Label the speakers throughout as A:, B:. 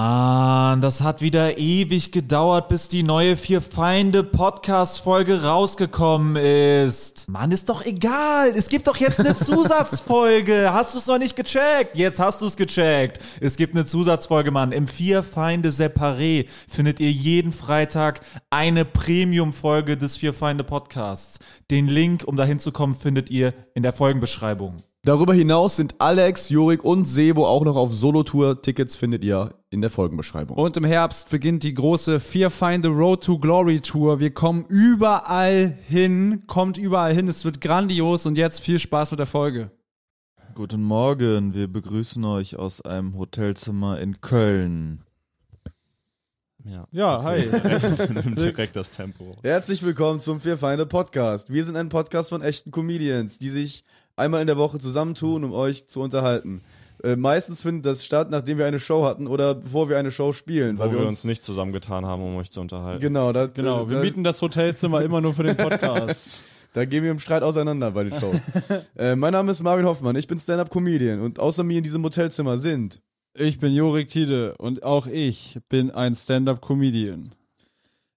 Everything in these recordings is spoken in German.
A: Mann, das hat wieder ewig gedauert, bis die neue Vier Feinde Podcast Folge rausgekommen ist. Mann, ist doch egal. Es gibt doch jetzt eine Zusatzfolge. Hast du es noch nicht gecheckt? Jetzt hast du es gecheckt. Es gibt eine Zusatzfolge, Mann. Im Vier Feinde Separé findet ihr jeden Freitag eine Premium Folge des Vier Feinde Podcasts. Den Link, um dahin zu kommen, findet ihr in der Folgenbeschreibung.
B: Darüber hinaus sind Alex, Jurik und Sebo auch noch auf Solo-Tour. Tickets findet ihr in der Folgenbeschreibung.
C: Und im Herbst beginnt die große Fear Find the Road to Glory Tour. Wir kommen überall hin, kommt überall hin. Es wird grandios und jetzt viel Spaß mit der Folge.
D: Guten Morgen, wir begrüßen euch aus einem Hotelzimmer in Köln.
E: Ja,
C: Ja, hi.
E: nimm direkt das Tempo.
B: Herzlich willkommen zum Vier Feinde Podcast. Wir sind ein Podcast von echten Comedians, die sich einmal in der Woche zusammentun, um euch zu unterhalten. Äh, meistens findet das statt, nachdem wir eine Show hatten oder bevor wir eine Show spielen.
E: Wo wir uns nicht zusammengetan haben, um euch zu unterhalten.
B: Genau, da,
C: Genau, wir
B: das-
C: mieten das Hotelzimmer immer nur für den Podcast.
B: Da gehen wir im Streit auseinander bei den Shows. äh, mein Name ist Marvin Hoffmann, ich bin Stand-Up-Comedian und außer mir in diesem Hotelzimmer sind.
C: Ich bin Jorik Tiede und auch ich bin ein Stand-Up-Comedian.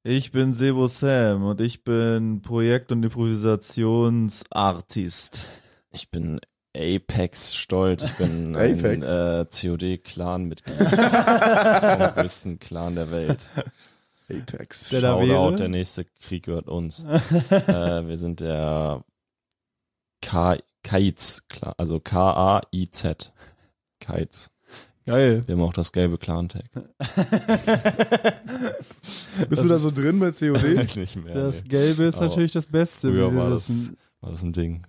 D: Ich bin Sebo Sam und ich bin Projekt- und Improvisationsartist.
E: Ich bin Apex Stolt. Ich bin ein
B: Apex.
E: äh, COD-Clan-Mitglied. Vom größten Clan der Welt.
B: Apex.
C: Der da wäre?
E: Shoutout, der nächste Krieg gehört uns. äh, wir sind der Ka- Kaiz, Clan, also K-A-I-Z. Kaiz.
C: Geil.
E: Wir haben auch das gelbe Clan-Tag.
B: Bist du da so drin bei COD?
E: Nicht mehr.
C: Das
E: nee.
C: Gelbe ist
E: Aber
C: natürlich das Beste. wie
E: Früher
C: wir
E: war das,
C: wissen.
E: war das ein Ding.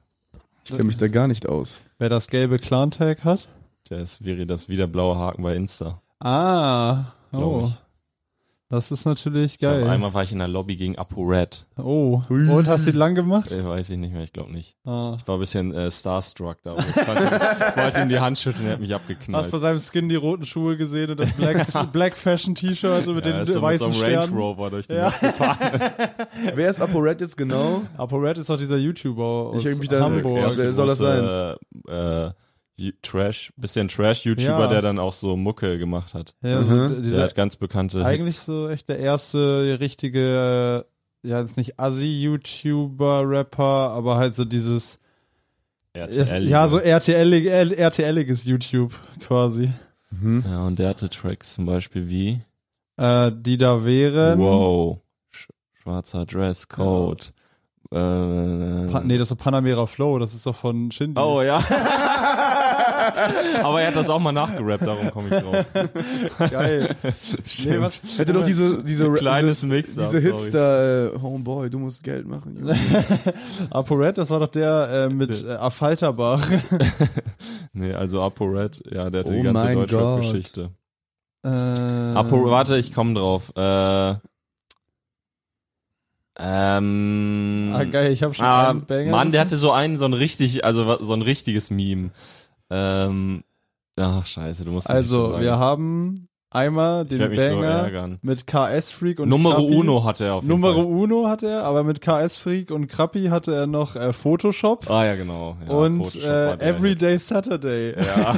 B: Ich kenne mich da gar nicht aus.
C: Wer das gelbe Clan-Tag hat?
E: Der ist, wäre das wieder blaue Haken bei Insta.
C: Ah,
E: Glaub
C: oh.
E: ich.
C: Das ist natürlich
E: Ich glaub,
C: geil.
E: einmal war ich in der Lobby gegen Apo Red.
C: Oh, und hast du ihn lang gemacht?
E: Äh, weiß ich nicht mehr, ich glaube nicht.
C: Ah.
E: Ich war ein bisschen äh, starstruck da. aber Ich, wollte, ich wollte ihm die Hand schütteln, er hat mich abgeknallt.
C: Hast bei seinem Skin die roten Schuhe gesehen und das Black, Black Fashion T-Shirt mit
E: er
C: den
E: ist so
C: weißen
E: mit so einem Range
C: Sternen.
E: Rover durch die
C: Ja.
E: Nacht gefahren.
B: Wer ist ApoRed jetzt genau?
C: ApoRed ist doch dieser YouTuber aus
B: Ich hab mich da-
C: Hamburg.
B: Ja,
E: ist der
B: soll das
E: große, Äh, äh, Ju- Trash, bisschen Trash-YouTuber,
C: Ja.
E: der dann auch so Mucke gemacht hat.
C: Ja, so
B: Mhm.
E: Der
C: dieser,
E: hat ganz bekannte
C: eigentlich
E: Hits.
C: so echt der erste richtige, ja, jetzt nicht Assi-YouTuber, Rapper, aber halt so dieses,
E: RTL.
C: ja, so RTL, RTLiges YouTube quasi.
E: Ja, und der hatte Tracks zum Beispiel wie
C: Äh, die da wären.
E: Wow, sch schwarzer Dresscode. Äh,
C: Pa nee, das ist so Panamera Flow, das ist doch von Shindy.
E: Oh ja. Aber er hat das auch mal nachgerappt, darum komme ich drauf.
C: geil. nee, was,
B: Hätte doch diese, diese,
E: Kleines
B: diese,
E: Mix-up,
B: diese Hits
E: sorry.
B: da, äh, Homeboy, du musst Geld machen. Junge.
C: ApoRed, das war doch der äh, mit äh, Afalterbach.
E: Nee, also Apo Red, ja, der hat
B: Oh
E: die ganze
B: mein
E: Deutschrap-Geschichte.
C: Äh,
E: Apo, warte, ich komme drauf. Äh, ähm,
C: Ah, geil, ich habe schon
E: ah,
C: einen Banger.
E: Mann, der hatte so einen, so ein richtig, also wa- so ein richtiges Meme. Ähm, ach scheiße, du musst
C: Also,
E: nicht
C: wir haben einmal
E: ich
C: den
E: werd mich so
C: Banger
E: ärgern.
C: mit KS Freak und
E: Numero
C: Krappi.
E: Uno hatte er auf jeden
C: Numero
E: Fall.
C: Uno hat er, aber mit KS Freak und Krappi hatte er noch äh, Photoshop
E: Ah ja, genau. Ja,
C: und
E: Photoshop
C: äh,
E: war der Hit.
C: Everyday Saturday. Äh,
E: Ja,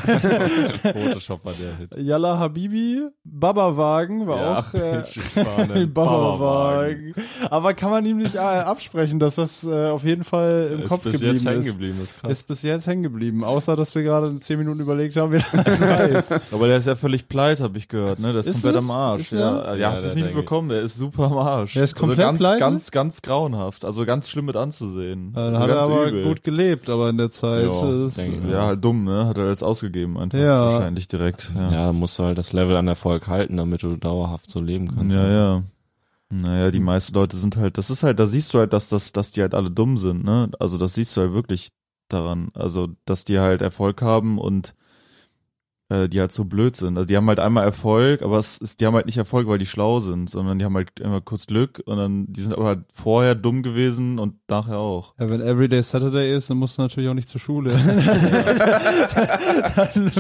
E: Photoshop war der Hit.
C: Yalla Habibi, Babawagen war auch äh,
E: Bildschirmfahne,
C: Babawagen. Aber kann man ihm nicht äh, absprechen, dass das äh, auf jeden Fall im
E: Ist
C: Kopf
E: bis
C: geblieben
E: jetzt hängen
C: ist.
E: geblieben, ist krass.
C: Ist bis jetzt hängen geblieben, außer dass wir gerade zehn Minuten überlegt haben, wie das heißt.
D: Aber der ist ja völlig pleite, habe ich gehört, ne? Der ist,
C: Ist
D: komplett
C: es?
D: am Arsch.
C: Ist er?
D: ja, der
E: Ja,
D: hat
E: der
D: es nicht
E: denke ich.
D: bekommen, der ist super am Arsch.
C: Der ist komplett
D: also ganz,
C: pleite?
D: ganz, ganz grauenhaft. Also ganz schlimm mit anzusehen.
C: Dann
D: also
C: hat er
D: ganz
C: aber
D: übel.
C: gut gelebt, aber in der Zeit.
E: Ja,
C: ist,
E: denke ich.
D: Ja, halt dumm, ne? Hat er jetzt ausgegeben einfach.
C: Ja.
D: Wahrscheinlich direkt. Ja.
E: Ja, da musst du halt das Level an Erfolg halten, damit du dauerhaft so leben kannst. ne?
D: Ja, ja. Naja,
C: Hm.
D: die meisten Leute sind halt, das ist halt, da siehst du halt, dass, dass, dass die halt alle dumm sind, ne? Also das siehst du halt wirklich daran. Also, dass die halt Erfolg haben und äh, die halt so blöd sind. Also die haben halt einmal Erfolg, aber es ist, die haben halt nicht Erfolg, weil die schlau sind, sondern die haben halt immer kurz Glück und dann, die sind aber halt vorher dumm gewesen und nachher auch.
C: Ja, wenn Everyday Saturday ist, dann musst du natürlich auch nicht zur Schule. Dann-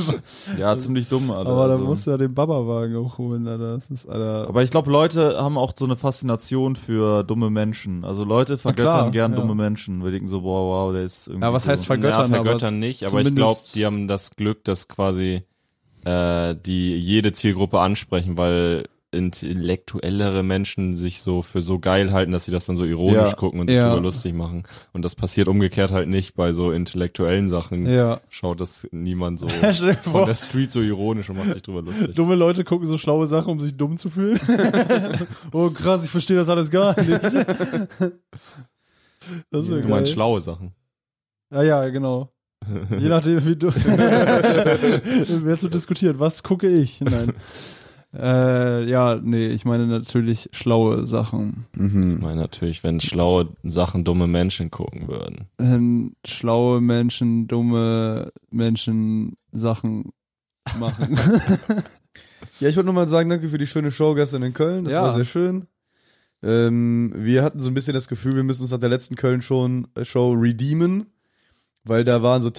D: Ja, ziemlich dumm, Alter.
C: aber dann
D: also.
C: musst du ja den Babawagen auch holen, Alter. Das ist, Alter.
D: Aber ich glaube, Leute haben auch so eine Faszination für dumme Menschen. Also Leute vergöttern
C: klar,
D: gern
C: ja.
D: dumme Menschen. Wir denken so, boah, wow, der ist irgendwie.
C: Ja, was
D: so.
C: heißt vergöttern?
E: ja, vergöttern nicht, aber ich
C: zumindest-
E: glaube, die haben das Glück, dass quasi äh, die jede Zielgruppe ansprechen, weil intellektuellere Menschen sich so für so geil halten, dass sie das dann so ironisch
D: Ja.
E: gucken und sich
C: Ja.
E: darüber lustig machen. Und das passiert umgekehrt halt nicht bei so intellektuellen Sachen.
C: Ja.
E: Schaut das niemand so
C: Stell dir vor.
E: von der Street so ironisch und macht sich drüber lustig.
C: Dumme Leute gucken so schlaue Sachen, um sich dumm zu fühlen. oh krass, ich verstehe das alles gar nicht. Das ist ja,
E: Du
C: geil.
E: meinst schlaue Sachen.
C: ja, ja, genau. Je nachdem, wie du. Wer zu diskutiert, was gucke ich? Nein. Äh, ja, nee, ich meine natürlich schlaue Sachen.
E: Ich meine natürlich, wenn schlaue Sachen dumme Menschen gucken würden.
C: Ähm, schlaue Menschen, dumme Menschen Sachen machen.
F: Ja, ich wollte nochmal sagen, danke für die schöne Show gestern in Köln. Das
C: Ja.
F: war sehr schön. Ähm, wir hatten so ein bisschen das Gefühl, wir müssen uns nach der letzten Köln-Show redeemen, weil da waren so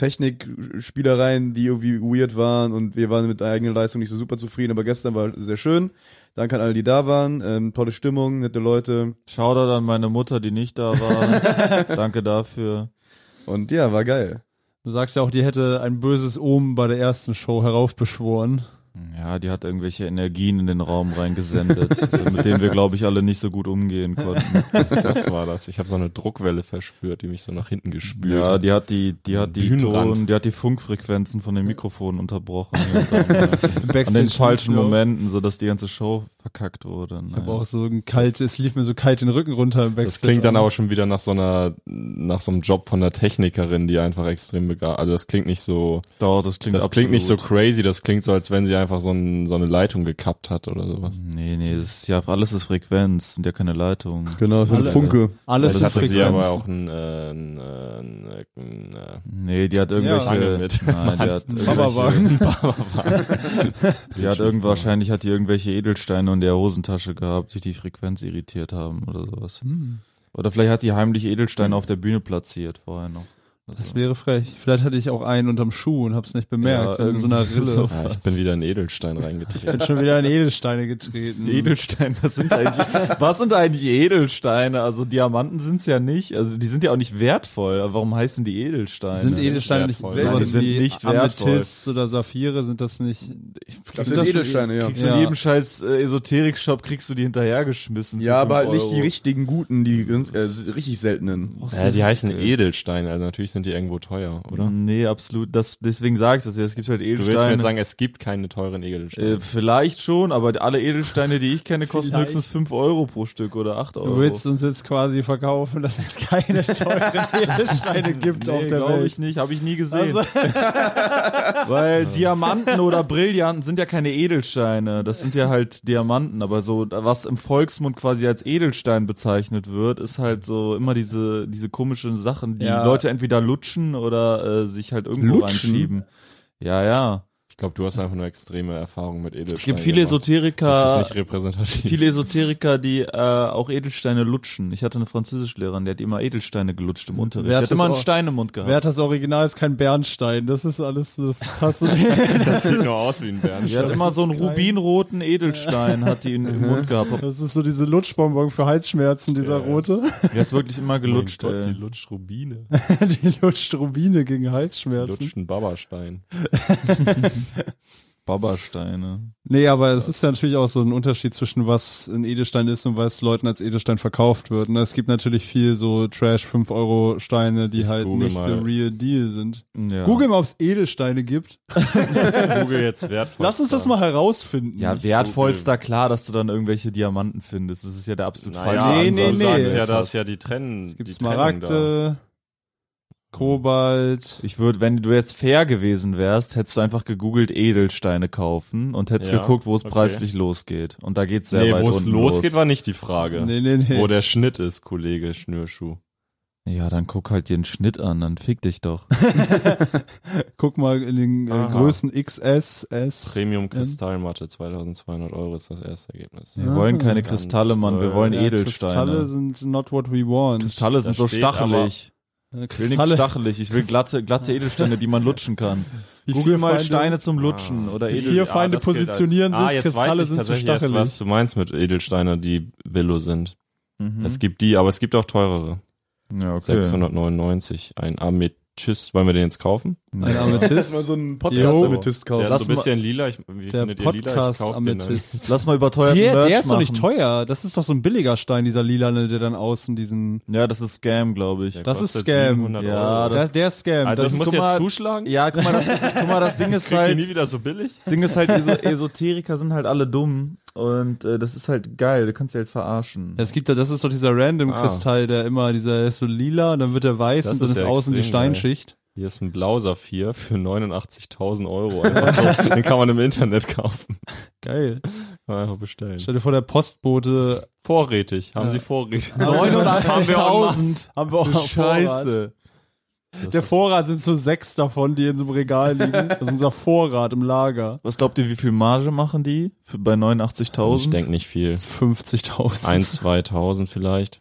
F: Technikspielereien, die irgendwie weird waren und wir waren mit der eigenen Leistung nicht so super zufrieden, aber gestern war sehr schön. Danke an alle, die da waren. Ähm, tolle Stimmung, nette Leute.
D: Shoutout an meine Mutter, die nicht da war. Danke dafür.
F: Und ja, war geil.
C: Du sagst ja auch, die hätte ein böses Omen bei der ersten Show heraufbeschworen.
D: Ja, die hat irgendwelche Energien in den Raum reingesendet, äh, mit denen wir, glaube ich, alle nicht so gut umgehen konnten.
E: Das war das. Ich habe so eine Druckwelle verspürt, die mich so nach hinten gespült
D: Ja,
E: hat.
D: die hat die, die hat die
E: Bühnenrand.
D: Ton, die hat die Funkfrequenzen von den Mikrofonen unterbrochen. An den falschen Momenten, so dass die ganze Show verkackt wurde. ne?
C: Ich habe
D: Naja.
C: auch so ein kalt, es lief mir so kalt den Rücken runter im Backstage.
E: Das klingt dann aber schon wieder nach so einer, nach so einem Job von einer Technikerin, die einfach extrem begabt. Also das klingt nicht so,
D: Doch, das klingt
E: das
D: absolut.
E: klingt nicht so crazy. Das klingt so, als wenn sie einfach so, ein, so eine Leitung gekappt hat oder sowas.
D: Nee, nee, das ist ja alles ist Frequenz, sind ja keine Leitungen.
F: Genau, es
E: Alle. Funke.
C: Alles
E: Also das
C: ist
E: hatte sie
C: Frequenz.
E: aber auch ein, äh, ein, äh, ein, äh, ein, äh,
D: Nee, die hat irgendwelche.
E: Zange mit.
D: Nein, die hat, irgendwelche,
C: Papa
D: die hat irgend, wahrscheinlich hat die irgendwelche Edelsteine in der Hosentasche gehabt, die die Frequenz irritiert haben oder sowas. Oder vielleicht hat die heimlich Edelsteine auf der Bühne platziert vorher noch.
C: Das wäre frech. Vielleicht hatte ich auch einen unterm Schuh und hab's nicht bemerkt.
D: Ja,
C: in so einer Rille.
D: so.
E: ja, ich bin wieder in Edelstein
C: Ich
E: reingetreten.
C: bin schon wieder in Edelsteine getreten.
D: Edelsteine, das sind eigentlich, was sind eigentlich Edelsteine? Also Diamanten sind's ja nicht, also die sind ja auch nicht wertvoll. Aber Warum heißen die Edelsteine?
C: sind Edelsteine nicht
E: wertvoll.
C: sowas
D: Die sind
C: wie
D: nicht wertvoll.
C: Amethysts oder Saphire sind das nicht.
F: Das
C: sind
F: sind
C: das-
F: Edelsteine, ja.
D: Kriegst du
C: Ja.
D: in jedem scheiß äh, Esoterik-Shop, kriegst du die hinterhergeschmissen. für
F: Ja, aber
D: fünf
F: halt nicht
D: Euro.
F: die richtigen guten, die ganz, äh, richtig seltenen.
E: ja, die heißen Edelstein, also natürlich sind die irgendwo teuer, oder?
D: Nee, absolut. Das, deswegen sag ich das ja. Es gibt halt
E: Du willst mir
D: Mhm. Edelsteine.
E: jetzt sagen, es gibt keine teuren Edelsteine.
D: äh, vielleicht schon, aber alle Edelsteine, die ich kenne, kosten
C: Vielleicht.
D: höchstens 5 Euro pro Stück oder 8 Euro.
C: Du willst uns jetzt quasi verkaufen, dass es keine teuren Edelsteine gibt
D: Nee,
C: auf der
D: glaub
C: Welt. Also-
D: ich nicht, habe ich nie gesehen. Weil Diamanten oder Brillanten sind ja keine Edelsteine, das sind ja halt Diamanten, aber so was im Volksmund quasi als Edelstein bezeichnet wird, ist halt so immer diese diese komischen Sachen, die
C: Ja.
D: Leute entweder lutschen oder äh, sich halt irgendwo
F: Lutschen?
D: reinschieben. Ja, ja.
E: Ich glaube, du hast einfach nur extreme Erfahrungen mit Edelsteinen.
D: Es gibt viele
E: gemacht.
D: Esoteriker,
E: Das ist nicht repräsentativ.
D: viele Esoteriker, die äh, auch Edelsteine lutschen. Ich hatte eine Französischlehrerin, die hat immer Edelsteine gelutscht im Unterricht.
C: Wer
D: Die
C: hat
D: hat
C: das
D: immer einen
C: auch-
D: Stein im Mund gehabt.
C: Wer hat das Original ist kein Bernstein. Das ist alles, das hast du
E: Das sieht nur aus wie ein
D: Die hat
E: Bernstein.
D: immer so einen
C: ist geil.
D: rubinroten Edelstein, hat die in, im Mund gehabt. Hab
C: Das ist so diese Lutschbonbon für Halsschmerzen, dieser rote.
D: jetzt wirklich immer gelutscht.
E: Mein Gott,
D: ey.
E: die lutscht Rubine.
C: Die lutscht Rubine gegen Halsschmerzen.
E: Lutscht einen Babastein.
D: Babasteine.
C: Nee, aber es ist ja natürlich auch so ein Unterschied zwischen was ein Edelstein ist und was Leuten als Edelstein verkauft wird. Ne? Es gibt natürlich viel so Trash 5 Euro Steine, die
E: Ich
C: halt
E: google
C: nicht
E: mal.
C: the real deal sind.
D: Ja.
C: Google mal, ob es Edelsteine gibt.
E: Google jetzt wertvoll.
C: Lass uns das mal herausfinden.
D: Ja, wertvollster klar, dass du dann irgendwelche Diamanten findest. Das ist ja der absolut
E: Naja,
D: falsche
E: nee, nee,
C: Nee, nee,
D: Ansatz.
E: du
C: nee.
E: sagst ja,
D: Jetzt
E: da
D: hast.
E: ist ja die Trennen.
C: Gibt
E: die Trennung
C: Smaragde, Kobalt.
D: Ich würde, wenn du jetzt fair gewesen wärst, hättest du einfach gegoogelt Edelsteine kaufen und hättest
E: Ja,
D: geguckt, wo es
E: okay.
D: preislich losgeht. Und da geht's
E: da.
D: sehr
E: Nee,
D: weit
E: wo es
D: unten
E: losgeht,
D: los.
E: war nicht die Frage.
C: Nee, nee, nee.
E: Wo der Schnitt ist, Kollege Schnürschuh.
D: Ja, dann guck halt den Schnitt an, dann fick dich doch.
C: Guck mal in den äh,
E: Aha.
C: Größen XS, S.
E: Premium Kristallmatte, 2200 Euro ist das erste Ergebnis.
D: Wir wollen keine
E: Ganz
D: Kristalle, Mann, wir
E: toll.
D: wollen
C: Ja,
D: Edelsteine.
C: Kristalle
D: Kristalle,
C: sind not what we want.
D: sind
E: Da
D: so
E: steht aber-
D: stachelig.
B: Äh,
D: Ich will nichts stachelig, ich will glatte, glatte Edelsteine, die man lutschen kann.
C: Die
D: Google Ah.
C: vier
D: mal
C: Feinde-
D: Steine zum Lutschen oder
C: Die
D: Edel.
C: vier Feinde
E: das gilt als-
C: positionieren
E: ah,
C: sich,
E: jetzt
C: Kristalle
E: weiß ich
C: sind zu
E: tatsächlich erst,
C: stachelig.
E: was du meinst mit Edelsteiner, die Billo sind.
D: Mhm.
E: Es gibt die, aber es gibt auch teurere.
D: ja, okay.
E: 699, ein Amethyst. Tschüss, wollen wir den jetzt kaufen?
B: Ein
C: Lass
B: Amethyst.
C: mal so einen
B: Jo.
C: Podcast-Amethyst kaufen.
E: Der
B: Lass
E: ist so
B: mal-
E: ein bisschen lila. Ich, wie
B: der
E: findet ihr lila? Ich kauf den dann.
B: Podcast-Amethyst.
D: Lass mal überteuerten
B: Der,
D: Merch
B: der ist doch nicht
D: machen.
B: teuer. Das ist doch so ein billiger Stein, dieser lilane, der dann außen diesen.
D: Ja, das ist Scam, glaube ich.
B: Das ist
E: Kostet
B: Scam.
E: 700
D: Ja,
E: Euro.
B: Der,
D: das-
B: der Scam.
E: also
B: das
E: ich
B: ist
E: muss
B: guck
E: jetzt
B: mal,
E: zuschlagen?
D: Ja, guck mal, das, guck mal, das Ding ist
E: Kriegt ihr nie
D: halt,
E: wieder so billig?
D: das Ding ist halt, Eso- Esoteriker sind halt alle dumm und äh, das ist halt geil, du kannst sie halt verarschen.
B: es gibt da, das ist doch dieser Random-Kristall, der immer, dieser der ist so lila, dann wird er weiß
E: Das
B: und dann
E: ist
B: ist
E: ja
B: außen die
E: extrem geil.
B: Steinschicht.
E: Hier ist ein Blausaphir für 89.000 Euro. Einfach so. den kann man im Internet kaufen.
B: Geil.
E: Einfach bestellen.
B: Stell dir vor, der Postbote.
E: Vorrätig. Haben Sie Vorrätig? Haben wir auch einen
B: 89.000
E: Mast.
B: haben wir auch auf Vorrat.
E: Das
B: Der
E: ist-
B: Vorrat sind so sechs davon, die in so einem Regal liegen. Das ist unser Vorrat im Lager.
D: Was glaubt ihr, wie viel Marge machen die für, bei 89.000?
E: Ich denke nicht viel.
B: 50.000.
E: 1, 2.000 vielleicht.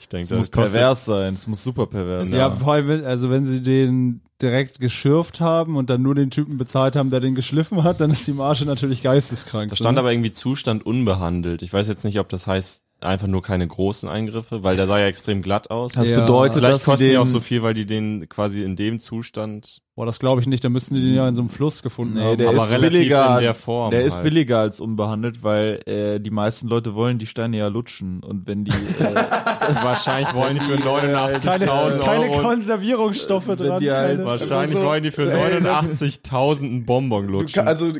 E: ich denke,
D: es muss pervers sein, es muss super pervers
B: Ja,
D: sein.
B: vor allem, wenn- also wenn sie den direkt geschürft haben und dann nur den Typen bezahlt haben, der den geschliffen hat, dann ist die Marge natürlich geisteskrank.
E: Da stand
B: ne?
E: aber irgendwie Zustand unbehandelt. Ich weiß jetzt nicht, ob das heißt, einfach nur keine großen Eingriffe, weil der sah ja extrem glatt aus.
D: Das
B: Ja.
D: bedeutet, dass
E: Vielleicht
D: sie
E: kosten
D: den,
E: die auch so viel, weil die den quasi in dem Zustand.
B: Boah, das glaube ich nicht, da müssten die den ja in so einem Fluss gefunden
D: Nee,
B: haben.
D: der
E: aber
D: ist
E: relativ
D: billiger,
E: in der Form.
D: Der ist
E: halt.
D: billiger als unbehandelt, weil äh, die meisten Leute wollen die Steine ja lutschen und wenn die, äh,
E: Wahrscheinlich wollen die für 89.000
B: keine
E: Euro.
B: Konservierungsstoffe dran.
D: die halt
B: keine-
E: Wahrscheinlich
C: Also,
E: wollen die für
C: ey, das
E: 89.000 einen Bonbon
C: Du
E: lutschen.
C: kann, also,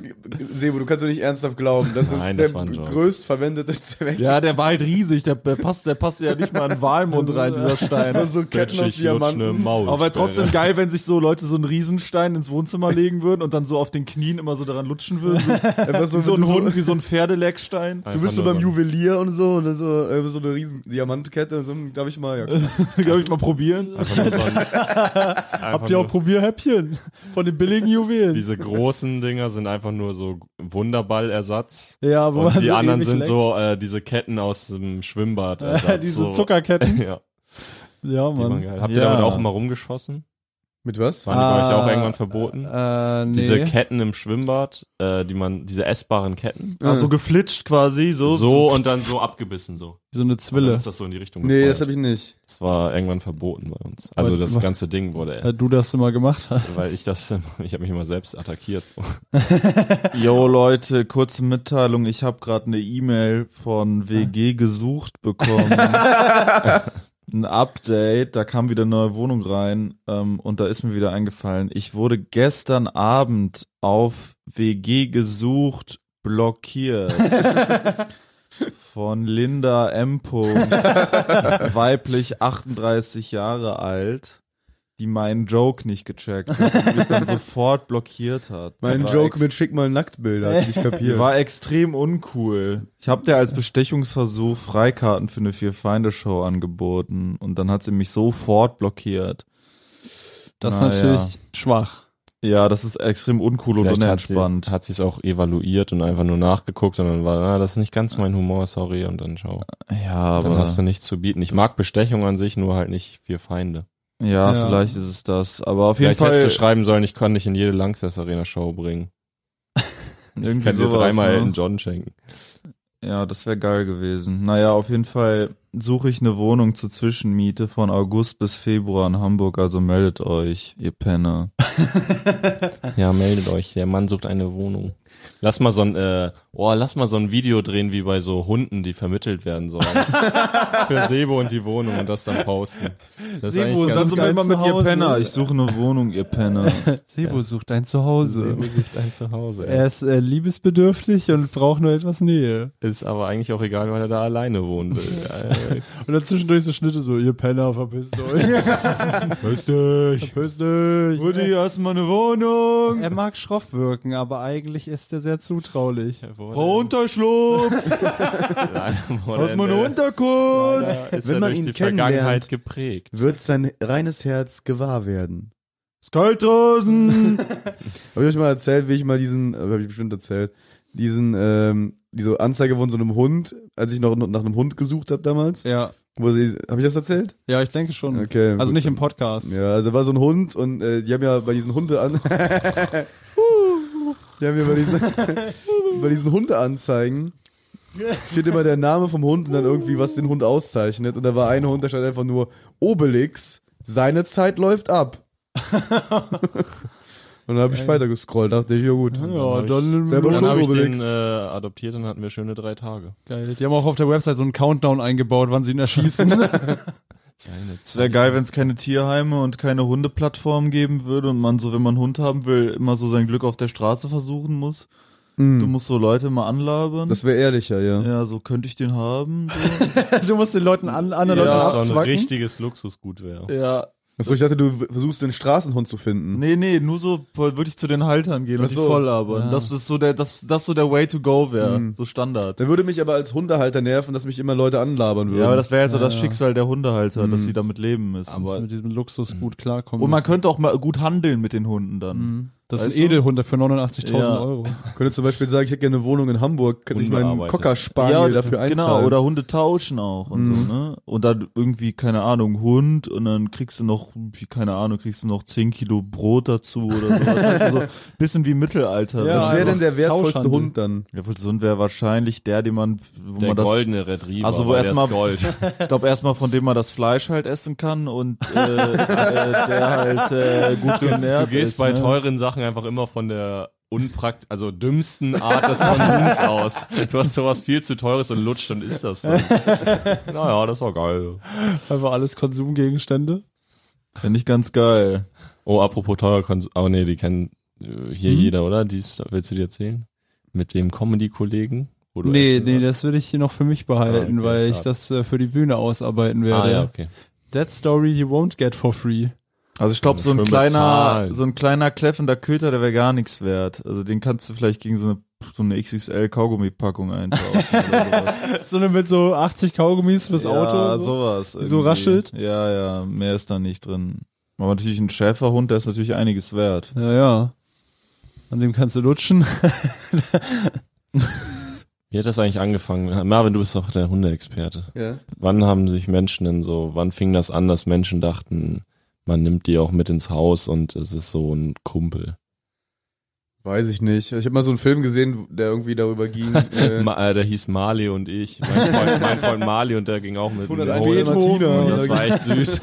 C: Sebo, du kannst doch nicht ernsthaft glauben. Das ist
E: Nein,
C: der
E: das war ein Joke.
C: größtverwendete Zweck.
D: ja, der war halt riesig, der, der passt, der passt ja nicht mal in den Walmund rein, dieser Stein.
C: Nur so Ketten aus
E: Glitschig, lutsch eine
C: Diamanten.
E: Maul.
D: Aber trotzdem geil, wenn sich so Leute so einen Riesenstein ins Wohnzimmer legen würden und dann so auf den Knien immer so daran lutschen würden.
C: Einfach so,
D: Wie so
C: wenn
D: ein
C: du
D: Hund, wie so ein Pferdeleckstein.
C: Du bist so beim Juwelier und so und dann so, äh, so eine riesen Diamantkette und so, darf ich mal, ja. klar.
D: Darf ich mal probieren?
E: Habt
B: Habt ihr auch Probierhäppchen von den billigen Juwelen?
E: Diese großen Dinger sind einfach nur so Wunderballersatz.
B: Ja, wo
E: Und
B: man
E: die
B: so
E: anderen
B: ewig
E: sind
B: leckt.
E: so äh, diese Ketten aus dem Schwimmbad.
B: Diese
E: so.
B: Zuckerketten.
E: Ja,
B: Ja,
E: die waren
B: Mann.
E: geil. Habt ihr
D: Ja.
E: damit auch immer rumgeschossen?
C: Mit was?
E: Waren die bei euch auch
B: Ah,
E: irgendwann verboten?
B: Äh, nee.
E: Diese Ketten im Schwimmbad, äh, die man, diese essbaren Ketten.
D: Ach,
C: Äh.
D: so geflitscht quasi, so.
E: So und dann so abgebissen so.
B: so eine
E: Und Dann
B: Zwille.
E: ist das so in die Richtung
C: Nee, das
E: gefeuert.
C: habe ich nicht.
E: das war irgendwann verboten bei uns. Also
B: Weil-
E: das ganze Ding wurde,
B: Weil du das immer gemacht hast.
E: weil ich das, ich habe mich immer selbst attackiert. So.
D: Yo Leute, kurze Mitteilung. Ich habe gerade eine E-Mail von WG gesucht bekommen. Ein Update, da kam wieder eine neue Wohnung rein ähm, und da ist mir wieder eingefallen. Ich wurde gestern Abend auf WG gesucht, blockiert. Von Linda M. Punkt, weiblich 38 Jahre alt, die meinen Joke nicht gecheckt hat und mich dann sofort blockiert hat.
C: Mein
D: War
C: Joke
D: ex-
C: mit schick mal Nacktbilder, hab ich
D: die
C: kapiert.
D: war extrem uncool. Ich habe der als Bestechungsversuch Freikarten für eine Vier Feinde Show angeboten und dann hat sie mich sofort blockiert.
B: Das ist
D: Na
B: natürlich schwach.
D: Ja, das ist extrem uncool und unentspannt.
E: hat sie es auch evaluiert und einfach nur nachgeguckt und dann war, ah, das ist nicht ganz mein Humor, sorry, und dann schau.
D: ja,
E: Dann
D: aber
E: hast du nichts zu bieten. Ich mag Bestechung an sich, nur halt nicht vier Feinde.
D: ja,
B: Ja.
D: vielleicht ist es das. Aber auf jeden
E: Vielleicht hättest du
D: Fall
E: schreiben sollen, ich kann dich in jede Langsess Arena Show bringen. Ich
D: irgendwie
E: kann dir
D: sowas,
E: dreimal
D: ne?
E: Elton John schenken.
D: Ja, das wäre geil gewesen. Naja, auf jeden Fall suche ich eine Wohnung zur Zwischenmiete von August bis Februar in Hamburg. Also meldet euch, ihr Penner.
E: Ja, meldet euch. Der Mann sucht eine Wohnung. Lass mal so ein, äh, oh, lass mal so ein Video drehen wie bei so Hunden, die vermittelt werden sollen. Für Sebo und die Wohnung und das dann posten. Das ist
B: Sebo
E: eigentlich
D: Und dann
E: ganz
B: sucht
D: sind wir
B: geil
D: Also immer
B: zu
D: mit ihr
B: Hause.
D: Penner. Ich suche eine Wohnung, ihr Penner.
B: Sebo sucht ein Zuhause.
E: Sebo sucht ein Zuhause.
B: Er ist äh, liebesbedürftig und braucht nur etwas Nähe.
E: Ist aber eigentlich auch egal, weil er da alleine wohnen will.
B: Und dann zwischendurch so Schnitte so, ihr Penner, verpisst euch. verpisst dich. Verpisst dich.
D: hast mal eine Wohnung.
B: Er mag schroff wirken, aber eigentlich ist er sehr zutraulich.
D: Unterschlupf.
E: Hast
D: Unterkunft.
E: Ist
C: Wenn
E: er
C: man
E: durch
C: ihn
E: die
C: kennenlernt.
E: Vergangenheit geprägt.
C: Wird sein reines Herz gewahr werden.
D: Ist kalt draußen.
C: Hab ich euch mal erzählt, wie ich mal diesen, äh, hab ich bestimmt erzählt, diesen, ähm, diese Anzeige von so einem Hund, als ich noch nach einem Hund gesucht habe damals.
B: Ja,
C: Wo sie, hab ich das erzählt?
B: ja, ich denke schon.
C: Okay.
B: Also nicht im Podcast.
C: Ja, also war so ein Hund und äh, die haben ja bei diesen Hunde an. die haben ja bei diesen, bei diesen Hundeanzeigen steht immer der Name vom Hund und dann irgendwie, was den Hund auszeichnet. Und da war ein Hund, der stand einfach nur Obelix seine Zeit läuft ab. und dann habe ich weiter gescrollt, dachte ich, ja gut.
B: Ja, dann,
C: selber
E: Dann
C: schon
E: habe ich
C: Obelix.
E: den äh, adoptiert und hatten wir schöne drei Tage.
B: geil. äh, Die haben auch auf der Website so einen Countdown eingebaut, wann sie ihn erschießen.
E: Seine
D: Es wäre geil, wenn es keine Tierheime und keine Hundeplattform geben würde und man so, wenn man einen Hund haben will, immer so sein Glück auf der Straße versuchen muss. Du musst so Leute mal anlabern.
C: Das wäre ehrlicher, ja.
D: ja, so könnte ich den haben. So.
B: du musst den Leuten an, anderen
E: ja, das
B: Leuten
E: ist doch ein
B: abzwacken.
E: richtiges Luxusgut wäre.
D: ja.
C: Achso, ich dachte, du w- versuchst den Straßenhund zu finden.
D: Nee, nee, nur so voll- würde ich zu den Haltern gehen
C: Ach
D: und die
C: so.
D: voll labern. Mhm. Das ist so der, das, das so der Way to go wäre. So Standard.
C: Dann würde mich aber als Hundehalter nerven, dass mich immer Leute anlabern würden.
D: Ja, aber das wäre also das
B: Ja.
D: Schicksal der Hundehalter, dass sie damit leben müssen.
B: Aber mit diesem Luxus gut klarkommen.
D: und man
B: müssen.
D: könnte auch mal gut handeln mit den Hunden dann.
B: das ist
D: weißt
B: ein
D: du?
B: Edelhund für 89.000
D: Ja.
B: Euro.
C: Könnte zum Beispiel sagen, ich hätte gerne eine Wohnung in Hamburg, könnte ich meinen
E: Unbearbeitet.
C: Cocker Spaniel dafür einzahlen. Mhm.
D: Genau, oder Hunde tauschen auch und so, ne? Und dann irgendwie, keine Ahnung, Hund und dann kriegst du noch, wie, keine Ahnung, kriegst du noch 10 Kilo Brot dazu oder sowas. also so bisschen wie Mittelalter.
B: Ja,
C: Was
D: weißt du?
C: wäre denn der wertvollste
B: Tauschhandel.
C: Hund dann?
D: ja, wohl, so ein wäre wahrscheinlich der, den man, wo
E: Der
D: man das,
E: goldene Retriever.
D: Also wo
E: weil der ist
D: erstmal-
E: Gold.
D: ich glaube erstmal, von dem man das Fleisch halt essen kann und äh, äh, der halt äh, gut genährt
E: Du gehst
D: ist,
E: bei
D: ne?
E: teuren Sachen einfach immer von der unprakt, also dümmsten Art des Konsums aus. Du hast sowas viel zu teures und lutscht und isst das dann. Naja, das war geil.
B: Einfach alles Konsumgegenstände.
D: Finde ich ganz geil.
E: Oh, apropos teurer Konsum. Oh nee, die kennt äh,
B: Mhm.
E: hier jeder, oder? Die ist, willst du dir erzählen? Mit dem Comedy-Kollegen? wo du
B: Nee,
E: essen
B: nee,
E: warst?
B: das will ich hier noch für mich behalten,
E: Ah, okay,
B: weil ich
E: schade.
B: das äh, für die Bühne ausarbeiten werde.
E: Ah ja, okay.
B: That story you won't get for free.
D: Also ich glaube, so ein
E: Schön
D: kleiner,
E: bezahlt.
D: so ein kleiner kläffender Köter, der wäre gar nichts wert. Also den kannst du vielleicht gegen so eine, so eine XXL Kaugummipackung eintauschen oder sowas.
B: So eine mit so 80 Kaugummis fürs
D: Ja,
B: Auto.
D: sowas.
B: so raschelt?
D: Ja, ja, mehr ist da nicht drin. Aber natürlich ein Schäferhund, der ist natürlich einiges wert.
B: Ja, ja. An dem kannst du lutschen.
E: Wie hat das eigentlich angefangen? Marvin, du bist doch der Hundeexperte.
C: Ja.
E: Wann haben sich Menschen denn so, wann fing das an, dass Menschen dachten, man nimmt die auch mit ins Haus und es ist so ein Kumpel?
C: Weiß ich nicht. Ich habe mal so einen Film gesehen, der irgendwie darüber ging. Äh,
E: Ma, äh, der hieß Marley und ich. Mein Freund, mein Freund Marley und der ging auch mit. in den
C: 101
E: Hoden.
C: Dalmatiner.
E: Das war echt süß.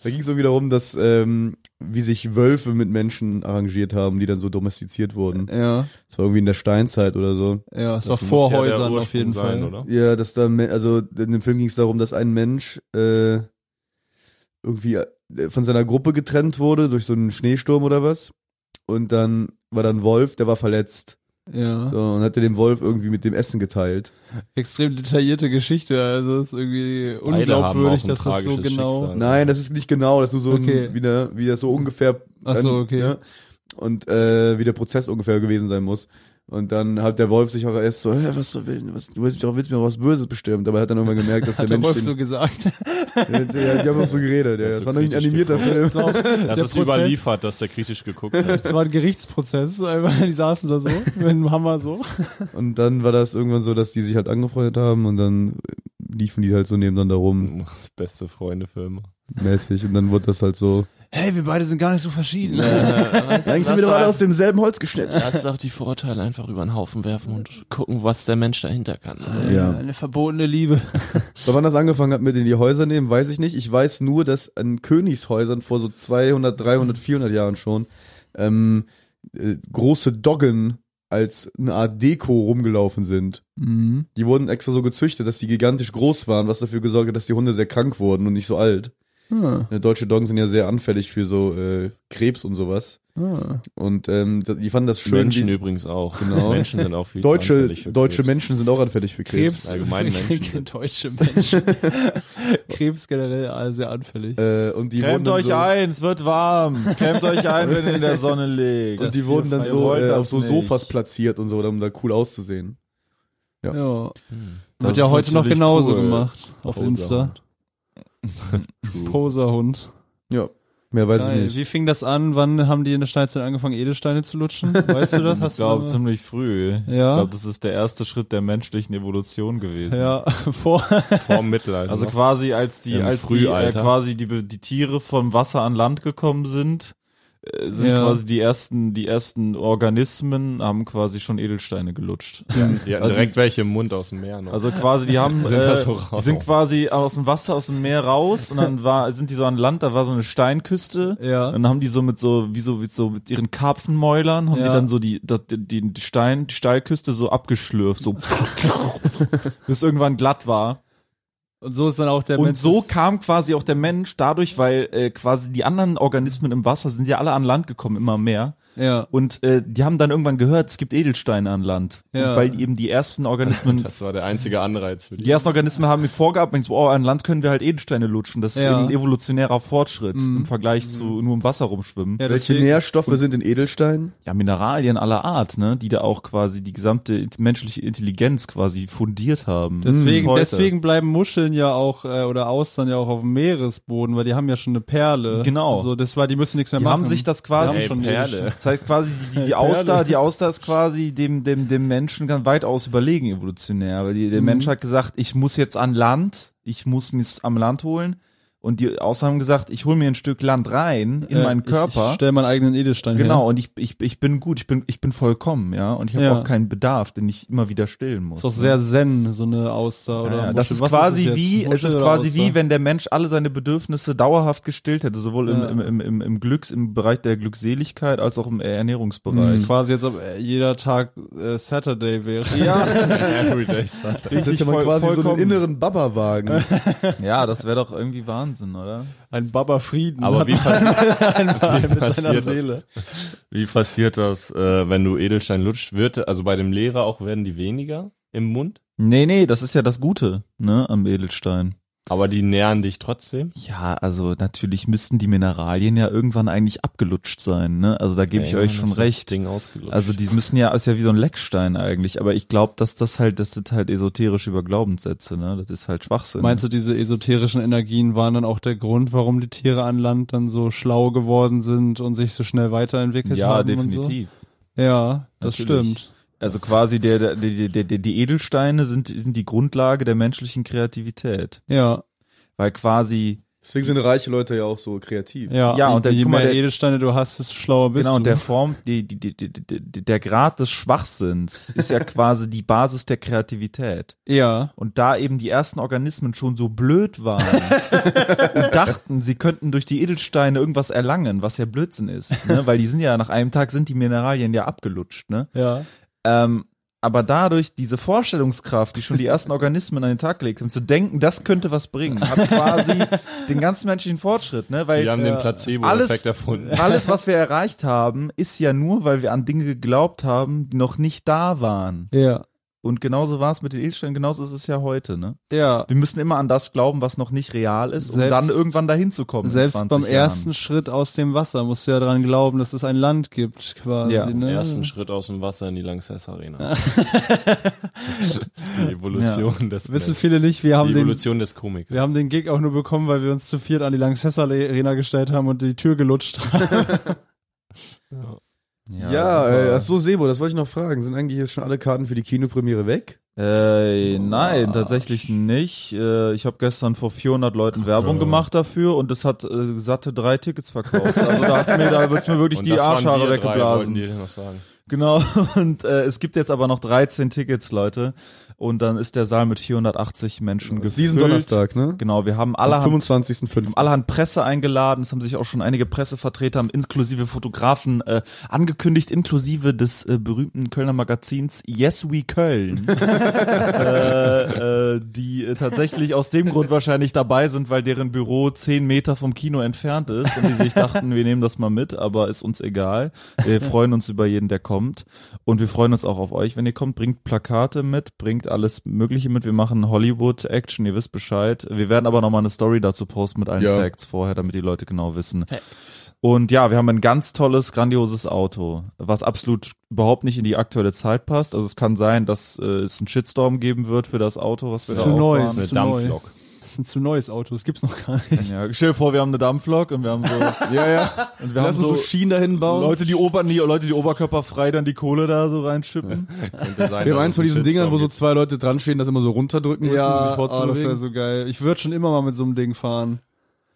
C: Da ging es irgendwie darum, dass ähm, wie sich Wölfe mit Menschen arrangiert haben, die dann so domestiziert wurden.
B: Ja,
C: Das war irgendwie in der Steinzeit oder so.
B: ja. Das, war
E: muss
B: vor
E: ja der
B: Häusern auf
E: Ursprung
B: jeden
E: sein,
B: Fall.
E: Oder?
C: Ja, dass da, me- also in dem Film ging es darum, dass ein Mensch äh, irgendwie äh, von seiner Gruppe getrennt wurde durch so einen Schneesturm oder was. Und dann war da ein Wolf, der war verletzt.
B: Ja.
C: So, und hatte den Wolf irgendwie mit dem Essen geteilt.
B: Extrem detaillierte Geschichte. Also das ist irgendwie
E: Beide haben auch
B: unglaubwürdig,
E: ein
B: dass das so
E: tragisches
B: genau.
E: Schicksal.
C: Nein, das ist nicht genau, das ist nur so
B: Okay.
C: ein, wie, der, wie das so ungefähr.
B: Ach so, okay.
C: ne? Und äh, wie der Prozess ungefähr gewesen sein muss. Und dann hat der Wolf sich auch erst so, "Hä, was du willst, was, du willst, mir auch- willst mir auch was Böses bestimmt. Aber er hat dann irgendwann gemerkt, dass der
B: Hat der
C: Mensch.
B: Wolf
C: Den,
B: so gesagt.
C: ja, die, die haben auch so geredet, ja.
E: Hat
C: Das
E: so
C: war noch nicht ein
E: kritisch
C: animierter Film.
B: So,
E: Das
B: der
E: ist
B: Prozess-
E: überliefert, dass der kritisch geguckt hat.
B: Das war ein Gerichtsprozess. Einfach, die saßen da so mit dem Hammer so.
C: Und dann war das irgendwann so, dass die sich halt angefreundet haben und dann liefen die halt so nebeneinander rum,
E: Das beste Freunde-Filme.
C: mäßig. Und dann wurde das halt so.
B: Hey, wir beide sind gar nicht so verschieden.
C: Eigentlich sind wir doch alle aus demselben Holz geschnitzt.
E: Lass doch die Vorurteile einfach über den Haufen werfen und gucken, was der Mensch dahinter
B: Ah,
E: kann.
C: Ja.
B: Eine verbotene Liebe.
C: So, wann das angefangen hat mit in die Häuser nehmen, weiß ich nicht. Ich weiß nur, dass an Königshäusern vor so 200, 300, 400 Jahren schon ähm, äh, große Doggen als eine Art Deko rumgelaufen sind.
B: Mhm.
C: Die wurden extra so gezüchtet, dass die gigantisch groß waren, was dafür gesorgt hat, dass die Hunde sehr krank wurden und nicht so alt.
B: Ah,
C: Äh, Deutsche Doggen sind ja sehr anfällig für so äh, Krebs und sowas.
B: ah.
C: Und ähm, da- die fanden das schön.
E: Menschen
C: die,
E: übrigens auch.
C: Genau.
E: Menschen sind auch viel zu
C: deutsche
E: anfällig für
C: deutsche
E: Krebs.
C: Menschen sind auch anfällig für Krebs.
B: Krebs,
E: allgemein
B: Genau.
E: Menschen.
B: deutsche Menschen. Krebs generell all sehr anfällig.
C: Äh, und die wurden
D: Kämmt
C: dann
D: euch
C: so,
D: ein, es wird warm. Kämmt euch ein, wenn ihr in der Sonne liegt.
C: Und die wurden dann
D: Ihr
C: so
D: wollt
C: äh,
D: das
C: auf so
D: nicht.
C: Sofas platziert und so, um da cool auszusehen.
B: Ja.
D: Das
B: Wird ja
D: ist
B: heute noch
D: natürlich
B: genauso
D: cool.
B: gemacht. Auf
E: Poserhund.
B: Insta. Poserhund.
C: Mehr weiß
B: Geil.
C: ich nicht.
B: Wie fing das an? Wann haben die in der Steinzeit angefangen, Edelsteine zu lutschen? Weißt du das?
D: Ich
B: Hast
D: glaube,
B: du
D: ziemlich früh. Ich
B: Ja.
D: glaube, das ist der erste Schritt der menschlichen Evolution gewesen.
B: ja, vor.
E: Vorm Mittelalter.
D: Also quasi als die,
E: Im
D: als die, äh,
E: Frühalter.
D: quasi die, die Tiere vom Wasser an Land gekommen sind, äh, sind
B: Ja.
D: quasi die ersten, die ersten Organismen haben quasi schon Edelsteine gelutscht.
E: Die hatten
D: Also
E: direkt
D: die-
E: welche im Mund aus dem Meer noch.
D: Also quasi, die haben,
E: Sind da
D: äh,
E: so
D: die
E: raus.
D: sind quasi aus dem Wasser, aus dem Meer raus und dann war, sind die so an Land, da war so eine Steinküste.
B: Ja.
D: Und dann haben die so mit so, wie so, wie so mit ihren Karpfenmäulern, haben
B: Ja.
D: die dann so die, das- die, die Stein, die Steilküste so abgeschlürft, so bis irgendwann glatt war.
B: Und so ist dann auch der
D: Und
B: Mensch-
D: so kam quasi auch der Mensch dadurch, weil äh, quasi die anderen Organismen im Wasser sind ja alle an Land gekommen, immer mehr.
B: Ja.
D: Und äh, die haben dann irgendwann gehört, es gibt Edelsteine an Land.
B: Ja.
D: Und weil eben die ersten Organismen
E: das war der einzige Anreiz für die.
D: die ersten Organismen haben mir vorgehabt, wenn ich so, oh, an Land können wir halt Edelsteine lutschen. Das ist
B: Ja. Mhm.
D: eben ein evolutionärer Fortschritt im Vergleich zu nur im Wasser rumschwimmen. Ja,
B: Ja,
C: Welche
B: deswegen-
C: Nährstoffe sind in Edelsteinen?
D: Mineralien aller Art, ne, die da auch quasi die gesamte int- menschliche Intelligenz quasi fundiert haben. Hm, Bis
B: Deswegen,
D: heute.
B: deswegen bleiben Muscheln ja auch äh, oder Austern ja auch auf dem Meeresboden, weil die haben ja schon eine Perle.
D: Genau.
B: Also das war, die müssen nichts mehr
D: Die
B: machen.
D: haben sich das quasi
B: Die haben schon
E: Perle.
D: Das heißt quasi die, die, die Auster, die Auster ist quasi dem dem dem Menschen ganz weitaus überlegen evolutionär, weil
B: Mhm.
D: die, der Mensch hat gesagt, ich muss jetzt an Land, ich muss mich's am Land holen und die Auster haben gesagt, ich hole mir ein Stück Land rein in
B: Äh,
D: meinen
B: Ich,
D: Körper.
B: ich stell meinen eigenen Edelstein
D: Genau,
B: her.
D: und ich, ich, ich bin gut, ich bin, ich bin vollkommen, ja. Und ich habe
B: Ja.
D: auch keinen Bedarf, den ich immer wieder stillen muss.
B: Ist
D: ne?
B: doch sehr zen, so eine Auster
D: ja,
B: oder
D: ja.
B: Muschel.
D: Das ist
B: Was
D: quasi
B: jetzt?
D: wie, es
B: Muschel
D: ist
B: oder
D: quasi
B: Auster?
D: wie, wenn der Mensch alle seine Bedürfnisse dauerhaft gestillt hätte, sowohl
B: Ja.
D: im, im, im, im, im Glücks, im Bereich der Glückseligkeit als auch im
B: Das
D: Ernährungsbereich.
B: ist quasi jetzt, ob äh, jeder Tag äh, Saturday wäre.
E: Everyday Saturday.
C: Das ist ja
D: voll-
C: quasi so einen
D: vollkommen.
C: inneren Babberwagen.
D: Ja, das wäre doch irgendwie Wahnsinn, oder?
B: Ein Baba Frieden.
E: Aber wie, pass wie
B: mit seiner
E: passiert das?
B: Seele.
E: Wie passiert das, äh, wenn du Edelstein lutscht? Wird, also bei dem Lehrer auch werden die weniger im Mund,
D: Nee, nee, das ist ja das Gute, ne, am Edelstein.
E: aber die nähern dich trotzdem.
D: Ja, also natürlich müssten die Mineralien ja irgendwann eigentlich abgelutscht sein, ne? Also da gebe ich
E: Ja,
D: euch schon
E: das ist das
D: recht.
E: Ding ausgelutscht.
D: Also die müssen ja, ist ja wie so ein Leckstein eigentlich, aber ich glaube, dass das halt, das sind halt esoterische Überglaubenssätze, ne? Das ist halt Schwachsinn.
B: Meinst du, diese esoterischen Energien waren dann auch der Grund, warum die Tiere an Land dann so schlau geworden sind und sich so schnell weiterentwickelt
D: Ja,
B: haben? Und
D: definitiv.
B: so? Ja, das
D: Natürlich.
B: stimmt.
D: Also quasi der, der, der, der, der, die Edelsteine sind, sind die Grundlage der menschlichen Kreativität.
B: Ja,
D: Weil quasi,
C: Deswegen sind reiche Leute ja auch so kreativ.
B: ja.
D: Ja, und dann-
B: je
D: guck mal,
B: mehr
D: der-
B: Edelsteine du hast, desto schlauer bist
D: genau, und
B: du.
D: der Form, die, die, die, die, die, der Grad des Schwachsinns ist ja quasi die Basis der Kreativität.
B: ja,
D: Und da eben die ersten Organismen schon so blöd waren und dachten, sie könnten durch die Edelsteine irgendwas erlangen, was ja Blödsinn ist, ne? weil die sind ja nach einem Tag sind die Mineralien ja abgelutscht. Ne?
B: ja.
D: Ähm, aber dadurch diese Vorstellungskraft, die schon die ersten Organismen an den Tag gelegt haben, zu denken, das könnte was bringen, hat quasi den ganzen menschlichen Fortschritt, ne? Weil
E: die haben den
D: äh,
E: Placebo-Effekt
D: alles-
E: erfunden.
D: alles, was wir erreicht haben, ist ja nur, weil wir an Dinge geglaubt haben, die noch nicht da waren.
B: Ja.
D: Und genauso war es mit den Edelsteinen, genauso ist es ja heute, ne?
B: Ja.
D: Wir müssen immer an das glauben, was noch nicht real ist, um
B: Selbst-
D: dann irgendwann dahin zu kommen. in
B: Selbst
D: 20
B: beim
D: Jahren.
B: ersten Schritt aus dem Wasser musst du ja dran glauben, dass es ein Land gibt, quasi.
D: Ja.
B: ne?
E: Ersten Schritt aus dem Wasser in die Lanxess Arena. die Evolution des
B: Wissen
E: Menschen.
B: viele nicht, wir haben
E: die
B: den
E: Evolution des Komikers.
B: wir haben den Gig auch nur bekommen, weil wir uns zu viert an die Lanxess Arena gestellt haben und die Tür gelutscht haben.
C: Ja,
D: super.
C: äh, ach so, Sebo, das wollte ich noch fragen. Sind eigentlich jetzt schon alle Karten für die Kinopremiere weg?
D: Äh, nein, tatsächlich nicht. Äh, ich habe gestern vor 400 Leuten Werbung gemacht dafür und es hat äh, satte drei Tickets verkauft. Also da, hat's mir, da wird's mir wirklich
E: Und
D: die
E: das waren wir
D: Arschhaare
E: drei,
D: weggeblasen.
E: wollten die noch sagen.
D: Genau. Und äh, es gibt jetzt aber noch 13 Tickets, Leute. Und dann ist der Saal mit 480 Menschen
C: Aus
D: gefüllt.
C: diesem Donnerstag, ne?
D: Genau, wir haben
C: Am
D: allerhand
C: 25.05.
D: allerhand Presse eingeladen. Es haben sich auch schon einige Pressevertreter, inklusive Fotografen, äh, angekündigt, inklusive des äh, berühmten Kölner Magazins Yes We Köln, äh, äh, die äh, tatsächlich aus dem Grund wahrscheinlich dabei sind, weil deren Büro zehn Meter vom Kino entfernt ist und die sich dachten, wir nehmen das mal mit, aber ist uns egal. Wir freuen uns über jeden, der kommt und wir freuen uns auch auf euch, wenn ihr kommt. Bringt Plakate mit, bringt alles Mögliche mit. Wir machen Hollywood-Action, ihr wisst Bescheid. Wir werden aber nochmal eine Story dazu posten mit allen
C: Ja.
D: Facts vorher, damit die Leute genau wissen. Und ja, wir haben ein ganz tolles, grandioses Auto, was absolut überhaupt nicht in die aktuelle Zeit passt. Also es kann sein, dass äh, es einen Shitstorm geben wird für das Auto, was wir da
B: Zu neu,
D: auffahren.
B: ist
E: Eine
B: zu neu.
E: Dampflok.
B: Das ist ein zu neues Auto, das gibt's noch gar nicht.
D: Ja, stell dir vor, wir haben eine Dampflok und wir haben so,
C: Ja, ja.
D: und wir
C: Lass
D: haben
C: uns so
D: so
C: Schienen dahin bauen.
D: Leute, die Ober, die, Leute, die oberkörperfrei dann die Kohle da so reinschippen.
E: Könnte sein,
C: wir haben
E: dass
C: eins
E: es
C: von
E: einen
C: diesen Dingern, wo so
E: Shitstorm
C: zwei Leute dran stehen, das immer so runterdrücken müssen, um sich
B: oh, das
C: vorzubewegen.
B: wäre so geil. Ich würde schon immer mal mit so einem Ding fahren.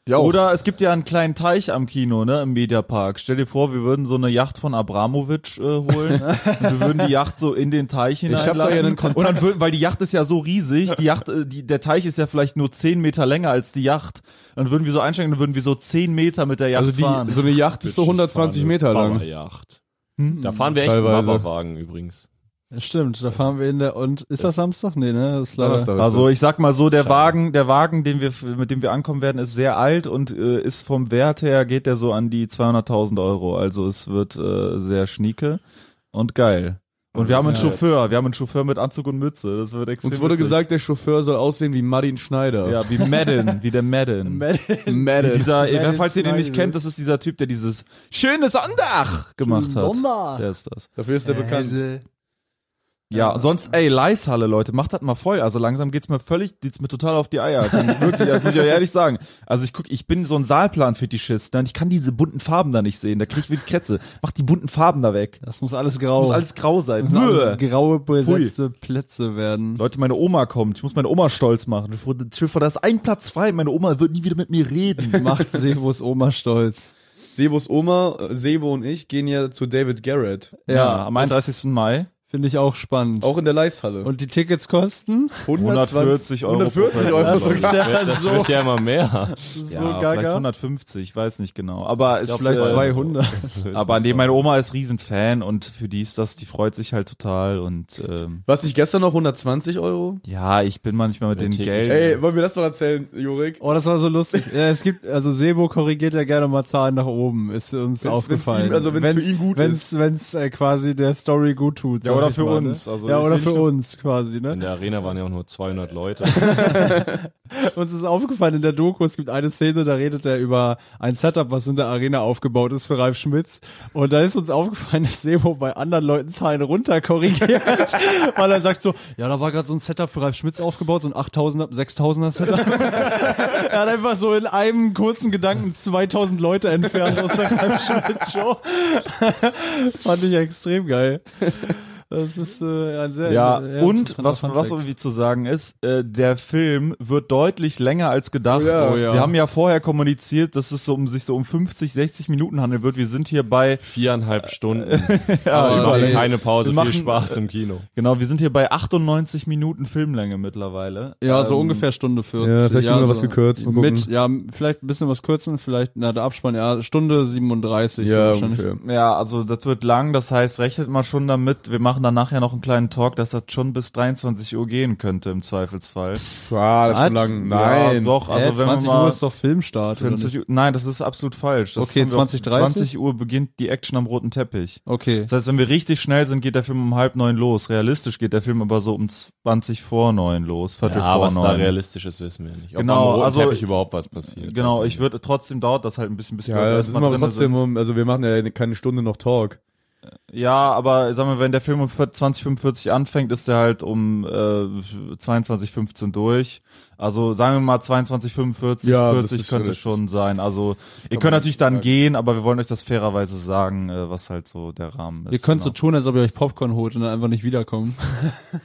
B: Ja, auch.
D: Oder es gibt ja einen kleinen Teich am Kino, ne, im Mediapark. Stell dir vor, wir würden so eine Yacht von Abramowitsch äh, holen und wir würden die Yacht so in den Teich hineinlassen.
C: hab da ja einen Kontakt.
D: Und dann würden, weil die Yacht ist ja so riesig, die Yacht, äh, die, der Teich ist ja vielleicht nur 10 Meter länger als die Yacht. Dann würden wir so einsteigen, dann würden wir so 10 Meter mit der Yacht
C: Also
D: fahren.
C: die, so eine Yacht ist so 120 Meter lang.
E: Bauerjacht.
D: Hm.
E: Da fahren wir echt
C: Teilweise.
E: einen Wagen übrigens.
B: Ja, Stimmt, da fahren wir in der. Und ist das Samstag? Nee, ne? Das ist leider.
C: Donnerstag ist
D: Also
C: das.
D: ich sag mal so, der Wagen, der Wagen, den wir, f- mit dem wir ankommen werden, ist sehr alt und äh, ist vom Wert her geht der so an die 200.000 Euro. Also es wird äh, sehr schnieke und geil. Und wir haben einen Chauffeur, wir haben einen Chauffeur mit Anzug und Mütze. Das wird extrem.
C: uns wurde
D: witzig.
C: gesagt, der Chauffeur soll aussehen wie Martin Schneider.
D: ja, wie Madden, wie der Madden.
C: Madden.
D: Dieser,
B: Madden
D: falls ihr den nicht
B: Snyder.
D: kennt, das ist dieser Typ, der dieses schöne Sonntag gemacht hat.
B: Sonder.
D: Der ist das.
C: Dafür ist der bekannt.
D: Ja, sonst, ey, Leishalle, Leute, macht das mal voll. Also langsam geht's mir völlig, geht's mir total auf die Eier. Kann ich wirklich, das muss ich euch ehrlich sagen. Also ich guck, ich bin so ein Saalplan-Fetischist, ne? und ich kann diese bunten Farben da nicht sehen. Da krieg ich wirklich Krätze. Mach die bunten Farben da weg.
B: Das muss alles grau.
D: Muss alles grau sein.
B: Das müssen
D: Oh. Bäh.
B: alles graue besetzte Plätze werden.
D: Leute, meine Oma kommt. Ich muss meine Oma stolz machen. Ich wurde- Schiffer, da ist ein Platz frei. Meine Oma wird nie wieder mit mir reden.
B: Macht Sebos Oma stolz.
C: Sebos Oma, äh, Sebo und ich gehen ja zu David Garrett.
D: Ja, am 31. Mai.
B: Finde ich auch spannend.
C: Auch in der Leisthalle.
B: Und die Tickets kosten?
D: 140 Euro pro
C: 140 Euro.
E: Das,
B: ist
E: wird-
B: ja
E: das
B: so-
E: wird ja immer mehr.
B: so
D: Ja, vielleicht 150, ich weiß nicht genau. Aber es
E: glaub,
D: ist,
B: Vielleicht
E: äh,
B: 200.
D: Aber nee, meine Oma ist Riesenfan und für die ist das, die freut sich halt total und ähm,
C: Was ich gestern noch 120 Euro?
D: ja, ich bin manchmal mit dem
E: täglich.
D: Geld.
C: Ey, wollen wir das doch erzählen, Jurik?
B: Oh, das war so lustig. Ja, es gibt, also Sebo korrigiert ja gerne mal Zahlen nach oben, ist uns
C: Wenn's-
B: aufgefallen.
C: wenn's ihm- also wenn's für ihn gut
B: wenn's, Wenn's äh, quasi der Story gut tut.
D: Ja,
B: sag
D: oder
B: ich
D: für
B: mal,
D: uns.
B: Ne?
D: Also
B: ja,
D: ist
B: oder
D: nicht
B: für
D: so-
B: uns quasi.
E: In
B: Ne?
E: der Arena waren ja auch nur 200 Leute.
B: Uns ist aufgefallen in der Doku, es gibt eine Szene, da redet er über ein Setup, was in der Arena aufgebaut ist für Ralf Schmitz. Und da ist uns aufgefallen, dass Sebo bei anderen Leuten Zahlen runterkorrigiert. weil er sagt so, ja, da war gerade so ein Setup für Ralf Schmitz aufgebaut, so ein 8000er, 6000er Setup. Er hat einfach so in einem kurzen Gedanken 2000 Leute entfernt aus der Ralf-Schmitz-Show. Fand ich extrem geil. Das ist äh, ein sehr.
D: Ja,
B: sehr
D: und
B: interessanter
D: was,
B: Fun
D: was
B: Fact.
D: irgendwie zu sagen ist, äh, der Film wird deutlich länger als gedacht.
C: Ja. Oh
B: ja.
D: Wir haben ja vorher kommuniziert, dass es so um sich so um 50, 60 Minuten handeln wird. Wir sind hier bei,
E: Viereinhalb Stunden.
D: ja,
E: wir machen
D: überall-
E: keine Pause,
D: Wir
E: viel
D: machen-
E: Spaß im Kino.
D: genau, wir sind hier bei 98 Minuten Filmlänge mittlerweile.
B: Ja, so
D: Ähm,
B: ungefähr Stunde 40.
C: ja, vielleicht kriegen wir
B: so
C: was gekürzt, mal gucken.
B: Mit, ja, vielleicht ein bisschen was kürzen, vielleicht, na, der Abspann, ja, Stunde 37. so
C: Ja,
B: wahrscheinlich.
C: ungefähr.
D: Ja, also das wird lang, das heißt, rechnet man schon damit, wir machen dann nachher noch einen kleinen Talk, dass das schon bis 23 Uhr gehen könnte im Zweifelsfall.
C: Ah, das ist schon
B: Was?
C: lang.
D: Ja,
C: Nein.
D: doch, also
B: Hä,
D: wenn
B: 20
D: wir mal
B: Uhr ist doch Filmstart. oder
D: 20
B: nicht?
D: Uhr, nein, das ist absolut falsch. Das
B: Okay,
D: haben wir auch-
B: 20:30?
D: 20 Uhr beginnt die Action am roten Teppich.
B: Okay.
D: Das heißt, wenn wir richtig schnell sind, geht der Film um halb neun los. Realistisch geht der Film aber so um 20 vor neun los, Viertel
E: Ja,
D: vor
E: was da
D: neun.
E: realistisch ist, wissen wir nicht. Ob
D: Genau,
E: am roten
D: also-
E: Teppich überhaupt was passiert. Also,
D: Genau,
E: weiß
D: ich
E: man
D: würde trotzdem dauert das halt ein bisschen, bis die
C: Ja,
D: Leute
C: das ist
D: erstmal
C: mal Hm.
D: drinne
C: trotzdem,
D: sind.
C: um, also wir machen ja keine Stunde noch Talk.
D: Ja, aber sagen wir, wenn der Film um 2045 anfängt, ist der halt um äh, 22:15 durch. Also sagen wir mal 22:45,
C: Ja, das
D: 40
C: ist
D: könnte
C: realistisch.
D: schon sein. Also ihr könnt natürlich dann gehen, aber wir wollen euch das fairerweise sagen, äh, was halt so der Rahmen ist.
B: Ihr könnt so
D: genau.
B: tun, als ob ihr euch Popcorn holt und dann einfach nicht wiederkommen.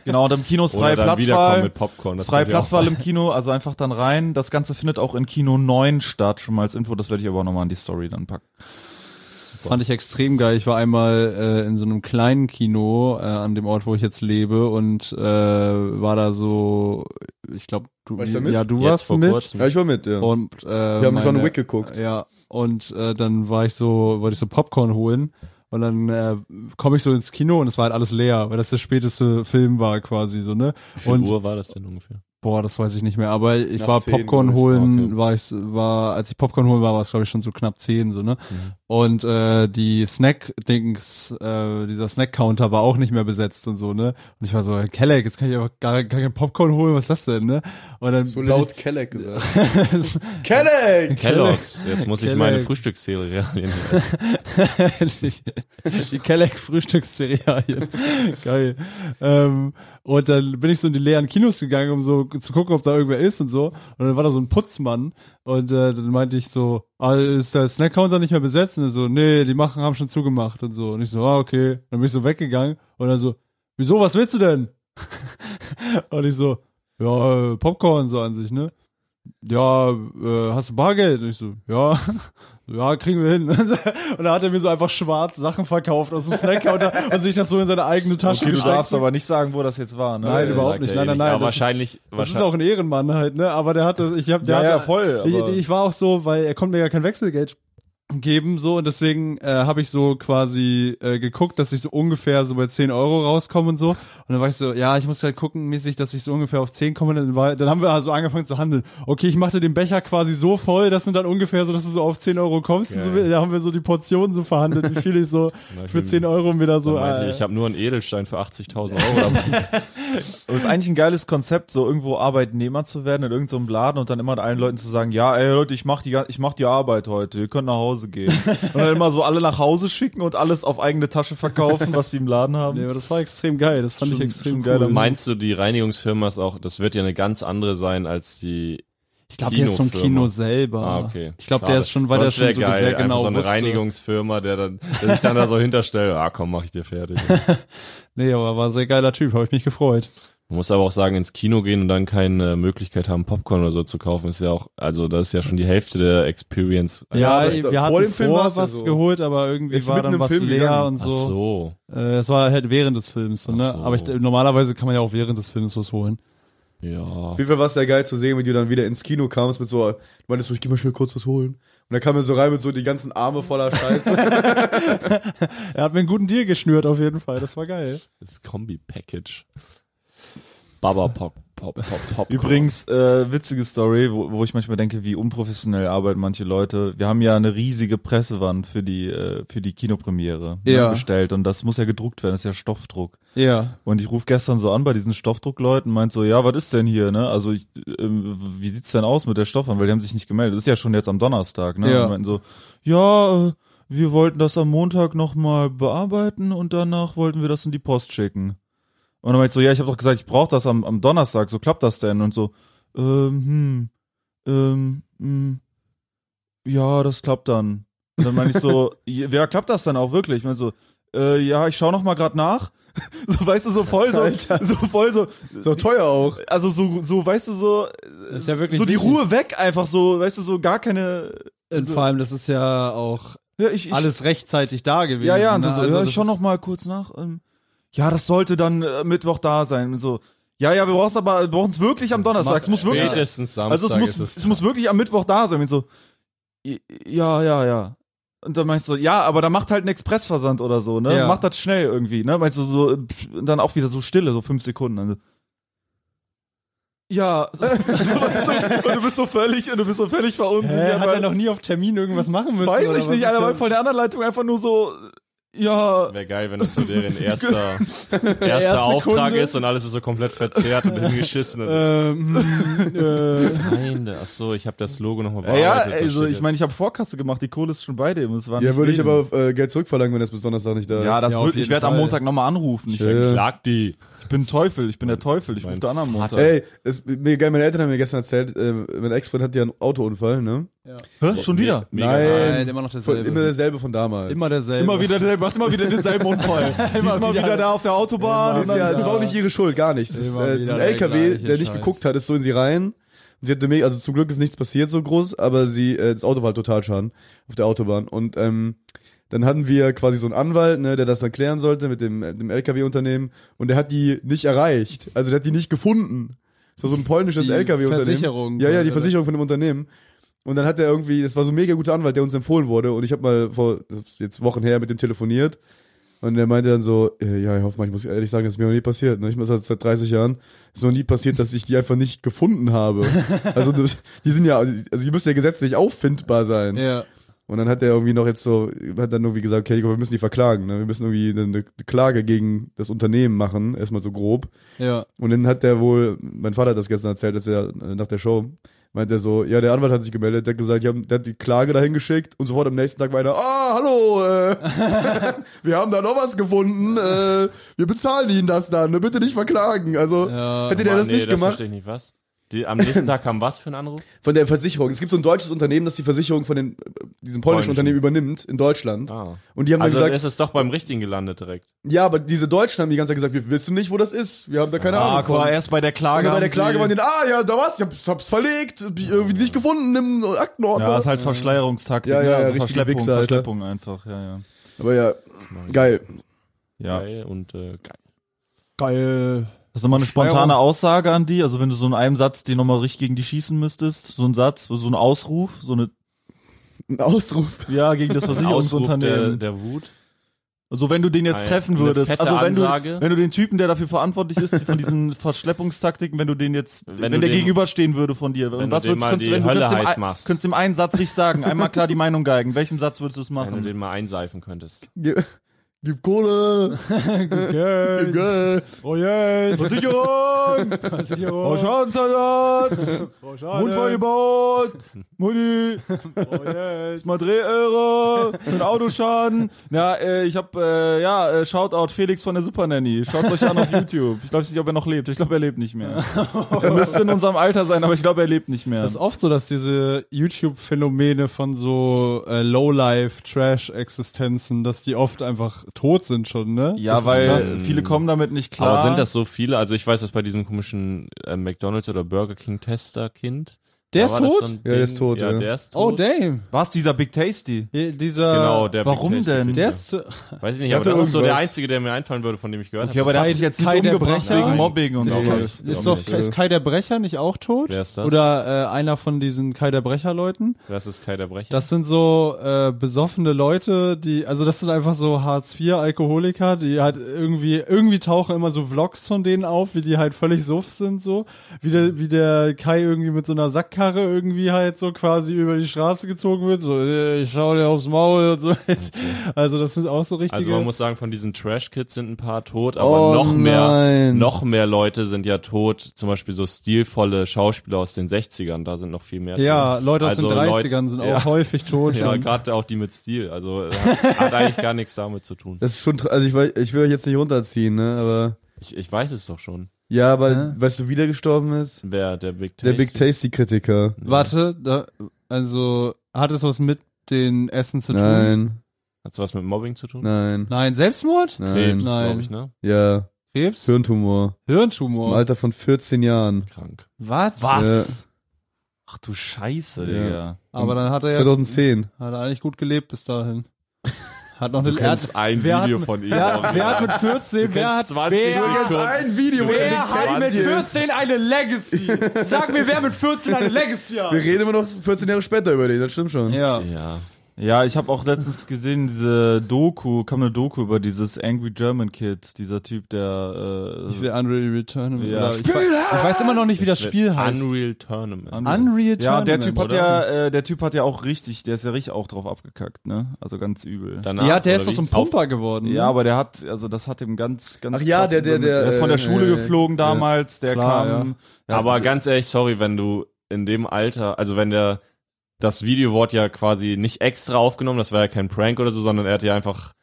D: genau und im Kino ist
E: nicht. Oder
D: freie
E: dann wiederkommen
D: Platzwahl.
E: mit Popcorn. das
D: Freie
E: könnt ihr auch
D: Platzwahl im Kino, also einfach dann rein. Das Ganze findet auch in Kino 9 statt, schon mal als Info. Das werde ich aber auch nochmal in die Story dann packen.
B: Das fand ich extrem geil. Ich war einmal äh, in so einem kleinen Kino äh, an dem Ort, wo ich jetzt lebe und äh, war da so, ich glaube, du,
C: War ich da mit?
B: ja, du
E: Jetzt
B: warst
E: vor
B: mit.
E: kurzem.
C: Ja, ich war mit, ja.
B: Und, äh,
C: wir haben John Wick geguckt.
B: Ja, und äh, dann war ich so, wollte ich so Popcorn holen. Und dann äh, komme ich so ins Kino und es war halt alles leer, weil das der späteste Film war quasi so, ne?
E: Wie viel
B: Und
E: Uhr war das denn ungefähr?
B: boah, das weiß ich nicht mehr, aber ich
C: Nach
B: war
C: 10
B: Popcorn
C: glaub ich.
B: holen,
E: Okay.
B: war ich war als ich Popcorn holen war, war es glaube ich schon so knapp 10 so, ne?
C: Mhm.
B: Und äh, die Snack Dings äh, dieser Snack Counter war auch nicht mehr besetzt und so, ne? Und ich war so, Kelleck, jetzt kann ich aber gar, gar kein Popcorn holen, was ist das denn, ne? Und dann
C: So
B: bin
C: laut Kelleck gesagt. Kelleck!
E: Kellogg's. Jetzt muss ich meine
B: Kellogg.
E: Frühstückscerealien
B: die die Kelleck-Frühstückscerealien. Geil. Ähm, und dann bin ich so in die leeren Kinos gegangen, um so zu gucken, ob da irgendwer ist und so. Und dann war da so ein Putzmann. Und äh, dann meinte ich so, ah, ist der Snack-Counter nicht mehr besetzt? Und er so, nee, die machen, haben schon zugemacht und so. Und ich so, ah, okay. Dann bin ich so weggegangen. Und dann so, wieso, was willst du denn? und ich so, ja, äh, Popcorn so an sich, ne? ja, äh, hast du Bargeld? Und ich so, ja, ja, kriegen wir hin. Und da hat er mir so einfach schwarz Sachen verkauft aus dem Snackcounter und sich das so in seine eigene Tasche
D: Okay, du
B: gesteckt.
D: darfst aber nicht sagen, wo das jetzt war, ne?
B: Nein, überhaupt
E: Sagt
B: nicht.
E: er
B: Nein,
E: eh
B: nein, nein,
E: Aber
B: das ist-
E: wahrscheinlich,
B: Das ist
E: wahrscheinlich
B: auch ein Ehrenmann halt, ne? Aber der hatte, ich hab, der
D: Ja,
B: hatte,
D: ja, voll,
B: Ich,
D: aber-
B: ich war auch so, weil er konnte mir ja kein Wechselgeld geben, so und deswegen äh, habe ich so quasi äh, geguckt, dass ich so ungefähr so bei 10 Euro rauskomme und so. Und dann war ich so, ja, ich muss halt gucken, mäßig, dass ich so ungefähr auf 10 komme. Dann, war, dann haben wir also angefangen zu handeln. Okay, ich machte den Becher quasi so voll, das sind dann ungefähr so, dass du so auf 10 Euro kommst. Und So, da haben wir so die Portionen so verhandelt, wie viel ich so für 10 Euro mir da so.
E: meinte
B: äh,
E: ich, ich habe nur einen Edelstein für 80.000 Euro dabei.
D: Aber ist eigentlich ein geiles Konzept, so irgendwo Arbeitnehmer zu werden in irgendeinem Laden und dann immer allen Leuten zu sagen, ja, ey Leute, ich mach die, ga- ich mach die Arbeit heute, ihr könnt nach Hause gehen. und dann immer so alle nach Hause schicken und alles auf eigene Tasche verkaufen, was sie im Laden haben.
B: nee, aber das war extrem geil, das fand ich
D: Schon-
B: extrem
D: schon
B: geil.
D: geiler
B: Cool.
E: Meinst du, die Reinigungsfirma ist auch, das wird ja eine ganz andere sein als die
B: Ich glaube, der ist vom
E: Kinofirma.
B: Kino selber.
E: Ah, okay.
B: Ich glaube, der
E: Schade.
B: ist schon, weil der
E: Sonst wär
B: schon so
E: geil,
B: sehr
E: einfach
B: genau
E: so eine
B: wusste.
E: Reinigungsfirma, der dann, der sich dann da so hinterstelle, ah komm, mach ich dir fertig.
B: Nee, aber war ein sehr geiler Typ, habe ich mich gefreut.
E: Man muss aber auch sagen, ins Kino gehen und dann keine Möglichkeit haben, Popcorn oder so zu kaufen, ist ja auch, also das ist ja schon die Hälfte der Experience.
B: Ja,
C: das-
B: wir hatten
C: vor dem Film
B: vorher
C: war's ja
B: was
C: so.
B: geholt, aber irgendwie
C: Ist
B: war
C: mitten
B: dann
C: im
B: was
C: Film
B: leer
C: gegangen.
B: und
E: Ach
B: so.
E: so.
B: Äh, es war halt während des Films, so, ne?
E: Ach so.
B: Aber ich, normalerweise kann man ja auch während des Films was holen.
E: Ja.
C: Auf jeden Fall war es ja geil zu sehen, wie du dann wieder ins Kino kamst mit so, du meintest so, ich geh mal schnell kurz was holen. Und dann kam er so rein mit so die ganzen Arme voller Scheiße.
B: Er hat mir einen guten Deal geschnürt, auf jeden Fall. Das war geil.
E: Das Kombi-Package. Baba Pop, Pop, Pop, Pop.
D: Übrigens, äh, witzige Story, wo, wo ich manchmal denke, wie unprofessionell arbeiten manche Leute. Wir haben ja eine riesige Pressewand für die, äh, für die Kinopremiere ne,
B: Ja.
D: bestellt und das muss ja gedruckt werden, das ist ja Stoffdruck.
B: Ja.
D: Und ich rufe gestern so an bei diesen Stoffdruckleuten, meint so, ja, was ist denn hier, ne? Also, ich, ähm, wie sieht's denn aus mit der Stoffwand? Weil die haben sich nicht gemeldet. Das ist ja schon jetzt am Donnerstag, ne?
B: Ja.
D: Und meinten so, ja, äh, wir wollten das am Montag nochmal bearbeiten und danach wollten wir das in die Post schicken. Und dann meinte ich so, ja, ich habe doch gesagt, ich brauche das am, am Donnerstag, so klappt das denn? Und so, ähm, hm, ähm, hm, ja, das klappt dann. Und dann meine ich so, ja, klappt das dann auch wirklich? Ich meine so, äh, ja, ich schau noch mal grad nach. So, weißt du, so voll, so, so voll, so,
C: so teuer auch.
D: also so, so, weißt du, so,
B: Das ist ja wirklich
D: so die
B: wichtig.
D: Ruhe weg, einfach so, weißt du, so gar keine,
B: Und vor allem, das ist ja auch
D: ja, ich, ich,
B: alles rechtzeitig da gewesen.
D: ja, ja, und
B: ne?
D: dann so,
B: Also
D: ja,
B: das
D: ich schau
B: ist-
D: noch mal kurz nach, ähm, ja, das sollte dann äh, Mittwoch da sein, und so, ja, ja, wir brauchen es aber, wir brauchen es wirklich am Donnerstag, es muss wirklich,
E: Spätestens Samstag
D: also es muss,
E: ist
D: es,
E: es.
D: muss wirklich am Mittwoch da sein, und so, i- ja, ja, ja. Und dann meinst du, so, ja, aber da macht halt einen Expressversand oder so, ne?
B: Ja.
D: Macht das schnell irgendwie, ne? Meinst du so, äh, pff, und dann auch wieder so Stille, so fünf Sekunden. Dann so, ja, so, weißt du, und du bist so völlig, und du bist so völlig verunsichert.
B: Hä, hat
D: weil-
B: er noch nie auf Termin irgendwas machen müssen?
D: Weiß
B: oder
D: ich
B: was
D: nicht,
B: ist
D: einer war
B: denn-
D: von der anderen Leitung einfach nur so, ja.
E: Wäre geil, wenn das so deren erster, erster Auftrag ist und alles ist so komplett verzerrt und hingeschissen. Und
B: Ähm, äh,
E: Nein, ach so, ich habe das Logo nochmal
D: Ja,
E: bearbeitet. da
D: also
E: steht
D: ich
E: jetzt-
D: meine, ich habe Vorkasse gemacht, die Kohle ist schon bei dem. Es war
C: Ja,
D: nicht
C: würde ich
D: wenig.
C: aber äh, Geld zurückverlangen, wenn das bis Donnerstag nicht da
D: Ja,
C: ist.
D: das
B: Ja, auf
D: wird, ich
B: jeden
D: werde am
B: Fall.
D: Montag nochmal anrufen. Ich,
C: Ja.
E: Schlag die.
D: ich bin Teufel, ich bin der Teufel, ich
E: Mein
D: rufe da an am Montag.
C: Ey, es, mir geil, meine Eltern haben mir gestern erzählt, äh, mein Ex-Freund hat ja einen Autounfall, ne?
D: Hä? Schon wieder?
E: Mega
C: Nein.
E: nice.
B: nein, immer noch
C: Von,
B: derselbe.
C: immer derselbe von damals.
B: Immer derselbe.
D: Immer wieder, der macht immer wieder denselben Unfall. immer Diesmal wieder, da auf der Autobahn.
C: Das, ist ja, das war auch nicht ihre Schuld, gar nichts. Das,
B: Immer
C: äh, so
B: wieder
C: ein
B: der
C: LKW,
B: gleiche
C: der nicht
B: Scheiß.
C: geguckt hat, ist so in sie rein. Und Sie hatte mega, also zum Glück ist nichts passiert so groß, aber sie, äh, das Auto war halt total schaden auf der Autobahn. Und ähm, dann hatten wir quasi so einen Anwalt, ne, der das dann klären sollte mit dem, äh, dem LKW-Unternehmen. Und der hat die nicht erreicht. Also der hat die nicht gefunden. Das war so ein polnisches
B: Die
C: LKW-Unternehmen.
B: Versicherung.
C: Ja, ja, die
B: Oder-
C: Versicherung von dem Unternehmen. Und dann hat er irgendwie, das war so ein mega guter Anwalt, der uns empfohlen wurde. Und ich habe mal vor das ist jetzt Wochen her mit dem telefoniert. Und der meinte dann so, äh, ja, ich hoffe mal, ich muss ehrlich sagen, das ist mir noch nie passiert. Ne? Ich mache das seit 30 Jahren. ist noch nie passiert, dass ich die einfach nicht gefunden habe. Also das- die sind ja, also die müssen ja gesetzlich auffindbar sein.
B: Ja.
C: Und dann hat er irgendwie noch jetzt so, hat dann irgendwie gesagt, okay, wir müssen die verklagen. Ne? Wir müssen irgendwie eine, eine Klage gegen das Unternehmen machen, erstmal so grob.
B: Ja.
C: Und dann hat der wohl, mein Vater hat das gestern erzählt, dass er äh, nach der Show meint er so, ja, der Anwalt hat sich gemeldet, der hat gesagt, die haben, der hat die Klage dahin geschickt und sofort am nächsten Tag war einer, ah, hallo, äh, wir haben da noch was gefunden, äh, wir bezahlen Ihnen das dann, ne, bitte nicht verklagen. Also
B: Ja,
C: hätte der
E: Mann,
C: das
E: nee,
C: nicht
E: das
C: gemacht,
E: verstehe ich nicht, was? Die, am nächsten Tag kam was für ein Anruf?
C: Von der Versicherung. Es gibt so ein deutsches Unternehmen, das die Versicherung von den, äh, diesem polnischen
E: Polnischen.
C: Unternehmen übernimmt in Deutschland.
E: Ah.
C: Und die haben
E: Also
C: dann
E: dann
C: gesagt,
E: ist es doch beim Richtigen gelandet direkt.
C: ja, aber diese Deutschen haben die ganze Zeit gesagt, wir wissen nicht, wo das ist. Wir haben da
D: Ah,
C: keine Ahnung. von.
A: erst bei der
C: Und
A: Klage.
C: dann bei der
A: haben
C: Klage
A: sie-
C: waren die, ah ja, da war's, ich hab's, hab's verlegt, hab ich irgendwie nicht gefunden im Aktenordner.
D: Ja, ist halt Verschleierungstaktik,
C: Ja, ja,
D: ne?
C: ja,
D: also
C: richtige
D: Verschleppung,
C: Wichser, Alter.
D: Verschleppung einfach, ja, ja.
C: aber ja, geil.
D: Ja.
E: Geil und äh, geil.
B: Geil.
D: Das ist nochmal eine spontane Aussage an die, also wenn du so in einem Satz die nochmal richtig gegen die schießen müsstest, so ein Satz, so ein Ausruf, so eine,
C: Ein Ausruf.
D: ja, gegen das
E: Ein Ausruf der,
D: Versicherungsunternehmen.
E: der Wut.
D: Also wenn du den jetzt
E: Ein-
D: treffen
E: eine
D: würdest,
E: fette
D: also wenn
E: Ansage.
D: du, wenn du den Typen, der dafür verantwortlich ist, von diesen Verschleppungstaktiken, wenn du den jetzt, wenn,
E: du
D: der
E: dem-
D: gegenüberstehen würde von dir,
E: wenn
D: und
E: du
D: was
E: dem
D: würdest
E: mal
D: könntest,
E: die
D: wenn du
E: Hölle
D: könntest
E: heiß
D: dem, ein-
E: machst.
D: könntest dem einen Satz richtig sagen, einmal klar die Meinung geigen, welchem Satz würdest du es
E: Wenn du
D: machen?
E: den mal einseifen könntest.
C: Gib, gib Kohle, gib
B: Geld.
C: Geld,
B: Projekt.
C: Versicherung,
B: Versicherung.
C: Schadensersatz, Unfallgebot,
D: Mutti,
B: Projekt.
D: mal Dreherre, ein Autoschaden. Ja, äh, ich hab, äh, ja, äh, Shoutout Felix von der Supernanny. Schaut's euch an auf YouTube. Ich weiß nicht, ob er noch lebt. Ich glaube, er lebt nicht mehr. Er müsste in unserem Alter sein, aber ich glaube, er lebt nicht mehr.
B: Das ist oft so, dass diese YouTube-Phänomene von so äh, Lowlife-Trash-Existenzen, dass die oft einfach tot sind schon, ne?
D: ja,
B: das ist
D: weil
B: krass.
D: äh, viele kommen damit nicht klar.
E: Aber sind das so viele? Also ich weiß, dass bei diesem komischen äh, McDonalds oder Burger King Tester Kind.
B: Der
E: da
B: ist
E: war das
B: tot?
E: so ein
C: Ja, der
E: Ding-
C: ist tot,
E: Ja,
C: ja.
E: der ist
B: Oh,
E: tot.
B: damn.
D: Was, dieser Big Tasty?
B: Hier, Dieser,
E: Genau, der
D: Warum
E: Big Tasty
D: denn?
E: Kid,
B: Der
E: ja.
B: ist, äh,
E: Weiß ich nicht,
C: Der
E: aber
C: hatte
E: das ist so der
C: irgendwas.
E: einzige, der mir einfallen würde, von dem ich gehört
D: Okay,
E: habe.
D: aber der
B: Kai-
D: hat sich jetzt
B: Kai
D: nicht
B: der
D: umgebracht
B: Brecher?
D: wegen Mobbing und
C: Nein.
D: sowas.
E: Glaub
B: ist, doch,
E: nicht.
B: ist Kai der Brecher nicht auch tot?
E: Wer ist das?
B: Oder äh, einer von diesen Kai der Brecher-Leuten?
E: das ist Kai der Brecher.
B: Das sind so äh, besoffene Leute, die, also das sind einfach so Hartz-IV-Alkoholiker, die halt irgendwie, irgendwie tauchen immer so Vlogs von denen auf, wie die halt völlig suff sind, so. Wie der, wie der Kai irgendwie mit so einer Sackkarre irgendwie halt so quasi über die Straße gezogen wird, so, äh, ich schau dir aufs Maul und so. Also das sind auch so richtige. Oh
E: also man muss sagen, von diesen Trash-Kids sind ein paar tot, aber noch mehr,
C: nein.
E: noch mehr Leute sind ja tot. Zum Beispiel so stilvolle Schauspieler aus den 60ern, da sind noch viel mehr
B: ja, Leute aus
E: Also
B: den
E: Leute-
B: 30ern sind auch
E: ja.
B: häufig tot.
E: Ja,
B: und-
E: gerade auch die mit Stil. Also äh, hat, hat eigentlich gar nichts damit zu tun.
C: Das ist schon, tr- also ich, wei- ich will euch jetzt nicht runterziehen, ne, aber,
E: Ich, ich weiß es doch schon,
C: ja, aber, weißt du, wie der gestorben ist?
E: wer der Big Tasty.
C: Der Big Tasty Kritiker.
B: Warte, da, also hat es was mit den Essen zu tun?
C: Nein,
E: Hat's was mit Mobbing zu tun?
C: nein,
B: Nein, Selbstmord?
E: Krebs,
C: nein,
B: Nein.
E: glaube ich, ne?
C: ja,
B: Krebs?
C: Hirntumor. Im
B: Hirntumor.
C: Alter von 14 Jahren.
E: Krank.
B: Was?
D: Was? Ach du Scheiße,
C: Ja.
D: Digga.
B: Aber dann hat er ja
C: 2010.
B: hat er eigentlich gut gelebt bis dahin. Hat noch
E: Du
B: eine er hat-
E: kennst ein
B: wer
E: Video
B: hat,
E: von ihm.
B: Wer,
E: Robin.
B: hat- wer hat mit 14,
E: Du
B: wer hat,
E: kennst 20
B: wer,
E: Sekunden.
C: ein Video,
E: Wer
C: der
B: wer
C: nicht
B: hat mit
C: 20 ist.
B: 14 eine Legacy? Sag mir, wer mit 14 eine Legacy hat?
C: Wir reden immer noch 14 Jahre später über den, das stimmt schon.
B: Ja.
E: Ja.
D: Ja, ich habe auch letztens gesehen, diese Doku, kam eine Doku über dieses Angry German Kid, dieser Typ, der äh,
B: Ich will Unreal Return.
D: Ja.
B: oder Ich, weiß, ich weiß immer noch nicht, wie das Spiel heißt.
E: Unreal Tournament.
B: Unreal
D: Ja, der
B: Tournament,
D: Typ hat
B: oder?
D: ja, äh, der Typ hat ja auch richtig, der ist ja richtig auch drauf abgekackt, ne? Also ganz übel.
E: Danach,
B: Ja, der ist
E: oder
B: doch so ein
E: wie?
B: Pumper geworden. ne?
D: ja, aber der hat, also das hat ihm ganz, ganz.
C: Ach ja,
D: krass
C: der- der-
D: übel-
C: der,
D: ist von der
C: äh,
D: Schule
C: äh,
D: geflogen damals, der
B: Klar,
D: kam. Ja.
E: Aber ganz ehrlich, sorry, wenn du in dem Alter, also wenn der das Video wurde ja quasi nicht extra aufgenommen, das war ja kein Prank oder so, sondern er hat ja einfach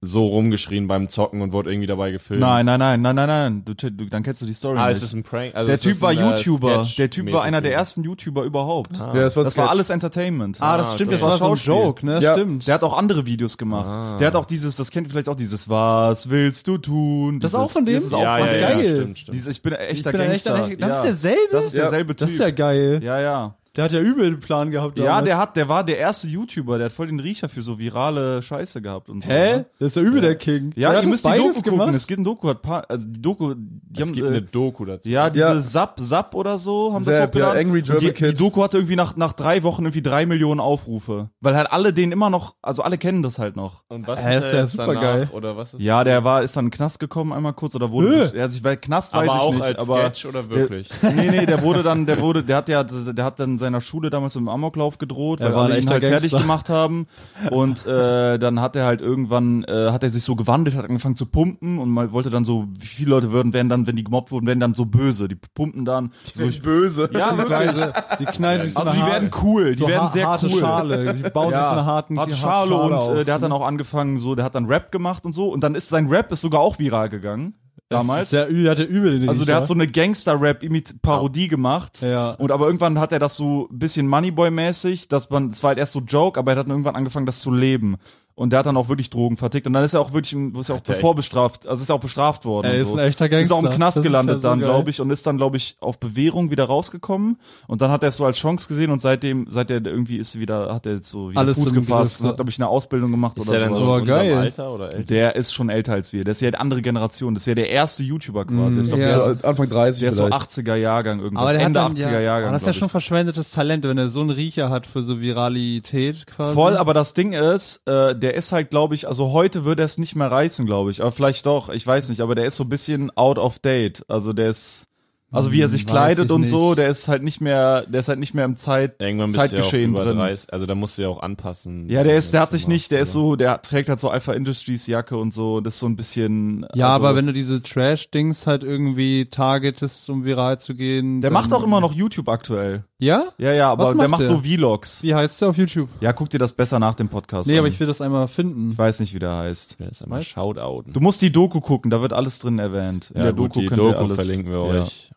E: so rumgeschrien beim Zocken und wurde irgendwie dabei gefilmt.
D: Nein, nein, nein, nein, nein, nein. Du, du, dann kennst du die Story.
E: Ah,
D: nicht.
E: es ist ein Prank. Also
D: der
E: es
D: Typ
E: ist
D: war
E: ein, äh,
D: YouTuber.
E: Sketch-
D: Der Typ war einer der
E: mäßig
D: ersten YouTuber überhaupt.
E: gewesen. Ah.
C: Ja, das war, ein
D: Das war
C: Sketch.
D: alles Entertainment.
B: Ah, das
E: Ah,
B: stimmt,
E: das
B: das,
D: war
B: war schon ein
D: Schauspiel.
B: Joke, ne?
C: Ja,
B: stimmt.
D: Der hat auch andere Videos gemacht.
E: Ah.
D: Der hat auch dieses, das kennt ihr vielleicht auch, dieses Was willst du tun?
B: Das ist
D: dieses,
B: auch von dem?
D: Das ist auch
E: ja,
D: von
E: ja,
D: dem.
E: ja,
B: Geil.
E: Stimmt, stimmt.
D: Dieses, ich bin ein
B: Ich
D: echter
B: bin ein
D: Gangster.
B: echter- das
D: ja.
B: ist derselbe?
D: Das ist derselbe Typ.
B: Das ist ja geil.
D: ja, ja.
B: Der hat ja übel einen Plan gehabt.
D: Ja,
B: damals.
D: der hat, der war der erste YouTuber, der hat voll den Riecher für so virale Scheiße gehabt und so.
B: Hä?
D: ne?
B: Das ist ja übel der King.
D: Ja,
B: der
D: ihr
B: hat
D: müsst
B: das
D: die
B: beides
D: Doku
B: gemacht.
D: gucken. Es gibt eine Doku, hat paar, also die Doku, die
E: es
D: haben,
E: gibt
D: äh,
E: eine Doku dazu.
D: ja, diese
C: Ja.
D: Sap, Sap oder so haben das
C: Zapp, ja,
D: hochgeladen.
C: Angry
D: Und
C: German
D: die, die
C: Kid.
D: Doku hatte irgendwie nach, nach drei Wochen irgendwie drei Millionen Aufrufe. Weil halt alle den immer noch, also alle kennen das halt noch.
E: Und was
B: Äh,
E: ist
B: das
E: das
B: wär
E: jetzt danach?
B: supergeil.
E: Oder was ist
D: Ja, der war, ist dann in den Knast gekommen einmal kurz oder wurde,
B: Hö.
D: gest- ja, also ich, weil Knast weiß
E: aber
D: ich
E: auch
D: nicht,
E: als
D: aber.
E: Sketch oder wirklich?
D: Der, nee, nee, der wurde dann, der wurde, der hat ja, der hat dann seiner Schule damals im Amoklauf gedroht,
B: Er
D: weil
B: war ein
D: alle ihn
B: echter
D: halt fertig
B: Gangster.
D: gemacht haben. Und äh, dann hat er halt irgendwann, äh, hat er sich so gewandelt, hat angefangen zu pumpen und mal wollte dann so, wie viele Leute würden, werden dann, wenn die gemobbt wurden, werden dann so böse. Die pumpen dann. So,
C: Ich böse.
D: ja, wirklich.
B: Beziehungsweise, die knallen sich so
D: Also
B: eine
D: die
B: Har-
D: werden cool, die
B: so
D: werden
B: har-
D: sehr
B: harte
D: cool.
B: Schale. Die bauen sich so eine harten
D: Harte
B: harte
D: Schale und
B: auf. ne?
D: äh, der hat dann auch angefangen, so, der hat dann Rap gemacht und so und dann ist sein Rap ist sogar auch viral gegangen. damals.
B: Der, Ü- der hatte übel den
D: Also der
B: Riecher.
D: hat so eine Gangster-Rap-Parodie gemacht.
B: Ja.
D: Und aber irgendwann hat er das so ein bisschen Moneyboy-mäßig, dass man, es war halt erst so Joke, aber er hat dann irgendwann angefangen, das zu leben. Und der hat dann auch wirklich Drogen vertickt. Und dann ist er auch wirklich, im- ist er auch vorbestraft, also ist er auch bestraft worden.
B: Er
D: und
B: ist
D: so.
B: ein echter
D: Ist
B: Gangster.
D: auch im Knast
B: Das ist
D: gelandet
B: ja so
D: dann,
B: geil.
D: glaube ich, und ist dann, glaube ich, auf Bewährung wieder rausgekommen. Und dann hat er es so als Chance gesehen und seitdem, seit er irgendwie ist wieder, hat er jetzt so wieder
B: Alles
D: Fuß
B: im
D: gefasst
B: Griff,
D: und
B: ja.
D: hat, glaube ich, eine Ausbildung gemacht
E: Ist
D: oder
E: der dann
D: sowas.
E: so in
B: Aber
E: unserem
B: geil.
E: Alter oder älter?
D: Der ist schon älter als wir. Der ist ja die andere Generation. Das ist ja der erste YouTuber quasi. ich glaub,
B: Mm, Ja.
D: der, ist,
C: So Anfang 30
D: der ist so
C: vielleicht.
D: 80er Jahrgang irgendwas.
B: Aber der
D: Ende
B: hat dann,
D: 80er
B: ja,
D: Jahrgang.
B: aber Das ist ja schon
D: glaub
B: verschwendetes Talent, wenn er so einen Riecher hat für so Viralität quasi.
D: ich. voll, aber das Ding ist, äh, der ist halt, glaube ich, also heute würde er es nicht mehr reißen, glaube ich. Aber vielleicht doch, ich weiß nicht, aber der ist so ein bisschen out of date. Also der ist. Also wie er sich
B: Hm, weiß
D: kleidet
B: ich
D: und so,
B: nicht.
D: der ist halt nicht mehr, der ist halt nicht mehr im Zeit,
E: Irgendwann bist du ja auch
D: Zeitgeschehen
E: über
D: drin.
E: 30. Also da musst du ja auch anpassen.
D: Ja, der ist, der
E: was
D: hat
E: du
D: sich nicht, der
E: machst,
D: ist
E: oder?
D: so, der trägt halt so Alpha Industries Jacke und so, das ist so ein bisschen.
B: Ja,
D: also,
B: aber wenn du diese Trash-Dings halt irgendwie targetest, um viral zu gehen.
D: Der
B: dann-
D: macht auch immer noch YouTube aktuell.
B: Ja?
D: Ja, ja, aber
B: Was
D: der macht
B: macht
D: so Vlogs.
B: Wie heißt der auf YouTube?
D: Ja, guck dir das besser nach dem Podcast
B: Nee,
D: an.
B: aber ich will das einmal finden.
D: ich weiß nicht, wie der heißt.
E: Der ist einmal Shoutouten.
D: Du musst die Doku gucken, da wird alles drin erwähnt. In der
E: gut,
D: Doku
E: die
D: könnt ihr
E: Doku
D: alles-
E: verlinken wir
D: ja,
E: euch.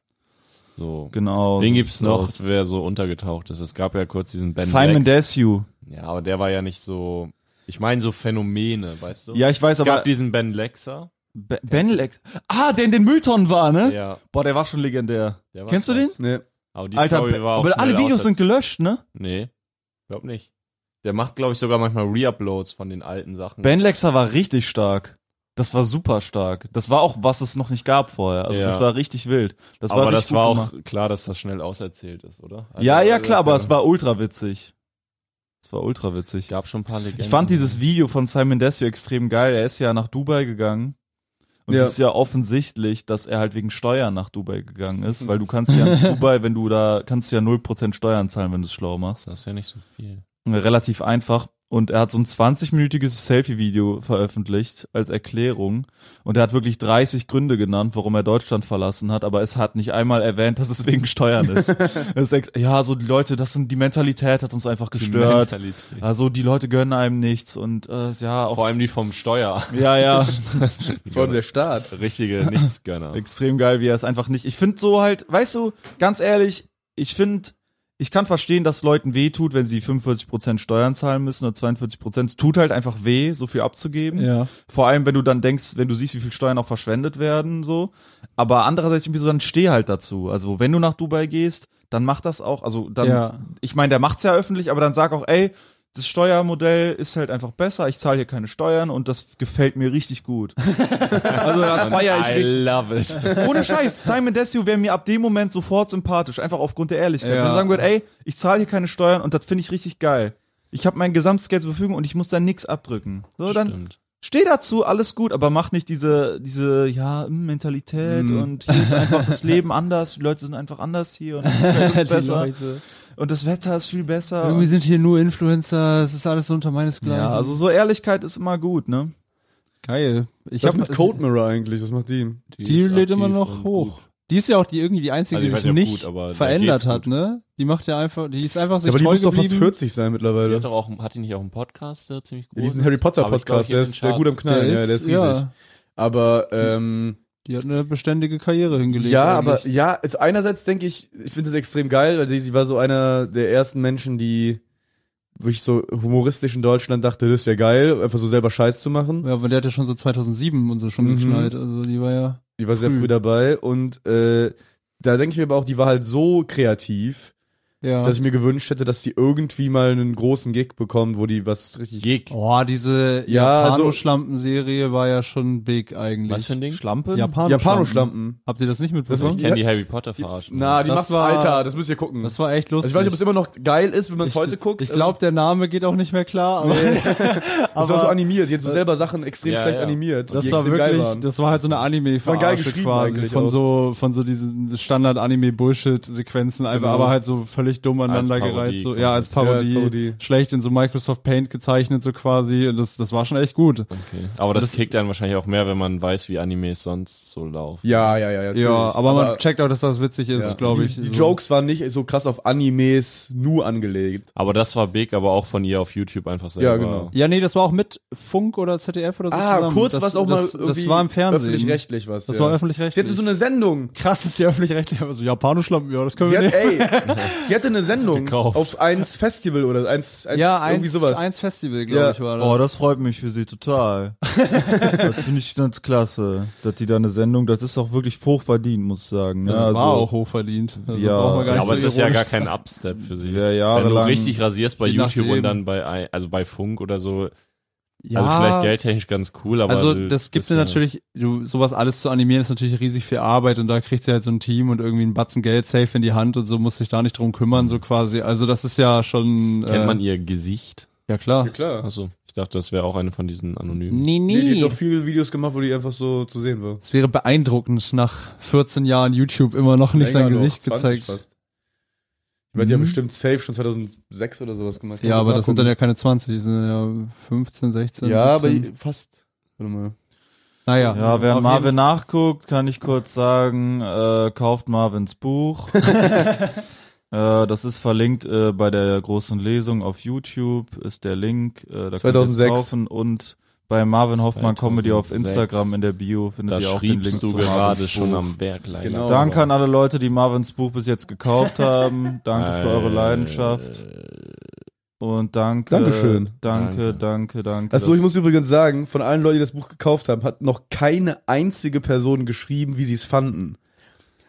E: So.
D: Genau.
E: Wen
D: so
E: gibt's
D: sieht's
E: noch,
D: aus.
E: wer so untergetaucht ist? Es gab ja kurz diesen Ben
D: Simon
E: Black.
D: Desue.
E: Ja, aber der war ja nicht so. Ich meine so Phänomene, weißt du?
D: Ja, ich weiß,
E: es gab
D: aber
E: diesen Ben Lexer.
D: Be- Ben Lex. Ah, der in den Mülltonnen war, ne?
E: Ja,
D: Boah, der war schon legendär.
E: der war
D: Kennst du den?
E: krass.
C: Nee.
E: Aber die
D: Alter,
E: Story
D: Be-
E: war auch
D: aber alle
E: schnell
D: Videos
E: aus,
D: sind gelöscht, ne?
E: als- Nee, glaub nicht. Der macht, glaube ich, sogar manchmal Reuploads von den alten Sachen.
D: Ben Lexer war richtig stark. Das war super stark. Das war auch, was es noch nicht gab vorher. Also
E: Ja.
D: das war richtig wild. Das war
E: aber
D: richtig
E: das
D: gut
E: war auch
D: gemacht.
E: klar, dass das schnell auserzählt ist, oder? Also,
D: Ja, ja,
E: also,
D: klar, aber
E: das
D: es war ultra witzig. Es war ultra witzig.
E: gab schon ein paar Legenden.
D: Ich fand dieses Video von Simon Desio extrem geil. Er ist ja nach Dubai gegangen. Und
C: Ja.
D: es ist ja offensichtlich, dass er halt wegen Steuern nach Dubai gegangen ist, weil du kannst ja in Dubai, wenn du da, kannst du ja 0% Steuern zahlen, wenn du es schlau machst.
E: Das ist ja nicht so viel.
D: Relativ einfach. Und er hat so ein 20-minütiges Selfie-Video veröffentlicht als Erklärung. Und er hat wirklich 30 Gründe genannt, warum er Deutschland verlassen hat, aber es hat nicht einmal erwähnt, dass es wegen Steuern ist. Das ist ex- ja, so die Leute, das sind, die Mentalität hat uns einfach gestört.
E: Mentalität.
D: Also die Leute gönnen einem nichts und äh, ja, auch
E: Vor allem die vom Steuer.
D: ja, ja.
C: Vor allem der Staat.
E: Richtige Nichtsgönner.
D: Extrem geil, wie er es einfach nicht. Ich finde so halt, weißt du, ganz ehrlich, ich finde, ich kann verstehen, dass Leuten weh tut, wenn sie 45% Steuern zahlen müssen oder 42%. Es tut halt einfach weh, so viel abzugeben.
B: Ja.
D: Vor allem, wenn du dann denkst, wenn du siehst, wie viel Steuern auch verschwendet werden, so. Aber andererseits, irgendwie so, dann steh halt dazu. Also, wenn du nach Dubai gehst, dann mach das auch. Also, dann,
B: Ja.
D: ich meine, der macht's ja öffentlich, aber dann sag auch, ey, das Steuermodell ist halt einfach besser. Ich zahle hier keine Steuern und das gefällt mir richtig gut. also, das feier ich
E: I
D: richtig.
E: love it.
D: Ohne Scheiß, Simon Desio wäre mir ab dem Moment sofort sympathisch, einfach aufgrund der Ehrlichkeit.
B: Ja.
D: Wenn er sagen würde, ey, ich zahle hier keine Steuern und das finde ich richtig geil. Ich habe mein gesamtes Geld zur Verfügung und ich muss da nichts abdrücken. So, dann
E: Stimmt.
D: steh dazu, alles gut, aber mach nicht diese, diese, ja, hm, Mentalität und hier ist einfach das Leben anders, die Leute sind einfach anders hier und es gefällt uns besser und das Wetter ist viel besser.
B: Irgendwie sind hier nur Influencer, es ist alles unter meinesgleichen.
D: ja, also so Ehrlichkeit ist immer gut, ne?
B: geil. Ich
C: Was
B: hab,
C: mit Code Mirror eigentlich? Was macht die?
B: die
E: ist
B: lädt immer
E: aktiv
B: noch
E: und
B: hoch.
E: gut.
B: Die ist ja auch die irgendwie die einzige,
E: Also ich
B: die
E: weiß
B: sich
E: nicht, ob
B: nicht
E: gut, aber da geht's
B: verändert
E: gut.
B: hat, ne? Die macht ja einfach, die ist einfach sich
C: aber die
B: treu
C: muss doch
B: geblieben.
C: fast 40 sein
E: Die
C: mittlerweile.
E: hat, doch auch, hat die nicht auch einen Podcast, der ziemlich groß
C: Ja, diesen Harry Potter
E: Aber ich glaub,
C: Podcast,
E: hier
C: der
E: in den
C: ist sehr gut am
E: Charts.
C: Knallen,
B: Der
C: ja, der ist
B: ist-
C: riesig.
B: ja.
C: Aber ähm,
B: Die hat eine beständige Karriere hingelegt.
C: ja,
B: eigentlich.
C: aber ja, also einerseits denke ich, ich finde es extrem geil, weil sie war so einer der ersten Menschen, die wo ich so humoristisch in Deutschland dachte, das ist ja geil, einfach so selber Scheiß zu machen.
B: Ja, aber der hat ja schon so 2007 und so schon
C: Mhm.
B: geknallt. Also die war ja.
C: Die war sehr
B: Früh.
C: früh dabei und äh, da denke ich mir aber auch, die war halt so kreativ,
B: Ja.
C: dass ich mir gewünscht hätte, dass die irgendwie mal einen großen Gig bekommt, wo die was richtig
E: Gig.
B: oh, diese
C: Ja, also-
B: Japanoschlampen-Serie war ja schon big eigentlich.
E: Was für ein Ding?
D: Schlampe?
C: Japanoschlampen.
B: Habt ihr das nicht
C: Das
B: mitbekommen?
C: ist
E: Kenn die Harry Potter verarschen.
C: Na, die
B: Oh, Das
C: macht's
B: war-
C: Alter, das müsst ihr gucken.
B: Das war echt
C: also
B: lustig.
C: ich weiß nicht, ob es immer noch geil ist, wenn man es
B: Ich-
C: heute ähm. guguckt.
B: ich glaube, der Name geht auch nicht mehr klar, aber,
C: Das war so
B: aber
C: animiert, die hat so selber Sachen extrem
E: Ja,
C: schlecht
E: ja.
C: animiert.
B: Äh, das
C: die
B: war
C: extrem
B: wirklich,
C: waren.
B: das war halt so eine anime
C: War geil
B: Verarsche
C: geschrieben
B: quasi
C: eigentlich
B: von
C: auch.
B: so von so diesen Standard Anime Bullshit Sequenzen einfach
C: Genau.
B: aber halt so völlig völlig dumm aneinandergereiht.
E: Parodie
B: So,
E: quasi.
B: ja, als
C: als
B: Parodie,
C: Parodie.
B: Schlecht in so Microsoft Paint gezeichnet, so quasi. Und das, das war schon echt gut.
E: Okay. Aber das, kickt einen wahrscheinlich auch mehr, wenn man weiß, wie Animes sonst so laufen.
C: Ja, ja, ja, ja. natürlich.
B: Ja, aber, man checkt auch, dass das witzig ist,
C: ja.
B: glaube
C: Die-
B: ich.
C: Die,
B: so.
C: Jokes waren nicht so krass auf Animes nur angelegt.
E: Aber das war big, aber auch von ihr auf YouTube einfach selber.
C: Ja, genau.
B: Ja, nee, das war auch mit Funk oder ZDF oder so.
C: Ah,
B: zusammen.
C: kurz
B: das,
C: was auch mal
B: das,
C: irgendwie
B: Das war im Fernsehen.
C: öffentlich-rechtlich was.
B: Das
C: ja.
B: war öffentlich-rechtlich.
C: Sie hatte so eine Sendung.
B: Krass ist die öffentlich-rechtlich, aber so Japanischlampen, ja, das können
C: Sie
B: wir
C: hat,
B: nicht.
C: ey, die hatte eine Sendung
E: gekauft.
C: auf eins Festival oder eins, eins irgendwie sowas.
B: Festival,
C: glaub Ja. ich,
B: war
D: Oh, das freut mich für sie total. das finde ich ganz klasse, dass die da eine Sendung, das ist auch wirklich hochverdient, muss ich sagen.
B: Das
D: ja,
B: war
D: also,
B: auch hochverdient. Also
D: Ja.
B: braucht man gar
E: Ja,
B: nicht
E: aber es
B: so
E: ist ja gar
B: ironisch
E: kein Upstep für sie.
D: Ja, jahrelang-
E: Wenn du richtig rasierst bei
B: Je
E: YouTube
B: nachdem.
E: und dann bei, ein- also bei Funk oder so,
B: Ja,
E: also vielleicht geldtechnisch ganz cool, aber.
B: Also
E: du-
B: das gibt
E: bist
B: ja natürlich, du, sowas alles zu animieren ist natürlich riesig viel Arbeit und da kriegt sie halt so ein Team und irgendwie einen Batzen Geld safe in die Hand und so muss sich da nicht drum kümmern, so quasi. Also das ist ja schon...
E: Mhm.
B: äh,
E: Kennt man ihr Gesicht?
B: Ja klar.
C: Ja, klar.
E: Achso, ich dachte, das wäre auch eine von diesen anonymen.
B: Nee,
C: Nee, die
B: nee.
C: hat doch viele Videos gemacht, wo die einfach so zu sehen war.
B: Es wäre beeindruckend, nach 14 Jahren YouTube immer noch nicht
C: Länger
B: sein
C: noch,
B: Gesicht
C: 20
B: gezeigt.
C: Fast. Ich meine, die haben
B: Mhm.
C: bestimmt safe schon 2006 oder sowas gemacht.
B: Ja, aber das sind dann
C: Nachgucken.
B: ja keine 20, die sind ja 15, 16,
C: Ja,
B: 17.
C: aber fast. Warte mal.
B: naja.
D: Ja, wer
B: Auf
D: Marvin nachguckt, kann ich kurz sagen, äh, kauft Marvins Buch. äh, das ist verlinkt äh, bei der großen Lesung auf YouTube, ist der Link. Äh, da könnt ihr es
C: 2006.
D: kaufen und bei Marvin Hoffmann Comedy auf
E: 2006.
D: Instagram in der Bio findet
E: Da
D: ihr auch den
E: schriebst
D: Link
E: du
D: zu
E: gerade
D: Marvins
E: schon
D: Buch.
E: am Berg leider.
C: Genau.
D: Danke an alle Leute, die Marvins Buch bis jetzt gekauft haben. Danke für eure
E: Äh,
D: Leidenschaft. Und danke.
C: Dankeschön.
D: Danke, danke, danke.
C: Achso, Also, ich
D: dass-
C: muss übrigens sagen, von allen Leuten, die das Buch gekauft haben, hat noch keine einzige Person geschrieben, wie sie es fanden.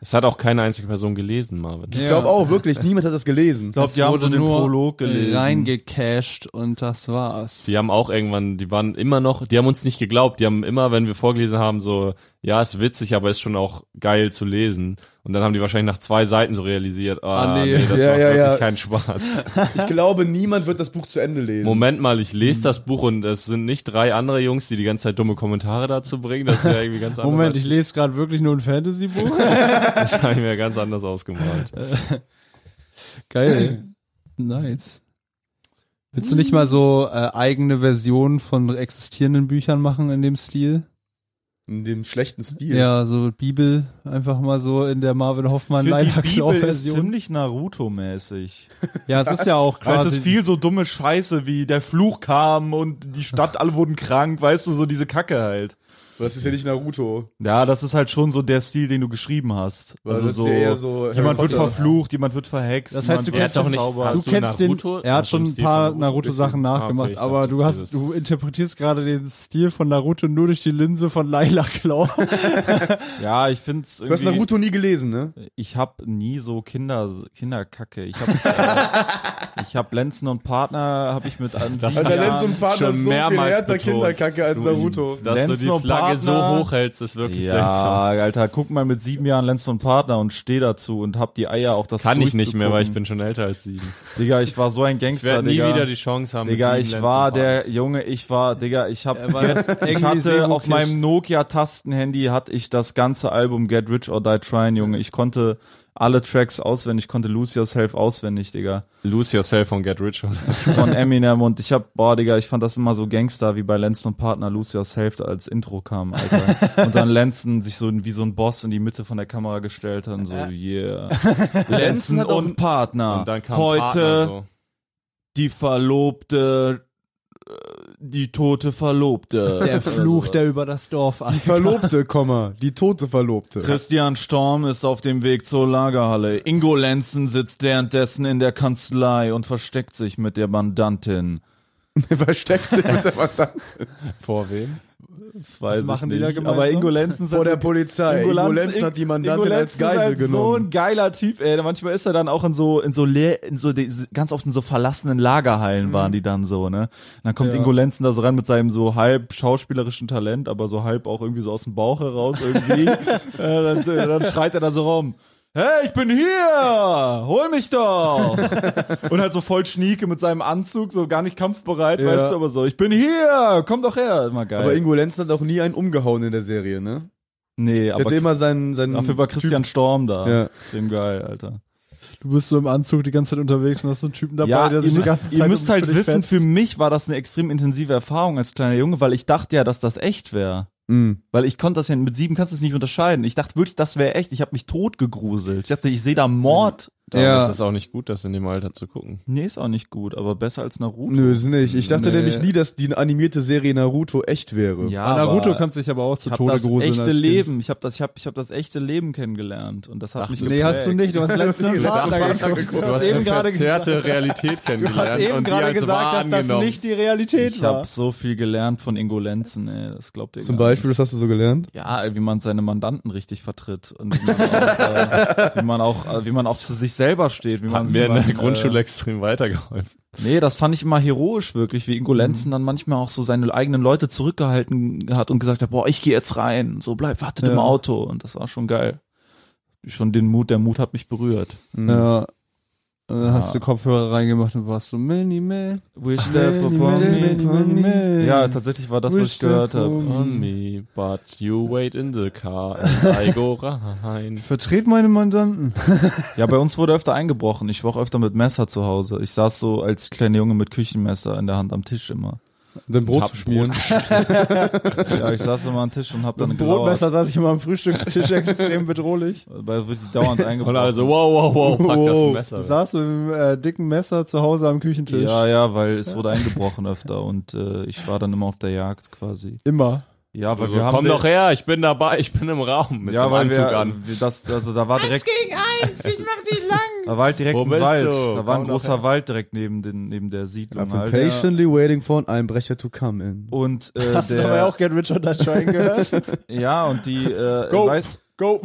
E: Es hat auch keine einzige Person gelesen, Marvin.
C: Ich glaube auch, wirklich, niemand hat das gelesen.
D: ich glaube, die haben
B: wurde
D: so den
B: nur
D: Prolog gelesen.
B: Reingecashed und das war's.
E: Die haben auch irgendwann, die waren immer noch, die haben uns nicht geglaubt. Die haben immer, wenn wir vorgelesen haben, so, ja, ist witzig, aber ist schon auch geil zu lesen. Und dann haben die wahrscheinlich nach zwei Seiten so realisiert, ah,
B: Ah, nee.
E: nee. das
C: Ja,
E: macht
C: ja,
E: wirklich
C: ja.
E: keinen Spaß.
C: Ich glaube, niemand wird das Buch zu Ende lesen.
E: Moment mal, ich lese das Buch und es sind nicht drei andere Jungs, die die ganze Zeit dumme Kommentare dazu bringen. Das ist ja irgendwie ganz anders.
B: Moment,
E: als-
B: ich lese gerade wirklich nur ein Fantasy-Buch.
E: das habe ich mir ganz anders ausgemalt.
B: Geil. nice. Willst du nicht mal so äh, eigene Versionen von existierenden Büchern machen in dem Stil?
C: In dem schlechten Stil.
B: Ja, so Bibel einfach mal so in der Marvin Hoffmann
D: Für die Bibel ist
B: Leider-Version.
D: ziemlich Naruto-mäßig.
B: Ja, es ist ja auch
D: Weißt du, es
B: quasi
D: ist viel so dumme Scheiße, wie der Fluch kam und die Stadt, alle wurden krank, weißt du, so diese Kacke halt.
C: Aber Das ist ja nicht Naruto.
D: Ja, das ist halt schon so der Stil, den du geschrieben hast.
C: Weil
D: also
C: das
D: so,
C: ist ja eher so Harry
D: jemand wird
C: Potter.
D: verflucht, jemand wird verhext.
B: Das heißt, du
D: jemand wird
B: kennst doch nicht-
D: verzaubert.
E: hast
B: Du kennst
E: Naruto?
B: den. Er hat
E: Hast du
B: schon
E: den
B: ein
E: Stil
B: paar
E: von
B: Naruto-Sachen
E: Ah, okay,
B: nachgemacht,
E: ich
B: aber
E: dachte,
B: du hast,
E: dieses-
B: du interpretierst gerade den Stil von Naruto nur durch die Linse von Laila Klau.
D: Ja, ich find's
C: Du hast
D: irgendwie.
C: Naruto nie gelesen, ne?
D: Ich hab nie so Kinder, Kinderkacke. Ich hab, äh, ich hab Lenzen und Partner, hab ich mit einem
E: Das
D: sieben
E: hat
C: Alter,
E: Ja,
C: Lenz und Partner
E: schon
C: ist so viel
E: mehrmals
C: härter
E: betont.
C: Kinderkacke als Naruto.
E: Dass du
D: Lenzen
E: die
D: und
E: Flagge so
D: Partner.
E: hoch hältst, ist wirklich seltsam.
D: Ja, Alter, guck mal mit sieben Jahren Lenz und Partner und steh dazu und hab die Eier auch das
E: Kann ich nicht mehr, weil ich
D: durchzugucken.
E: bin schon älter als sieben.
D: Digga, ich war so ein
E: Ich
D: Gangster,
E: werde nie
D: Digga.
E: wieder die Chance haben. mit
D: Digga,
E: sieben
D: ich
E: Lenz
D: war
E: zu fahren.
D: der Junge, ich war, Digga, ich hab,
B: war das
D: ich
B: irgendwie
D: hatte
B: Sebo
D: auf
B: Kirsch.
D: meinem Nokia-Tastenhandy hatte ich das ganze Album Get Rich or Die Tryin', Junge. Ich konnte alle Tracks auswendig, ich konnte Lose Yourself auswendig, Digga.
E: Lose Yourself und Get Rich. oder?
D: Von Eminem und ich hab, boah, Digga, ich fand das immer so Gangster, wie bei Lenzen und Partner Lose Yourself als Intro kam, Alter. Und dann Lenzen sich so wie so ein Boss in die Mitte von der Kamera gestellt hat und so, yeah. Lenzen
C: hat auch-
D: und Partner.
E: Und dann kam
D: Heute
E: Partner so.
D: die Verlobte, äh, die tote Verlobte.
B: Der Fluch, der
D: Oder sowas.
B: über das Dorf an.
C: Verlobte, Komma, die tote Verlobte.
D: Christian Storm ist auf dem Weg zur Lagerhalle. Ingo Lenzen sitzt währenddessen in der Kanzlei und versteckt sich mit der Mandantin.
C: Versteckt sich mit der Mandantin.
E: Vor wem?
D: Weiß
B: machen die
D: ich
B: da
D: nicht.
B: gemeinsam?
D: Aber Ingo Lenzen ist
C: Vor
D: halt
C: der
D: so-
C: Polizei.
D: Ingo
C: Ingo
D: Lenz-
C: Lenz hat die Mandantin
D: Ingo Lenz
C: als Geisel
D: ist halt so ein
C: genommen.
D: geiler Typ, ey. Manchmal ist er dann auch in so, in so leer, in so, die- ganz oft in so verlassenen Lagerhallen
B: Mhm.
D: waren die dann so, ne? Und dann kommt Ingo Lenzen da so ran mit seinem so halb schauspielerischen Talent, aber so halb auch irgendwie so aus dem Bauch heraus irgendwie. äh, dann, äh, dann schreit er da so rum. Hey, ich bin hier! Hol mich doch! Und halt so voll schnieke mit seinem Anzug, so gar nicht kampfbereit,
C: Ja.
D: weißt du, aber so, ich bin hier! Komm doch her! Immer geil.
C: Aber Ingo Lenz hat auch nie einen umgehauen in der Serie, ne?
D: nee,
C: Er
D: aber
C: hatte immer seinen, seinen
D: Dafür war Christian Storm da.
C: Ja.
D: Ist dem geil, Alter.
B: du bist so im Anzug die ganze Zeit unterwegs und hast so einen Typen dabei,
D: Ja,
B: der
D: ihr
B: sich die ganze
D: müsst,
B: Zeit
D: ihr müsst
B: um
D: halt
B: dich
D: wissen,
B: fetzt.
D: für mich war das eine extrem intensive Erfahrung als kleiner Junge, weil ich dachte ja, dass das echt wäre.
C: Mhm.
D: Weil ich konnte das ja, mit sieben kannst du es nicht unterscheiden. Ich dachte wirklich, das wäre echt. Ich habe mich tot gegruselt. Ich dachte, ich sehe da Mord.
C: Ja.
E: Das ist auch nicht gut, das in dem Alter zu gucken.
D: Nee, ist auch nicht gut, aber besser als Naruto.
C: Nö, ist nicht. Ich dachte
B: Nee.
C: nämlich nie, dass die animierte Serie Naruto echt wäre.
D: Ja,
B: An Naruto
D: aber
B: kannst du dich aber auch
D: ich
B: zu
D: hab
B: Tode
D: das
B: gruseln.
D: echte
B: als Kind.
D: Leben. Ich habe das, ich hab, ich hab das echte Leben kennengelernt und das hat
E: Ach,
D: mich
E: nee,
B: Nee, hast du
D: geprägt.
B: nicht. Du hast letztens
C: Dark Partner
B: geguckt.
C: geguckt.
B: Du
E: Du
B: hast
E: hast
B: eben
E: eine
B: gerade gesagt,
E: verzerrte Realität
B: du
E: kennengelernt
B: hast eben
E: und die
B: gerade
E: als wahr
B: gesagt dass das
E: angenommen.
B: nicht die Realität
D: Ich
B: war.
D: habe so viel gelernt von Ingo Lenzen, ey. Das glaubt ihr
C: Zum
D: gar nicht.
C: Beispiel, das hast du so gelernt?
D: Ja, wie man seine Mandanten richtig vertritt und wie man auch, äh, wie man auch, äh, wie man auch zu sich selber steht. Wie man,
E: Hat mir
D: wie
E: in
D: man,
E: der Grundschule extrem weitergeholfen.
D: Äh, nee, das fand ich immer heroisch wirklich, wie Ingo
E: Mhm.
D: Lenzen dann manchmal auch so seine eigenen Leute zurückgehalten hat und gesagt hat, boah, ich gehe jetzt rein. So bleib, wartet im
B: Ja.
D: Auto. Und das war schon geil. Schon den Mut, der Mut hat mich berührt.
B: Ja. Und dann hast
D: Ja.
B: du Kopfhörer reingemacht und warst so mini man,
D: Wish
B: mini, mini, mini, mini.
D: Ja, tatsächlich war das, was ich
B: Wish
D: gehört
B: there for
D: habe.
B: me.
E: On me, but you wait in the car and I go rein.
B: Vertret meine Mandanten.
D: Ja, bei uns wurde öfter eingebrochen. Ich war auch öfter mit Messer zu Hause. Ich saß so als kleiner Junge mit Küchenmesser in der Hand am Tisch immer.
C: um Dein Brot
E: hab
C: zu schmieren.
D: Ja, ich saß immer am Tisch und hab dann
B: Mit
D: gelauert.
B: Brotmesser saß ich immer am Frühstückstisch extrem bedrohlich.
D: Weil wird die dauernd eingebrochen.
E: Und also, wow, wow, wow, pack das
B: Du
E: Messer. weg.
B: saß mit einem äh, dicken Messer zu Hause am Küchentisch.
D: ja, ja, weil es wurde eingebrochen öfter und äh, ich war dann immer auf der Jagd quasi.
B: Immer.
D: Ja, weil
E: Also,
D: wir haben
E: komm
D: den-
E: doch her, ich bin dabei, ich bin im Raum mit
D: ja,
E: dem
D: weil
E: Anzug
D: wir,
E: an.
D: wir das also da war direkt
G: gegen eins, ich mach dich lang.
D: da war halt direkt
E: Wo
D: ein
E: bist
D: Wald.
E: du?
D: Da war ein
E: Komm doch
D: großer
E: her.
D: Wald direkt neben den neben der Siedlung
C: I've been
D: halt.
C: patiently waiting for an Einbrecher to come in.
D: Und äh,
B: Hast du dabei
D: der,
B: auch gern Richard Dutchine gehört?
D: ja und die äh,
B: Go.
D: weiß
B: Go.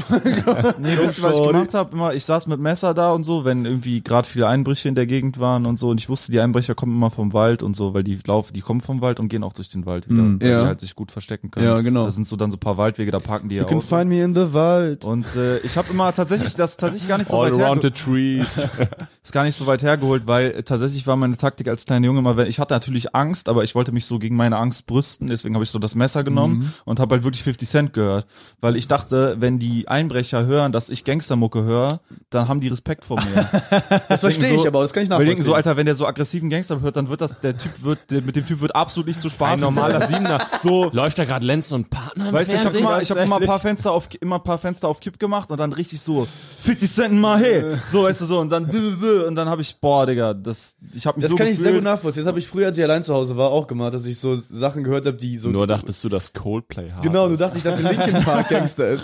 D: Nee, wisst ihr, was ich gemacht habe? Immer, ich saß mit Messer da und so, wenn irgendwie gerade viele Einbrüche in der Gegend waren und so. Und ich wusste, die Einbrecher kommen immer vom Wald und so, weil die laufen, die kommen vom Wald und gehen auch durch den Wald wieder, weil
B: ja.
D: die halt sich gut verstecken können.
B: Ja, genau.
D: Da sind so dann so ein paar Waldwege, da parken die ja
C: You can
D: auch.
C: find me in the Wald.
D: Und äh, ich habe immer tatsächlich, das ist tatsächlich gar nicht so
E: All
D: weit hergeholt.
E: around the trees.
D: Ist gar nicht so weit hergeholt, weil äh, tatsächlich war meine Taktik als kleiner Junge immer, wenn ich hatte natürlich Angst, aber ich wollte mich so gegen meine Angst brüsten, deswegen habe ich so das Messer genommen
C: Mhm.
D: und habe halt wirklich 50 Cent gehört, weil ich dachte, wenn die Einbrecher hören, dass ich Gangstermucke höre, dann haben die Respekt vor mir.
C: Das verstehe
D: so-
C: ich, aber das kann ich
D: Weil die denken
C: nachvollziehen.
D: so, Alter, wenn der so aggressiven Gangster hört, dann wird das der Typ wird der, mit dem Typ wird absolut nicht zu Spaß.
E: Ein normaler
D: Siebener. So
E: Läuft da gerade Lenz und Partner im
D: Weißt du, ich habe
E: Fernsehen?
D: immer, ich hab immer ein paar Fenster auf immer ein paar Fenster auf Kipp gemacht und dann richtig so 50 Cent mal hey, so weißt du so und dann bl- bl- bl- und dann habe ich boah, Digga, das ich habe mich
C: das
D: so
C: kann ich
D: gefühlt,
C: sehr gut nachvollziehen. Das habe ich früher, als ich allein zu Hause war, auch gemacht, dass ich so Sachen gehört habe, die so.
E: Nur dachtest du, dass Coldplay hart
C: genau,
E: ist.
C: du dachtest, dass ein Linkin Park Gangster ist.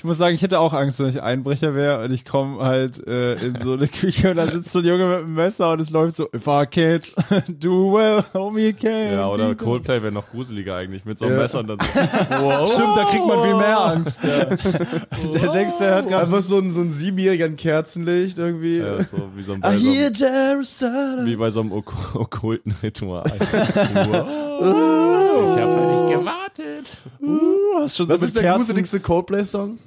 B: Ich muss sagen, ich hätte auch Angst, wenn ich Einbrecher wäre und ich komme halt äh, in so eine Küche und da sitzt so ein Junge mit einem Messer und es läuft so, if I can't do well, homie can.
E: Ja, oder Coldplay wäre noch gruseliger eigentlich mit so einem
C: Ja.
E: Messer und dann so, wow. Stimmt,
C: da kriegt man viel mehr Angst.
B: Der denkst, der
D: oh.
B: hat gerade
C: Einfach so ein, so ein siebenjähriger in Kerzenlicht irgendwie.
E: Ja, so wie so ein
C: I
E: bei so
C: hear
E: einem,
C: Jerusalem.
E: wie bei so einem ok okkulten Ritual. wow. Ich habe nicht gewartet.
B: hast schon
C: Das
B: so
C: ist
B: mit
C: der
B: Kerzen.
C: gruseligste Coldplay-Song?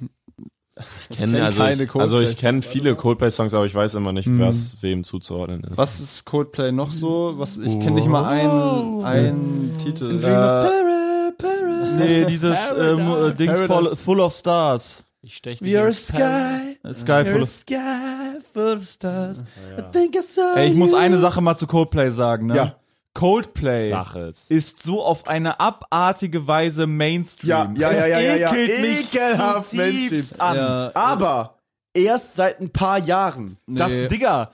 E: Ich kenne also,
B: keine
E: ich, also ich
B: Coldplay.
E: kenne viele Coldplay-Songs, aber ich weiß immer
C: Hm.
E: nicht, was wem zuzuordnen ist.
B: Was ist Coldplay noch so? Was ich kenne nicht mal einen einen Titel.
C: Dream
B: Äh,
C: of Paris, Paris.
D: nee, dieses ähm, äh, Dings
B: Paradise.
D: full, full of stars.
E: Ich stech
C: We are a sky.
D: Sky
C: You're
D: full of
C: a
D: Ah,
C: sky full of stars. I think I saw
D: Ey, ich muss
C: you.
D: eine Sache mal zu Coldplay sagen, ne?
C: Ja.
D: Coldplay
E: Sache.
D: ist so auf eine abartige Weise Mainstream.
C: Ja, ja, ja, ja, ja, ja.
D: Es ekelt mich
C: Ekelhaft
D: zutiefst
C: Mainstream.
D: an.
B: ja,
C: Aber erst seit ein paar Jahren.
D: Das,
B: Nee.
D: Digga,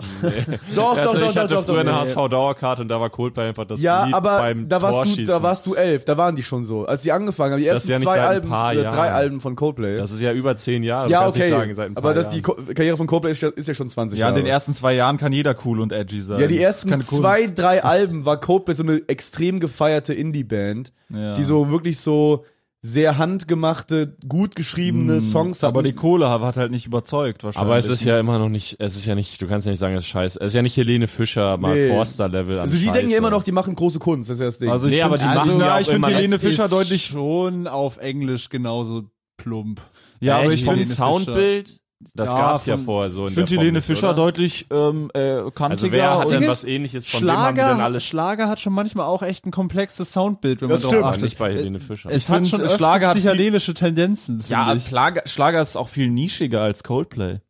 C: Doch, doch,
E: Also
C: doch,
E: ich
C: doch,
E: hatte
C: doch,
E: früher
C: doch.
E: eine HSV-Dauerkarte und da war Coldplay einfach das
C: Ja,
E: Lied
C: aber
E: beim
C: da warst, du,
E: Torschießen.
C: da warst du elf, da waren die schon so. Als die angefangen haben, die
E: Das ist
C: ersten
E: ja nicht
C: zwei
E: seit ein
C: Alben,
E: paar
C: oder drei
E: Jahren.
C: Alben von Coldplay.
E: das ist ja über zehn Jahre,
C: ja,
E: kannst
C: okay.
E: nicht sagen, seit ein paar
C: aber das,
E: Jahren.
C: die Ko Karriere von Coldplay ist ja, ist ja schon 20
D: ja, in
C: Jahre.
D: den ersten zwei Jahren kann jeder cool und edgy sein.
C: ja, die ersten
D: Keine Kunst.
C: zwei, drei Alben war Coldplay so eine extrem gefeierte Indie-Band,
D: Ja.
C: die so wirklich so sehr handgemachte, gut geschriebene
E: Mm,
C: Songs hatten.
D: Aber die Kohle hat halt nicht überzeugt wahrscheinlich.
E: Aber es ist ja immer noch nicht, es ist ja nicht, du kannst ja nicht sagen, es ist scheiße. Es ist ja nicht Helene Fischer, Mark
C: Nee.
E: Forster Level.
C: also die denken ja immer noch, die machen große Kunst, das ist ja das Ding.
D: Also ich
E: Nee,
D: find,
E: aber die
D: also,
E: machen ja
D: na,
E: auch
D: ich finde
E: immer
D: Helene
E: das
D: Fischer
E: ist
D: deutlich.
B: schon auf Englisch genauso plump.
D: Ja, aber
E: aber
D: ich
E: vom
D: finde
B: Helene Fischer.
E: Soundbild Das
B: Ja,
E: gab's ja
B: von-
E: vorher so in
D: Ich finde
E: der
D: Helene
E: Form nicht,
D: Fischer
E: oder?
D: deutlich ähm, äh,
E: Also
D: kantiger.
E: wer hat
D: und-
E: denn was ähnliches von wem haben die
B: Schlager,
E: denn alles
B: Schlager hat schon manchmal auch echt ein komplexes Soundbild, wenn
C: Das
B: man
C: stimmt.
B: drauf
E: Aber
B: achtet.
E: nicht bei Helene Fischer.
B: Es hat
D: find,
B: schon
D: äh, Schlager
B: Schlager
D: hat viel-
B: psychedelische Tendenzen.
D: ja,
B: finde
D: aber
B: ich.
D: Schlager, Schlager ist auch viel nischiger als Coldplay.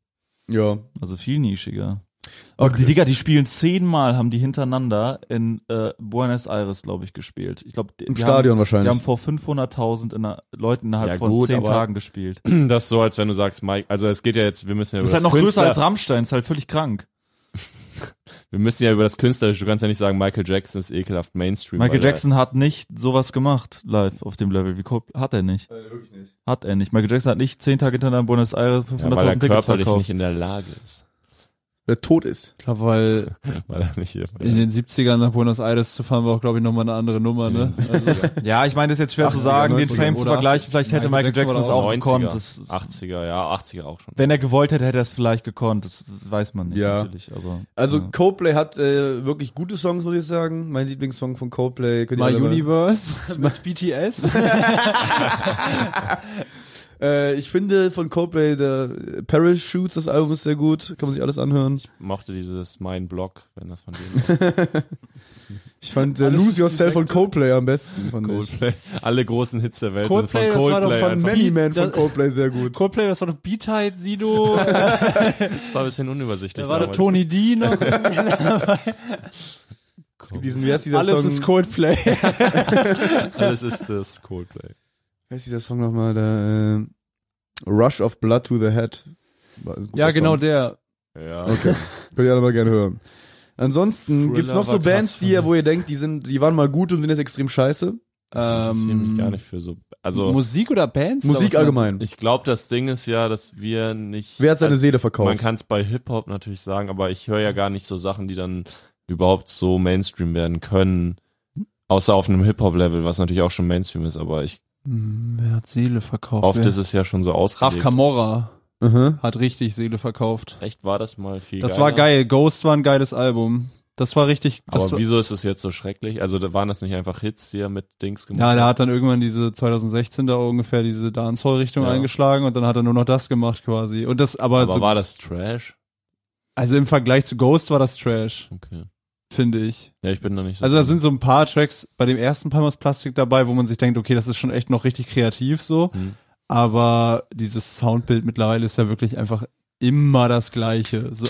C: Ja.
D: Also viel nischiger. Aber die Digga, die spielen zehnmal, haben die hintereinander in äh, Buenos Aires, glaube ich, gespielt. Ich glaube,
C: Im Stadion
D: haben, Die
C: wahrscheinlich.
D: haben vor 500.000 in der- Leuten innerhalb
E: Ja,
D: von
E: gut,
D: zehn
E: aber-
D: Tagen gespielt.
E: Das ist so, als wenn du sagst, Mike, also es geht ja jetzt, wir müssen ja über
D: ist halt
E: das
D: noch größer
E: Künstler-
D: als Rammstein, ist halt völlig krank.
E: Wir müssen ja über das Künstlerische, du kannst ja nicht sagen, Michael Jackson ist ekelhaft Mainstream.
D: Michael
E: weil er-
D: Jackson hat nicht sowas gemacht live auf dem Level. Wie Cold- hat er nicht?
C: Äh, wirklich nicht.
D: Hat er nicht. Michael Jackson hat nicht zehn Tage hintereinander in Buenos Aires
E: Ja, weil
D: 500.000
E: er
D: Tickets
E: körperlich
D: verkauft.
E: nicht in der Lage ist.
C: Der tot ist.
B: Ich glaube, weil
E: Weil er nicht hier.
B: in den 70ern nach Buenos Aires zu fahren war auch, glaube ich, nochmal eine andere Nummer, ne? Also,
D: Ja, ich meine, das ist jetzt schwer zu sagen, den
C: 90er
D: Fame zu
B: oder
D: vergleichen. Vielleicht hätte
B: Michael
D: Michael Jackson
B: Jackson
D: es auch
E: 90er,
D: gekonnt. Das ist,
E: 80er, ja, 80er auch schon.
D: wenn er gewollt hätte, hätte er es vielleicht gekonnt. Das weiß man nicht
C: Ja.
D: natürlich. Aber,
C: Also
D: ja.
C: Coldplay hat äh, wirklich gute Songs, muss ich sagen. Mein Lieblingssong von Coldplay. könnt ihr
B: My
C: alle mal-
B: Universe, mit BTS.
C: Äh, ich finde von Coldplay der Parachutes, das Album ist sehr gut. Kann man sich alles anhören.
E: Mochte dieses Mein Blog, wenn das von dem war.
C: Ich fand äh, Lose Yourself von Coldplay am besten. Fand ich.
E: Coldplay. Alle großen Hits der Welt
B: Coldplay,
E: sind
B: das
E: von
B: war doch
E: Coldplay.
C: Von
E: einfach.
C: Many Man von
B: Das-
C: Coldplay sehr gut.
B: Coldplay, das war doch B-Tide, Sido, äh,
E: das war ein bisschen unübersichtlich.
B: da war der
E: damals.
B: Tony D noch.
C: Diesen, wie heißt dieser
B: Alles
C: Song?
B: ist Coldplay.
E: Alles ist das Coldplay.
C: Wie heißt dieser Song nochmal? Der, äh, Rush of Blood to the Head. War ein guter
B: ja, genau
C: Song.
B: der.
E: Ja.
C: Okay. Könnt ihr alle mal gerne hören. Ansonsten
B: Thriller
C: gibt's noch so
B: war krass,
C: Bands, die ihr, wo ihr denkt, die sind, die waren mal gut und sind jetzt extrem scheiße.
E: Ich interessiere mich
B: Ähm,
E: gar nicht für so. Also,
B: Musik oder Bands?
C: Musik
B: oder was
C: allgemein.
E: ich glaube, das Ding ist ja, dass wir nicht. also,
C: Wer hat seine Seele verkauft?
E: Man kann es bei Hip-Hop natürlich sagen, aber ich höre ja gar nicht so Sachen, die dann überhaupt so Mainstream werden können. Außer auf einem Hip-Hop-Level, was natürlich auch schon Mainstream ist, aber ich
B: Hm, Wer hat Seele verkauft?
E: oft
B: Wer-
E: ist es ja schon so
B: Raf
E: ausgelegt.
B: Camora
C: Mhm.
B: hat richtig Seele verkauft.
E: Echt war das mal viel
B: Das
E: geiler?
B: war geil. Ghost war ein geiles Album. Das war richtig. Das
E: Aber
B: war,
E: wieso ist es jetzt so schrecklich? Also da waren das nicht einfach Hits, die er mit Dings gemacht
B: ja,
E: hat?
B: der hat dann irgendwann diese 2016 da ungefähr diese Dancehall-Richtung
E: Ja.
B: eingeschlagen und dann hat er nur noch das gemacht quasi. Und das, aber,
E: Aber
B: halt so,
E: war das Trash?
B: also im Vergleich zu Ghost war das Trash,
E: Okay.
B: finde ich.
E: Ja, ich bin da nicht so.
B: Also da
E: drin.
B: sind so ein paar Tracks bei dem ersten Palmas Plastik dabei, wo man sich denkt, okay, das ist schon echt noch richtig kreativ so.
E: Hm.
B: Aber dieses Soundbild mittlerweile ist ja wirklich einfach immer das Gleiche. So,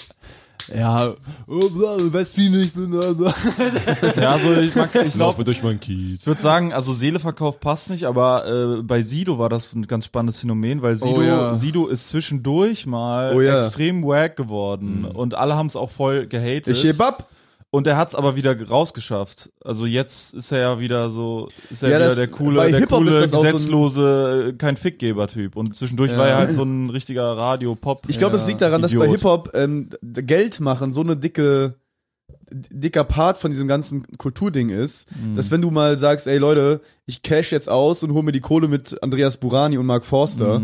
B: ja, oh, weißt du nicht, bin da, so.
D: ja, also ich, mag- ich glaube,
E: durch meinen Kiez.
D: ich würde sagen, also Seeleverkauf passt nicht, aber äh, bei Sido war das ein ganz spannendes Phänomen, weil Sido,
B: Oh ja.
D: Sido ist zwischendurch mal
C: Oh ja. Mhm.
D: extrem wack geworden und alle haben es auch voll gehatet.
C: Ich heb ab.
D: und er hat es aber wieder rausgeschafft. Also jetzt ist er ja wieder so, ist er
C: Ja,
D: wieder
C: das-
D: der coole,
C: bei
D: der
C: Hip-Hop
D: coole
C: ist das auch so ein-
D: gesetzlose, äh, kein Fickgeber-Typ. Und zwischendurch war er halt so ein richtiger Radio-Pop.
C: Ich glaube, es liegt daran, dass bei
D: Idiot.
C: Hip-Hop ähm, d- Geld machen so eine dicke, dicker Part von diesem ganzen Kulturding ist, dass wenn du mal sagst, ey Leute, ich cash jetzt aus und hol mir die Kohle mit Andreas Burani und Mark Forster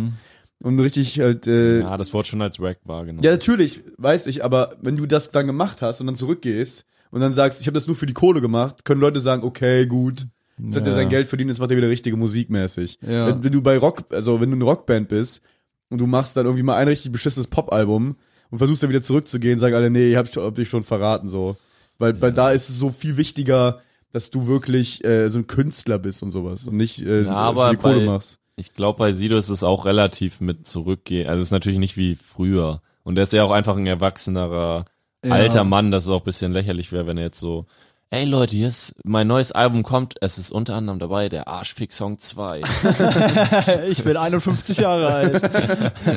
C: und richtig halt, äh, ja.
E: Ja, das wurde schon als Rack wahrgenommen.
C: natürlich, weiß ich, aber wenn du das dann gemacht hast und dann zurückgehst und dann sagst, ich habe das nur für die Kohle gemacht, können Leute sagen, okay, gut. Jetzt hat er
D: Ja.
C: sein Geld verdient, jetzt macht er wieder richtige Musik mäßig.
B: Ja.
C: Wenn, wenn du bei Rock, also wenn du eine Rockband bist und du machst dann irgendwie mal ein richtig beschissenes Pop-Album und versuchst dann wieder zurückzugehen, sagen alle, nee, ich hab, hab dich schon verraten, so. Weil, weil da ist es so viel wichtiger, dass du wirklich äh, so ein Künstler bist und sowas und nicht äh,
E: Ja,
C: dass
E: aber
C: du die Kohle
E: bei-
C: machst.
E: Ich glaube, bei Sido ist es auch relativ mit zurückgehen. Also es ist natürlich nicht wie früher. Und er ist ja auch einfach ein erwachsenerer, alter Mann, dass es auch ein bisschen lächerlich wäre, wenn er jetzt so, ey Leute, hier ist, mein neues Album kommt, es ist unter anderem dabei, der Arschfick-Song Also 2. Das
B: Ich bin 51 Jahre alt.
E: wäre dann
D: Aber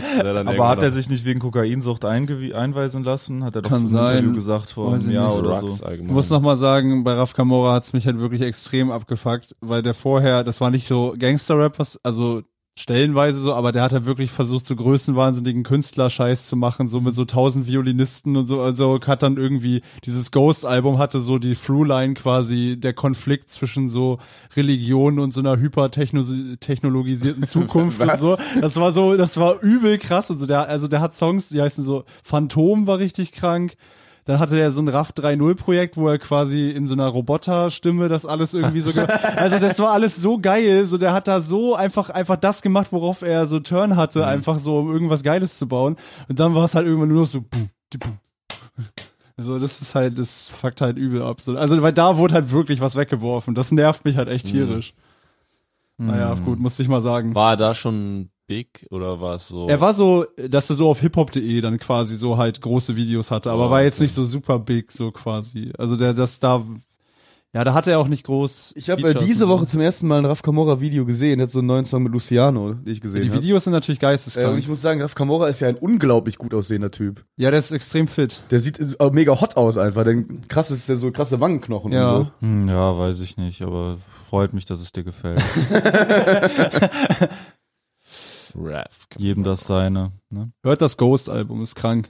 E: irgendwann
D: hat er
E: auch
D: sich nicht wegen Kokainsucht eingewie- einweisen lassen? Hat er doch
B: Kann
D: im Interview
B: sein.
D: gesagt vor
B: Weiß
D: einem
B: ich
D: Jahr
B: nicht.
D: oder
E: Drugs
D: so.
E: allgemein.
B: Ich muss nochmal sagen, bei Raf Camora hat's mich halt wirklich extrem abgefuckt, weil der vorher, das war nicht so Gangster-Rap, was- also stellenweise so, aber der hat halt wirklich versucht, so größenwahnsinnigen Künstlerscheiß zu machen, so mit so tausend Violinisten und so, also hat dann irgendwie, dieses Ghost-Album hatte so die Throughline quasi, der Konflikt zwischen so Religion und so einer hypertechnologisierten Zukunft und so. Das war so, das war übel krass und so, der, also der hat Songs, die heißen so, Phantom war richtig krank, Dann hatte er so ein RAF 3.0-Projekt, wo er quasi in so einer Roboterstimme das alles irgendwie so. ge- also das war alles so geil. So, der hat da so einfach, einfach das gemacht, worauf er so Turn hatte, einfach so, um irgendwas Geiles zu bauen. Und dann war es halt irgendwann nur noch so. Buh, di, buh. Also das ist halt, das fuckt halt übel ab. So, Also weil da wurde halt wirklich was weggeworfen. Das nervt mich halt echt tierisch. Naja, gut, musste ich mal sagen.
E: War er da schon big oder war es so?
B: Er war so, dass er so auf hiphop.de dann quasi so halt große Videos hatte, aber
E: Oh,
B: war jetzt nicht so super big so quasi. Also der das da ja, da hatte er auch nicht groß.
C: Ich habe äh,
B: Features
C: diese
B: und so.
C: Woche zum ersten Mal ein Raf Camora Video gesehen. Er hat so einen neuen Song mit Luciano, den ich gesehen
B: die
C: habe.
B: Videos sind natürlich
C: Äh, und
B: geisteskrank.
C: ich muss sagen, Raf Camora ist ja ein unglaublich gut aussehender Typ.
B: Ähm, ja, der ist extrem fit.
C: Der sieht äh, mega hot aus einfach. Denn krass ist ja so krasse Wangenknochen
B: Ja.
C: und so.
D: Hm, ja, weiß ich nicht, aber freut mich, dass es dir gefällt.
E: Raph.
D: Jedem das seine. Ne?
B: Hört das Ghost Album, ist krank.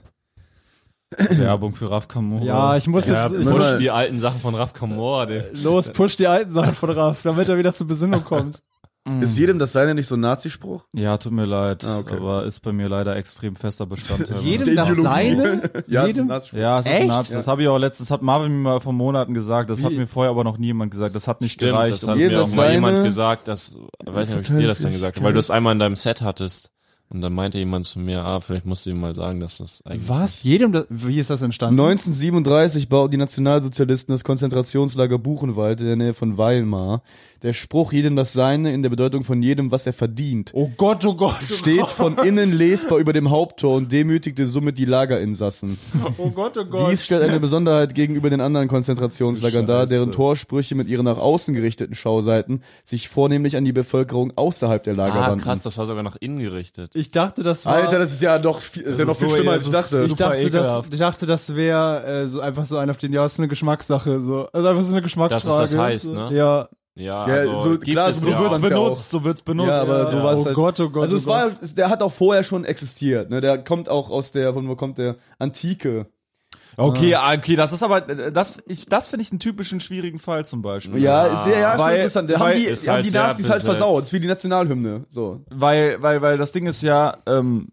D: Werbung für Raf Kamura.
B: Oh. Ja, ich muss
E: Ja,
B: jetzt ich
E: push
B: muss,
E: die alten Sachen von Raph Kamor. der-
B: los, push die alten Sachen von Raf, damit er wieder zur Besinnung kommt. Mhm.
C: Ist jedem das seine nicht so ein Nazispruch?
D: ja, tut mir leid,
C: Ah, okay.
D: aber ist bei mir leider extrem fester Bestandteil.
B: Jedem
C: Die
B: das
C: Ideologie.
B: seine?
C: Ja, ist ein
B: jedem
C: Nazispruch.
D: Ja, es ist
B: Echt?
D: ein Nazi. Das habe ich auch letztens, hat Marvin mir mal vor Monaten gesagt, das hat mir vorher aber noch niemand gesagt, das hat nicht
E: Stimmt,
D: gereicht. um
E: das
D: Und
E: hat
C: Jedem
E: mir auch
C: das
E: mal
C: seine.
E: jemand gesagt, dass, ich weiß nicht, ob ich dir das dann gesagt habe, weil du es einmal in deinem Set hattest. Und dann meinte jemand zu mir, ah, vielleicht musst du ihm mal sagen, dass das eigentlich.
B: Was? Jedem das, wie ist das entstanden?
C: 1937 bauten die Nationalsozialisten das Konzentrationslager Buchenwald in der Nähe von Weimar. Der Spruch jedem das Seine in der Bedeutung von jedem, was er verdient,
B: Oh Gott, oh Gott, oh
C: steht von innen lesbar über dem Haupttor und demütigte somit die Lagerinsassen.
B: Oh Gott, oh Gott.
C: Dies stellt eine Besonderheit gegenüber den anderen Konzentrationslagern dar,
B: Scheiße.
C: deren Torsprüche mit ihren nach außen gerichteten Schauseiten sich vornehmlich an die Bevölkerung außerhalb der Lager
E: Ah,
C: wandten.
E: krass, das war sogar nach innen gerichtet.
B: ich dachte, das war
C: Alter, das ist ja noch viel, ist ja noch
D: ist
C: viel
D: so,
C: schlimmer,
D: ja,
C: als ich
D: das ist
C: dachte.
B: Ich dachte, das, ich dachte, das wäre äh, so einfach so ein auf den, ja, ist eine Geschmackssache. So. Also einfach so eine Geschmacksfrage.
E: Dass es das heißt,
B: so.
E: ne?
B: Ja.
E: Ja,
C: Ja,
E: also,
C: so-
E: gibt
C: klar,
E: es
C: so
E: ja.
C: wird's
E: auch.
D: benutzt, so wird's benutzt.
C: Ja, aber so
B: ja.
C: war's
B: oh
C: halt-
B: Gott, oh Gott.
C: Also
B: oh
C: es
B: Gott.
C: war, der hat auch vorher schon existiert. Ne? Der kommt auch aus der, von wo kommt der Antike.
D: Okay, ah, okay, das ist aber, äh, das, ich, das finde ich einen typischen schwierigen Fall zum Beispiel.
C: Ja, ist sehr ja, schon
D: Weil-
C: interessant. Da
D: weil-
C: haben die,
E: ist
C: haben
E: halt
C: die
E: sehr
C: Nazis halt
E: besetzt.
C: versaut. Ist wie die Nationalhymne. So.
D: Weil, weil, weil das Ding ist ja, ähm,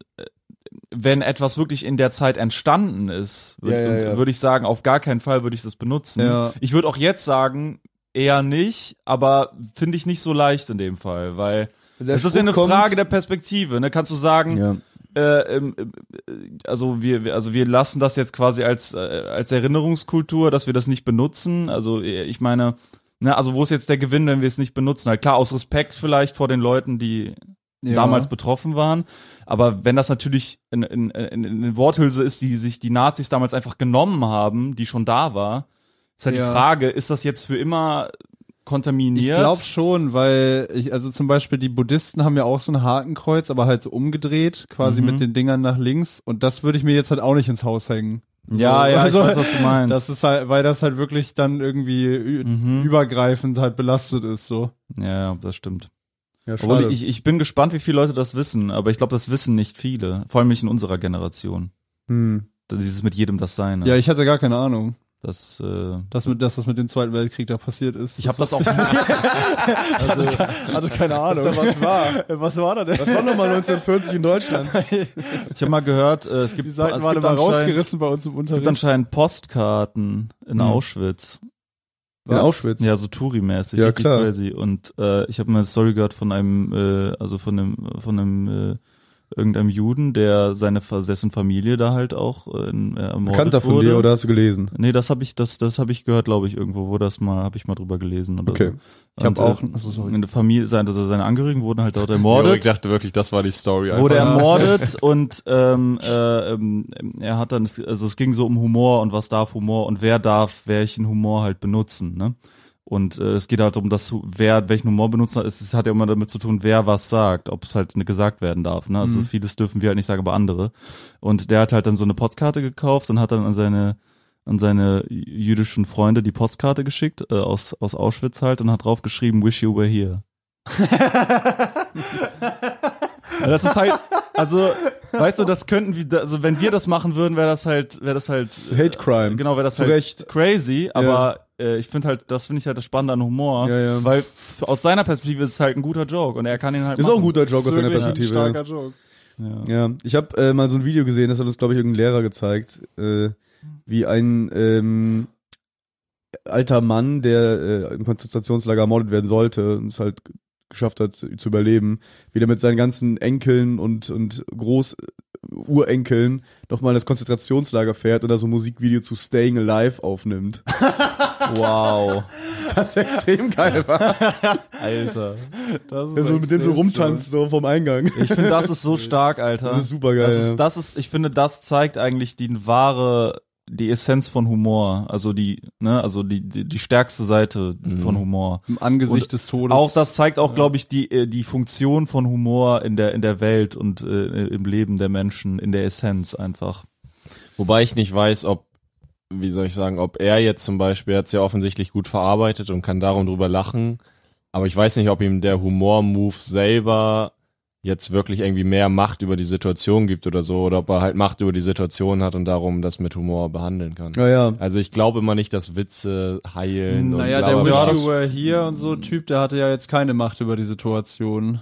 D: wenn etwas wirklich in der Zeit entstanden ist, wür-
C: Ja, ja,
D: und-
C: ja.
D: würde ich sagen, auf gar keinen Fall würde ich das benutzen.
B: Ja.
D: Ich würde auch jetzt sagen, eher nicht, aber finde ich nicht so leicht in dem Fall, weil
C: Der
D: es ist ja
C: Spruch
D: eine
C: kommt-
D: Frage der Perspektive. Ne? Kannst du sagen,
C: Ja.
D: äh, ähm, äh, also wir, wir- also wir lassen das jetzt quasi als äh, als Erinnerungskultur, dass wir das nicht benutzen. Also äh, ich meine, ne, also wo ist jetzt der Gewinn, wenn wir es nicht benutzen? Halt klar aus Respekt vielleicht vor den Leuten, die
B: ja.
D: damals betroffen waren. Aber wenn das natürlich in, in, in, in eine Worthülse ist, die sich die Nazis damals einfach genommen haben, die schon da war, ist halt
B: Ja.
D: die Frage, ist das jetzt für immer
B: Ich
D: kontaminiert?
B: glaube schon, weil ich, also zum Beispiel die Buddhisten haben ja auch so ein Hakenkreuz, aber halt so umgedreht, quasi
C: Mhm.
B: mit den Dingern nach links. Und das würde ich mir jetzt halt auch nicht ins Haus hängen.
D: ja, ja,
B: Also,
D: ich weiß, was du meinst.
B: Das ist halt, weil das halt wirklich dann irgendwie ü-
C: Mhm.
B: übergreifend halt belastet ist, so.
D: Mhm. ja, ja, das stimmt.
C: Ja,
D: Obwohl
C: schade.
D: ich, ich bin gespannt, wie viele Leute das wissen, aber ich glaube, das wissen nicht viele. Vor allem nicht in unserer Generation.
C: hm.
D: Das- Dieses mit jedem das Seine.
B: Ja, ich hatte gar keine Ahnung,
D: Das, äh,
B: dass, mit, dass das mit dem Zweiten Weltkrieg da passiert ist.
D: ich habe das auch. also,
B: hatte keine Ahnung.
C: da was war.
B: Was war da denn?
C: Das war nochmal 1940 in Deutschland.
D: ich habe mal gehört, äh, es gibt,
B: Die
D: es
B: Seiten waren
D: gibt,
B: immer
D: anscheinend,
B: rausgerissen bei uns im
D: es gibt
B: Unterricht.
D: anscheinend Postkarten in Auschwitz.
C: In Auschwitz.
D: Ja, so Touri-mäßig,
C: Ja,
D: richtig
C: klar.
D: crazy. Und äh, ich habe mal eine Story gehört von einem, äh, also von einem, von einem äh, irgendeinem Juden, der seine fa- dessen Familie da halt auch äh, in, äh, ermordet
C: Bekannter von
D: wurde.
C: dir oder hast du gelesen?
D: Nee, das habe ich, das, das habe ich gehört, glaube ich, irgendwo, wo das mal, habe ich mal drüber gelesen oder
C: Okay.
D: so.
B: Ich hab
D: Und,
B: auch-
D: äh,
B: achso, sorry.
D: eine Familie, seine, also seine Angehörigen wurden halt dort
E: Ja, ich
D: ermordet.
E: dachte wirklich, das war die Story. einfach.
D: Wurde ermordet und ähm, äh, ähm, er hat dann, es- also es ging so um Humor und was darf Humor und wer darf welchen Humor halt benutzen, ne? Und äh, es geht halt darum, dass hu- wer welchen Humor benutzt, es, es hat ja immer damit zu tun, wer was sagt, ob es halt ne- gesagt werden darf. Ne?
B: Mhm.
D: Also vieles dürfen wir halt nicht sagen, aber andere. Und der hat halt dann so eine Postkarte gekauft und hat dann an seine an seine jüdischen Freunde die Postkarte geschickt äh, aus aus Auschwitz halt und hat drauf geschrieben, wish you were here. Das ist halt, also, weißt du, das könnten wir, also wenn wir das machen würden, wäre das halt, wäre das halt,
C: Hate Crime.
D: genau, wäre das
C: Zu
D: halt
C: Recht.
D: crazy, aber äh, ich finde halt, das finde ich halt das Spannende an Humor,
C: Ja, ja.
D: weil f- aus seiner Perspektive ist es halt ein guter Joke und er kann ihn halt
C: Ist
D: machen.
C: auch ein guter Joke aus deiner Perspektive. ja.
B: Joke.
C: Ja, ich habe äh, mal so ein Video gesehen, das hat uns, glaube ich, irgendein Lehrer gezeigt. Äh, wie ein ähm, alter Mann, der äh, im Konzentrationslager ermordet werden sollte und es halt geschafft hat zu überleben, wieder mit seinen ganzen Enkeln und und Groß äh, Urenkeln nochmal in das Konzentrationslager fährt und da so ein Musikvideo zu Staying Alive aufnimmt.
D: Wow.
C: Was extrem geil war.
D: Alter.
B: Das ist
C: Der so mit dem so
B: extrem
C: rumtanzt, so vom Eingang.
D: Ich finde, das ist so stark, Alter.
C: Das ist super geil.
D: Das ist, das ist, ich finde, das zeigt eigentlich die wahre, die Essenz von Humor. Also die, ne, also die, die, die stärkste Seite von Humor.
B: Im Angesicht
D: Und
B: des Todes.
D: Auch das zeigt auch, glaube ich, die, äh, die Funktion von Humor in der, in der Welt und äh, im Leben der Menschen, in der Essenz einfach.
E: Wobei ich nicht weiß, ob, wie soll ich sagen, ob er jetzt zum Beispiel hat es ja offensichtlich gut verarbeitet und kann darum drüber lachen. Aber ich weiß nicht, ob ihm der Humor-Move selber jetzt wirklich irgendwie mehr Macht über die Situation gibt oder so, oder ob er halt Macht über die Situation hat und darum das mit Humor behandeln kann.
C: Naja,
E: Also ich glaube mal nicht, dass Witze heilen
B: Naja,
E: und
B: der
E: bla,
B: Wish
E: bla, bla.
B: You Were Here und so Typ, der hatte ja jetzt keine Macht über die Situation.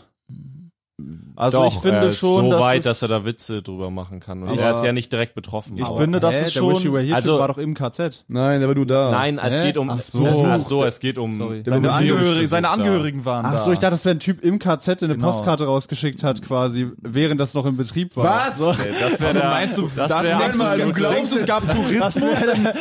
A: Also
E: Doch,
A: ich finde
E: er ist
A: schon,
E: so
A: dass
E: weit,
A: es,
E: dass er da Witze drüber machen kann. Und
B: Aber-
E: er ist ja nicht direkt betroffen.
A: Ich
E: Aber-
A: finde, das
B: Hä?
A: ist
B: der
A: schon.
B: Wish You Were Here
E: Also-
B: Typ war doch im KZ. ne?
C: nein, der war nur da.
E: Nein, es
B: Hä?
E: geht um
B: Ach
E: es-
B: so.
E: Ach so, es geht um
B: Sorry.
C: Der war nur
E: Angehörige-
C: Angehörige.
E: Angehörigen-
D: seine
E: da.
D: Angehörigen waren da.
B: Ach so, ich dachte, das wäre ein Typ im KZ, der eine
D: Genau.
B: Postkarte rausgeschickt hat quasi, während das noch im Betrieb war.
C: Was?
B: So.
E: Nee, Das wäre der, das wäre
C: Moment mal, du
E: absolut
C: glaubst, es gab Tourismus?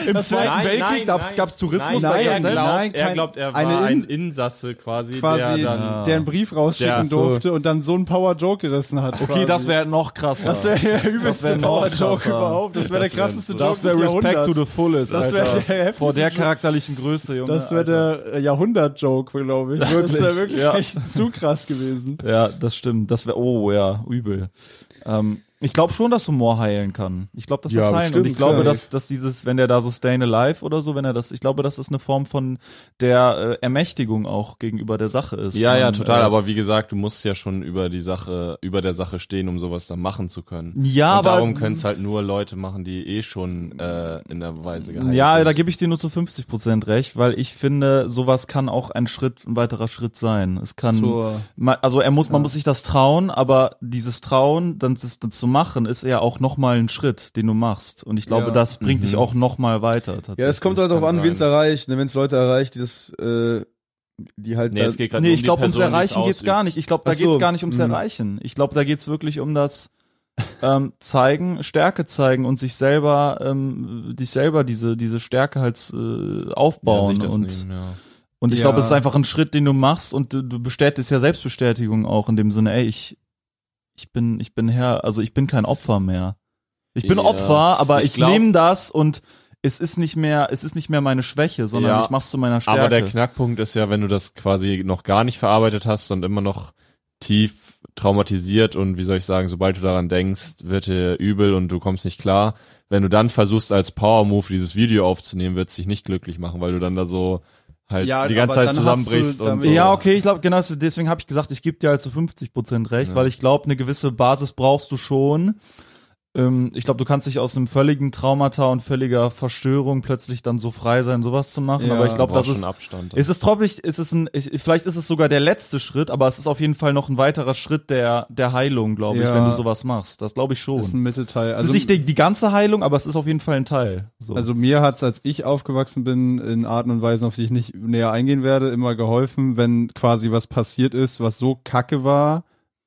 D: im Zweiten
E: Nein,
D: Weltkrieg
E: nein,
D: gab's
E: nein.
D: gab's Tourismus
E: nein,
D: bei
E: nein,
D: der
E: er
B: Gazelle?
E: glaubt,
B: Nein,
E: er
B: kein-
E: glaubt, er war
B: eine
E: ein
B: In-
E: Insasse quasi, der
B: quasi, der,
E: dann
B: einen Brief rausschicken
E: Ja, so.
B: durfte und dann so einen Power-Joke gerissen hat.
D: Okay, das wäre noch krasser.
B: Das wäre der übelste
D: wär noch
B: Power-Joke
D: krasser.
B: überhaupt. Das wäre der
E: Das wär-
B: krasseste Joke
D: Das wäre
B: des
D: Respect to
B: Jahrhunderts.
D: the fullest,
B: Das wär
D: Alter.
B: der heftigste
D: Vor der
B: Joke.
D: charakterlichen Größe, Junge.
B: Das wäre der äh, Jahrhundert-Joke, glaube ich. Das wäre wirklich
D: ja.
B: echt zu krass gewesen.
D: Ja, das stimmt. Das wäre, oh ja, übel. Ähm, ich glaube schon, dass Humor heilen kann. Ich glaube, dass
C: Ja,
D: das heilen. und ich
C: bestimmt,
D: glaube,
C: safe.
D: dass, dass dieses, wenn der da so Stayin' Alive oder so, wenn er das, ich glaube, dass das eine Form von der äh, Ermächtigung auch gegenüber der Sache ist.
E: Ja, ja,
D: Man,
E: total.
D: äh,
E: aber wie gesagt, du musst ja schon über die Sache, über der Sache stehen, um sowas dann machen zu können.
D: Ja,
E: Und
D: aber-
E: darum können es halt nur Leute machen, die eh schon äh, in der Weise geheilt
D: Ja,
E: sind.
D: da gebe ich dir nur zu 50 Prozent recht, weil ich finde, sowas kann auch ein Schritt, ein weiterer Schritt sein. Es kann,
B: Zur-
D: ma- also er muss, man muss sich das trauen, aber dieses Trauen, dann das, das zu machen, ist ja auch nochmal ein Schritt, den du machst. Und ich glaube,
B: Ja.
D: das bringt
E: Mhm.
D: dich auch nochmal weiter. Tatsächlich.
C: Ja, es kommt halt darauf
E: kann
C: an, wen es
E: sein.
C: erreicht. Wenn es Leute erreicht, die das, äh, die halt
E: nee,
C: da-
E: es geht grad
D: Nee,
E: nur um
D: ich
E: die
D: glaube, ums
E: Person, die es
D: Erreichen geht's
E: ausübt.
D: gar nicht. Ich glaube, da
C: Ach so,
D: geht's gar nicht ums
C: mhm.
D: Erreichen. Ich glaube, da geht's wirklich um das ähm, Zeigen, Stärke zeigen und sich selber, ähm, dich selber diese, diese Stärke halt äh,
E: Ja,
D: aufbauen
E: sich das
D: und
E: nehmen, ja.
D: Und ich
B: Ja.
D: glaube, es ist einfach ein Schritt, den du machst und du, du bestätigst ja Selbstbestätigung auch in dem Sinne, ey, ich, ich bin, ich bin Herr, also ich bin kein Opfer mehr. Ich bin
E: Ja.
D: Opfer, aber
E: Ich
D: ich,
E: glaub-
D: nehme das und es ist nicht mehr, es ist nicht mehr meine Schwäche, sondern
E: Ja.
D: ich mach's zu meiner Stärke.
E: Aber der Knackpunkt ist ja, wenn du das quasi noch gar nicht verarbeitet hast und immer noch tief traumatisiert und wie soll ich sagen, sobald du daran denkst, wird dir übel und du kommst nicht klar. Wenn du dann versuchst, als Power-Move dieses Video aufzunehmen, wird es dich nicht glücklich machen, weil du dann da so halt
B: Ja,
E: die
B: aber
E: ganze Zeit
B: dann hast du
E: zusammenbrichst und
B: damit-
E: so.
D: ja, okay, ich glaube, genau, so- deswegen habe ich gesagt, ich gebe dir halt zu 50 Prozent recht, weil ich glaube, eine gewisse Basis brauchst du schon. Ähm, ich glaube, du kannst dich aus einem völligen Traumata und völliger Verstörung plötzlich dann so frei sein, sowas zu machen.
B: Ja,
D: aber ich glaube,
E: brauchst
D: das
E: schon
D: ist,
E: Abstand.
D: Es ist trottelig, es ist ein, ich, vielleicht ist es sogar der letzte Schritt, aber es ist auf jeden Fall noch ein weiterer Schritt der, der Heilung, glaube ich,
B: Ja.
D: wenn du sowas machst. Das glaube ich schon.
B: Das ist ein Mittelteil.
D: es ist also- nicht die, die ganze Heilung, aber es ist auf jeden Fall ein Teil. So.
B: Also mir hat's, als ich aufgewachsen bin, in Arten und Weisen, auf die ich nicht näher eingehen werde, immer geholfen, wenn quasi was passiert ist, was so kacke war,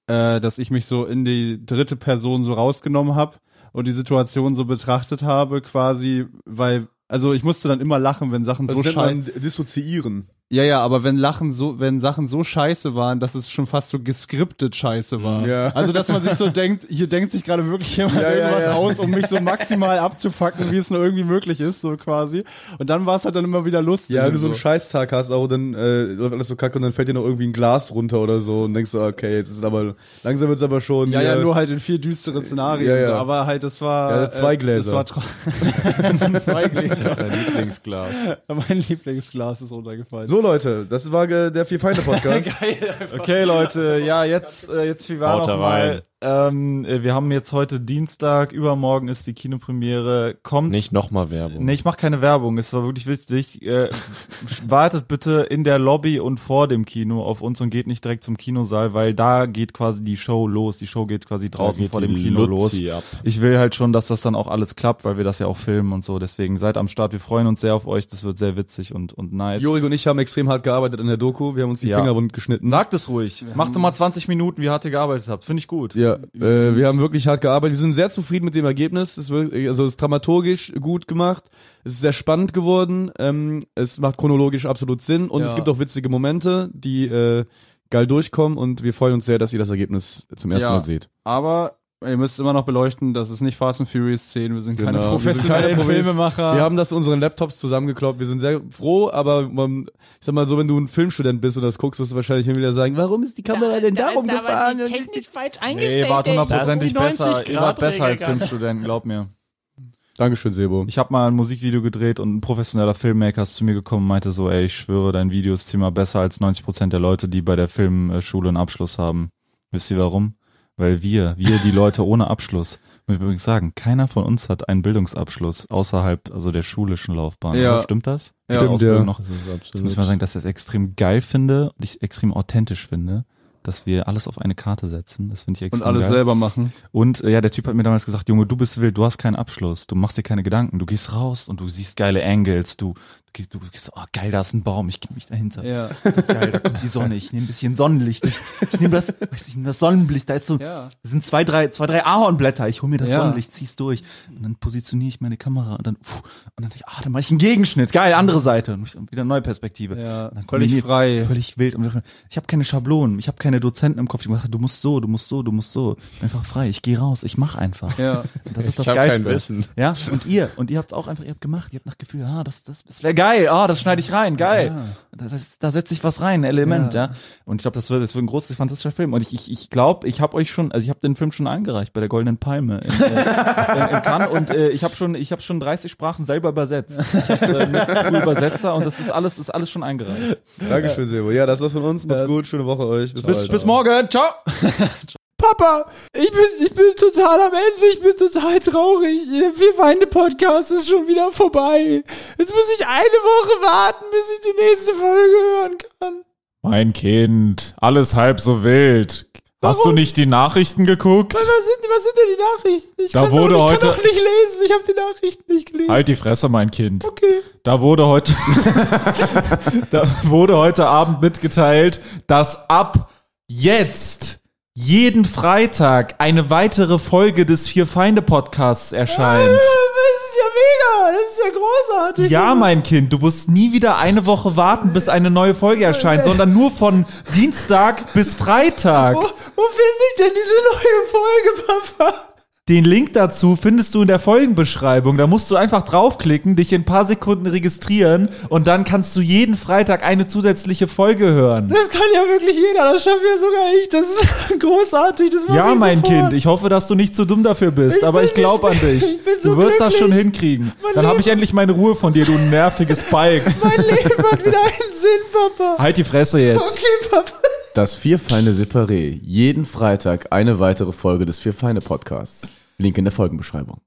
B: äh, dass ich mich so in die dritte Person so rausgenommen habe und die Situation so betrachtet habe, quasi, weil, also ich musste dann immer lachen, wenn Sachen
C: Also
B: so
C: so
B: scheiße.
C: man dissoziieren.
B: Ja, ja, aber wenn Lachen so, wenn Sachen so scheiße waren, dass es schon fast so geskriptet scheiße war.
C: Ja.
B: Also, dass man sich so denkt, hier denkt sich gerade wirklich jemand
C: Ja, ja,
B: irgendwas
C: ja.
B: aus, um mich so maximal abzufacken, wie es nur irgendwie möglich ist, so quasi. Und dann war es halt dann immer wieder lustig.
C: Ja, wenn
B: und
C: du so einen Scheißtag hast, auch dann äh, läuft alles so kacke und dann fällt dir noch irgendwie ein Glas runter oder so und denkst so, okay, jetzt ist aber langsam wird's aber schon.
B: ja,
C: hier-
B: ja, nur halt in viel düsteren Szenarien.
C: Ja, ja.
B: So. Aber halt, das war.
C: Ja, zwei
B: Das
C: Gläser.
B: war tro- zwei Gläser.
E: Dein Lieblingsglas.
B: mein Lieblingsglas ist runtergefallen.
C: So Leute, das war äh, der vier Feinde Podcast.
D: okay, Leute, Also- ja, jetzt, äh, jetzt viel war
E: Haut
D: noch
E: rein.
D: mal. ähm, äh, wir haben jetzt heute Dienstag, übermorgen ist die Kinopremiere. Kommt.
E: Nicht nochmal Werbung.
D: Nee, ich mache keine Werbung, es war wirklich wichtig. Äh, wartet bitte in der Lobby und vor dem Kino auf uns und geht nicht direkt zum Kinosaal, weil da geht quasi die Show los. Die Show geht quasi draußen
E: geht
D: vor
E: die
D: dem Kino
E: Luzi
D: los.
E: ab.
D: Ich will halt schon, dass das dann auch alles klappt, weil wir das ja auch filmen und so. Deswegen seid am Start. Wir freuen uns sehr auf euch. Das wird sehr witzig und, und nice.
C: Jurik und ich haben extrem hart gearbeitet an der Doku. Wir haben uns die
D: Ja.
C: Finger wund geschnitten.
D: Sagt es ruhig. Macht mal 20 Minuten, wie hart ihr gearbeitet habt. Finde ich gut.
C: Ja, äh, wir haben wirklich hart gearbeitet. Wir sind sehr zufrieden mit dem Ergebnis. Es wird, also es ist dramaturgisch gut gemacht. Es ist sehr spannend geworden. Ähm, es macht chronologisch absolut Sinn und
B: Ja.
C: es gibt auch witzige Momente, die äh, geil durchkommen und wir freuen uns sehr, dass ihr das Ergebnis zum ersten
B: Ja.
C: Mal seht.
B: Aber ihr müsst immer noch beleuchten, das ist nicht Fast and Furious 10. Wir sind keine
C: Genau, wir sind
B: professionellen
C: keine Profis.
B: Filmemacher.
C: Wir haben das in unseren Laptops zusammengekloppt. Wir sind sehr froh, aber man, ich sag mal so, wenn du ein Filmstudent bist und das guckst, wirst du wahrscheinlich immer wieder sagen, warum ist die Kamera denn da, rumgefahren?
G: Die Technik falsch eingestellt.
D: Nee, war
G: ey.
D: hundertprozentig
E: Das ist die
D: besser. Ihr wart
E: 90-Grad-Regel
D: besser als
E: gerade.
D: Filmstudenten, glaub mir.
C: Dankeschön, Sebo.
D: Ich habe mal ein Musikvideo gedreht und ein professioneller Filmmaker ist zu mir gekommen und meinte so, ey, ich schwöre, dein Video ist zehnmal besser als 90% der Leute, die bei der Filmschule einen Abschluss haben. Wisst ihr warum? Weil wir, wir die Leute ohne Abschluss, muss ich übrigens sagen, keiner von uns hat einen Bildungsabschluss außerhalb also der schulischen Laufbahn.
B: Ja.
D: oder? Stimmt das?
B: Ja.
D: Stimmt, Ausbildung
C: ja.
D: noch.
E: Das ist
D: Das
E: absolut.
D: muss ich mal sagen, dass ich das extrem geil finde und ich extrem authentisch finde, dass wir alles auf eine Karte setzen. Das finde ich
B: und
D: extrem
B: alles
D: geil.
B: selber machen.
D: Und äh, ja, der Typ hat mir damals gesagt, Junge, du bist wild, du hast keinen Abschluss, du machst dir keine Gedanken, du gehst raus und du siehst geile Angles, du, du, gehst- du gehst, oh geil, da ist ein Baum, ich knie mich dahinter.
B: Ja.
D: So geil, da kommt die Sonne, ich nehme ein bisschen Sonnenlicht, ich, ich nehme das, weiß ich, nehm das Sonnenlicht, da ist so,
B: Ja.
D: da sind zwei, drei, zwei, drei Ahornblätter, ich hole mir das
B: Ja.
D: Sonnenlicht, zieh's durch und dann positioniere ich meine Kamera und dann, pfuh, und dann denke ich, ah, dann mache ich einen Gegenschnitt, geil, andere Seite und ich- und wieder neue Perspektive.
B: Ja,
D: Und dann
B: völlig
D: kombiniert-
B: frei.
D: Völlig wild. Und ich habe keine Schablonen, ich habe keine Dozenten im Kopf, die gesagt haben, du musst so, du musst so, du musst so. Ich bin einfach frei, ich gehe raus, ich mache einfach.
B: Ja.
D: Das ist das
E: Ich hab
D: Geilste.
E: kein Wissen.
D: Ja, und ihr, und ihr habt auch einfach, ihr habt gemacht, ihr habt nach Gefühl, ah, das, das, das wäre geil, ah, das schneide ich rein, geil. Da, das, da setze ich was rein, ein Element, ja. Und ich glaube, das wird, das wird ein großes, fantastischer Film. Und ich ich, ich, glaube, ich habe euch schon, also ich habe den Film schon angereicht bei der Goldenen Palme in, äh, in, in Cannes und äh, ich habe schon, ich habe schon 30 Sprachen selber übersetzt. Ich habe äh, mit einem Übersetzer und das ist alles, ist alles schon eingereicht.
C: Dankeschön, Sebo. Ja, das war's von uns. Macht's gut, schöne Woche euch.
D: Bis,
C: bald.
D: bis morgen, ciao!
H: Papa, ich bin, ich bin total am Ende, ich bin total traurig. Wir weine Podcast ist schon wieder vorbei. Jetzt muss ich eine Woche warten, bis ich die nächste Folge hören kann.
A: Mein Kind, alles halb so wild. Hast du nicht die Nachrichten geguckt?
H: Was sind, was sind denn die Nachrichten? Ich
A: Da
H: kann
A: wurde
H: doch, ich
A: heute-
H: kann doch nicht lesen, ich habe die Nachrichten nicht gelesen.
A: Halt die Fresse, mein Kind.
H: Okay.
A: Da wurde heute, da wurde heute Abend mitgeteilt, dass ab jetzt jeden Freitag eine weitere Folge des Vier Feinde Podcasts erscheint.
H: Äh, Das ist ja mega, das ist ja großartig.
A: Ja, mein Kind, du musst nie wieder eine Woche warten, bis eine neue Folge erscheint, sondern nur von Dienstag bis Freitag.
H: Wo, wo finde ich denn diese neue Folge, Papa?
A: Den Link dazu findest du in der Folgenbeschreibung. Da musst du einfach draufklicken, dich in ein paar Sekunden registrieren und dann kannst du jeden Freitag eine zusätzliche Folge hören.
H: Das kann ja wirklich jeder, das schaffe ja sogar ich. Das ist großartig, das mache
A: Ja,
H: ich
A: mein
H: sofort.
A: Kind, ich hoffe, dass du nicht zu dumm dafür bist, aber
H: bin-
A: ich glaube an
H: ich bin-
A: dich.
H: ich bin so
A: du wirst das
H: glücklich.
A: schon hinkriegen. Dann habe ich endlich meine Ruhe von dir, du nerviges Balk.
H: Mein Leben hat wieder einen Sinn, Papa.
A: Halt die Fresse jetzt.
H: Okay, Papa.
C: Das Vier Feine Separé. Jeden Freitag eine weitere Folge des Vier Feine Podcasts. Link in der Folgenbeschreibung.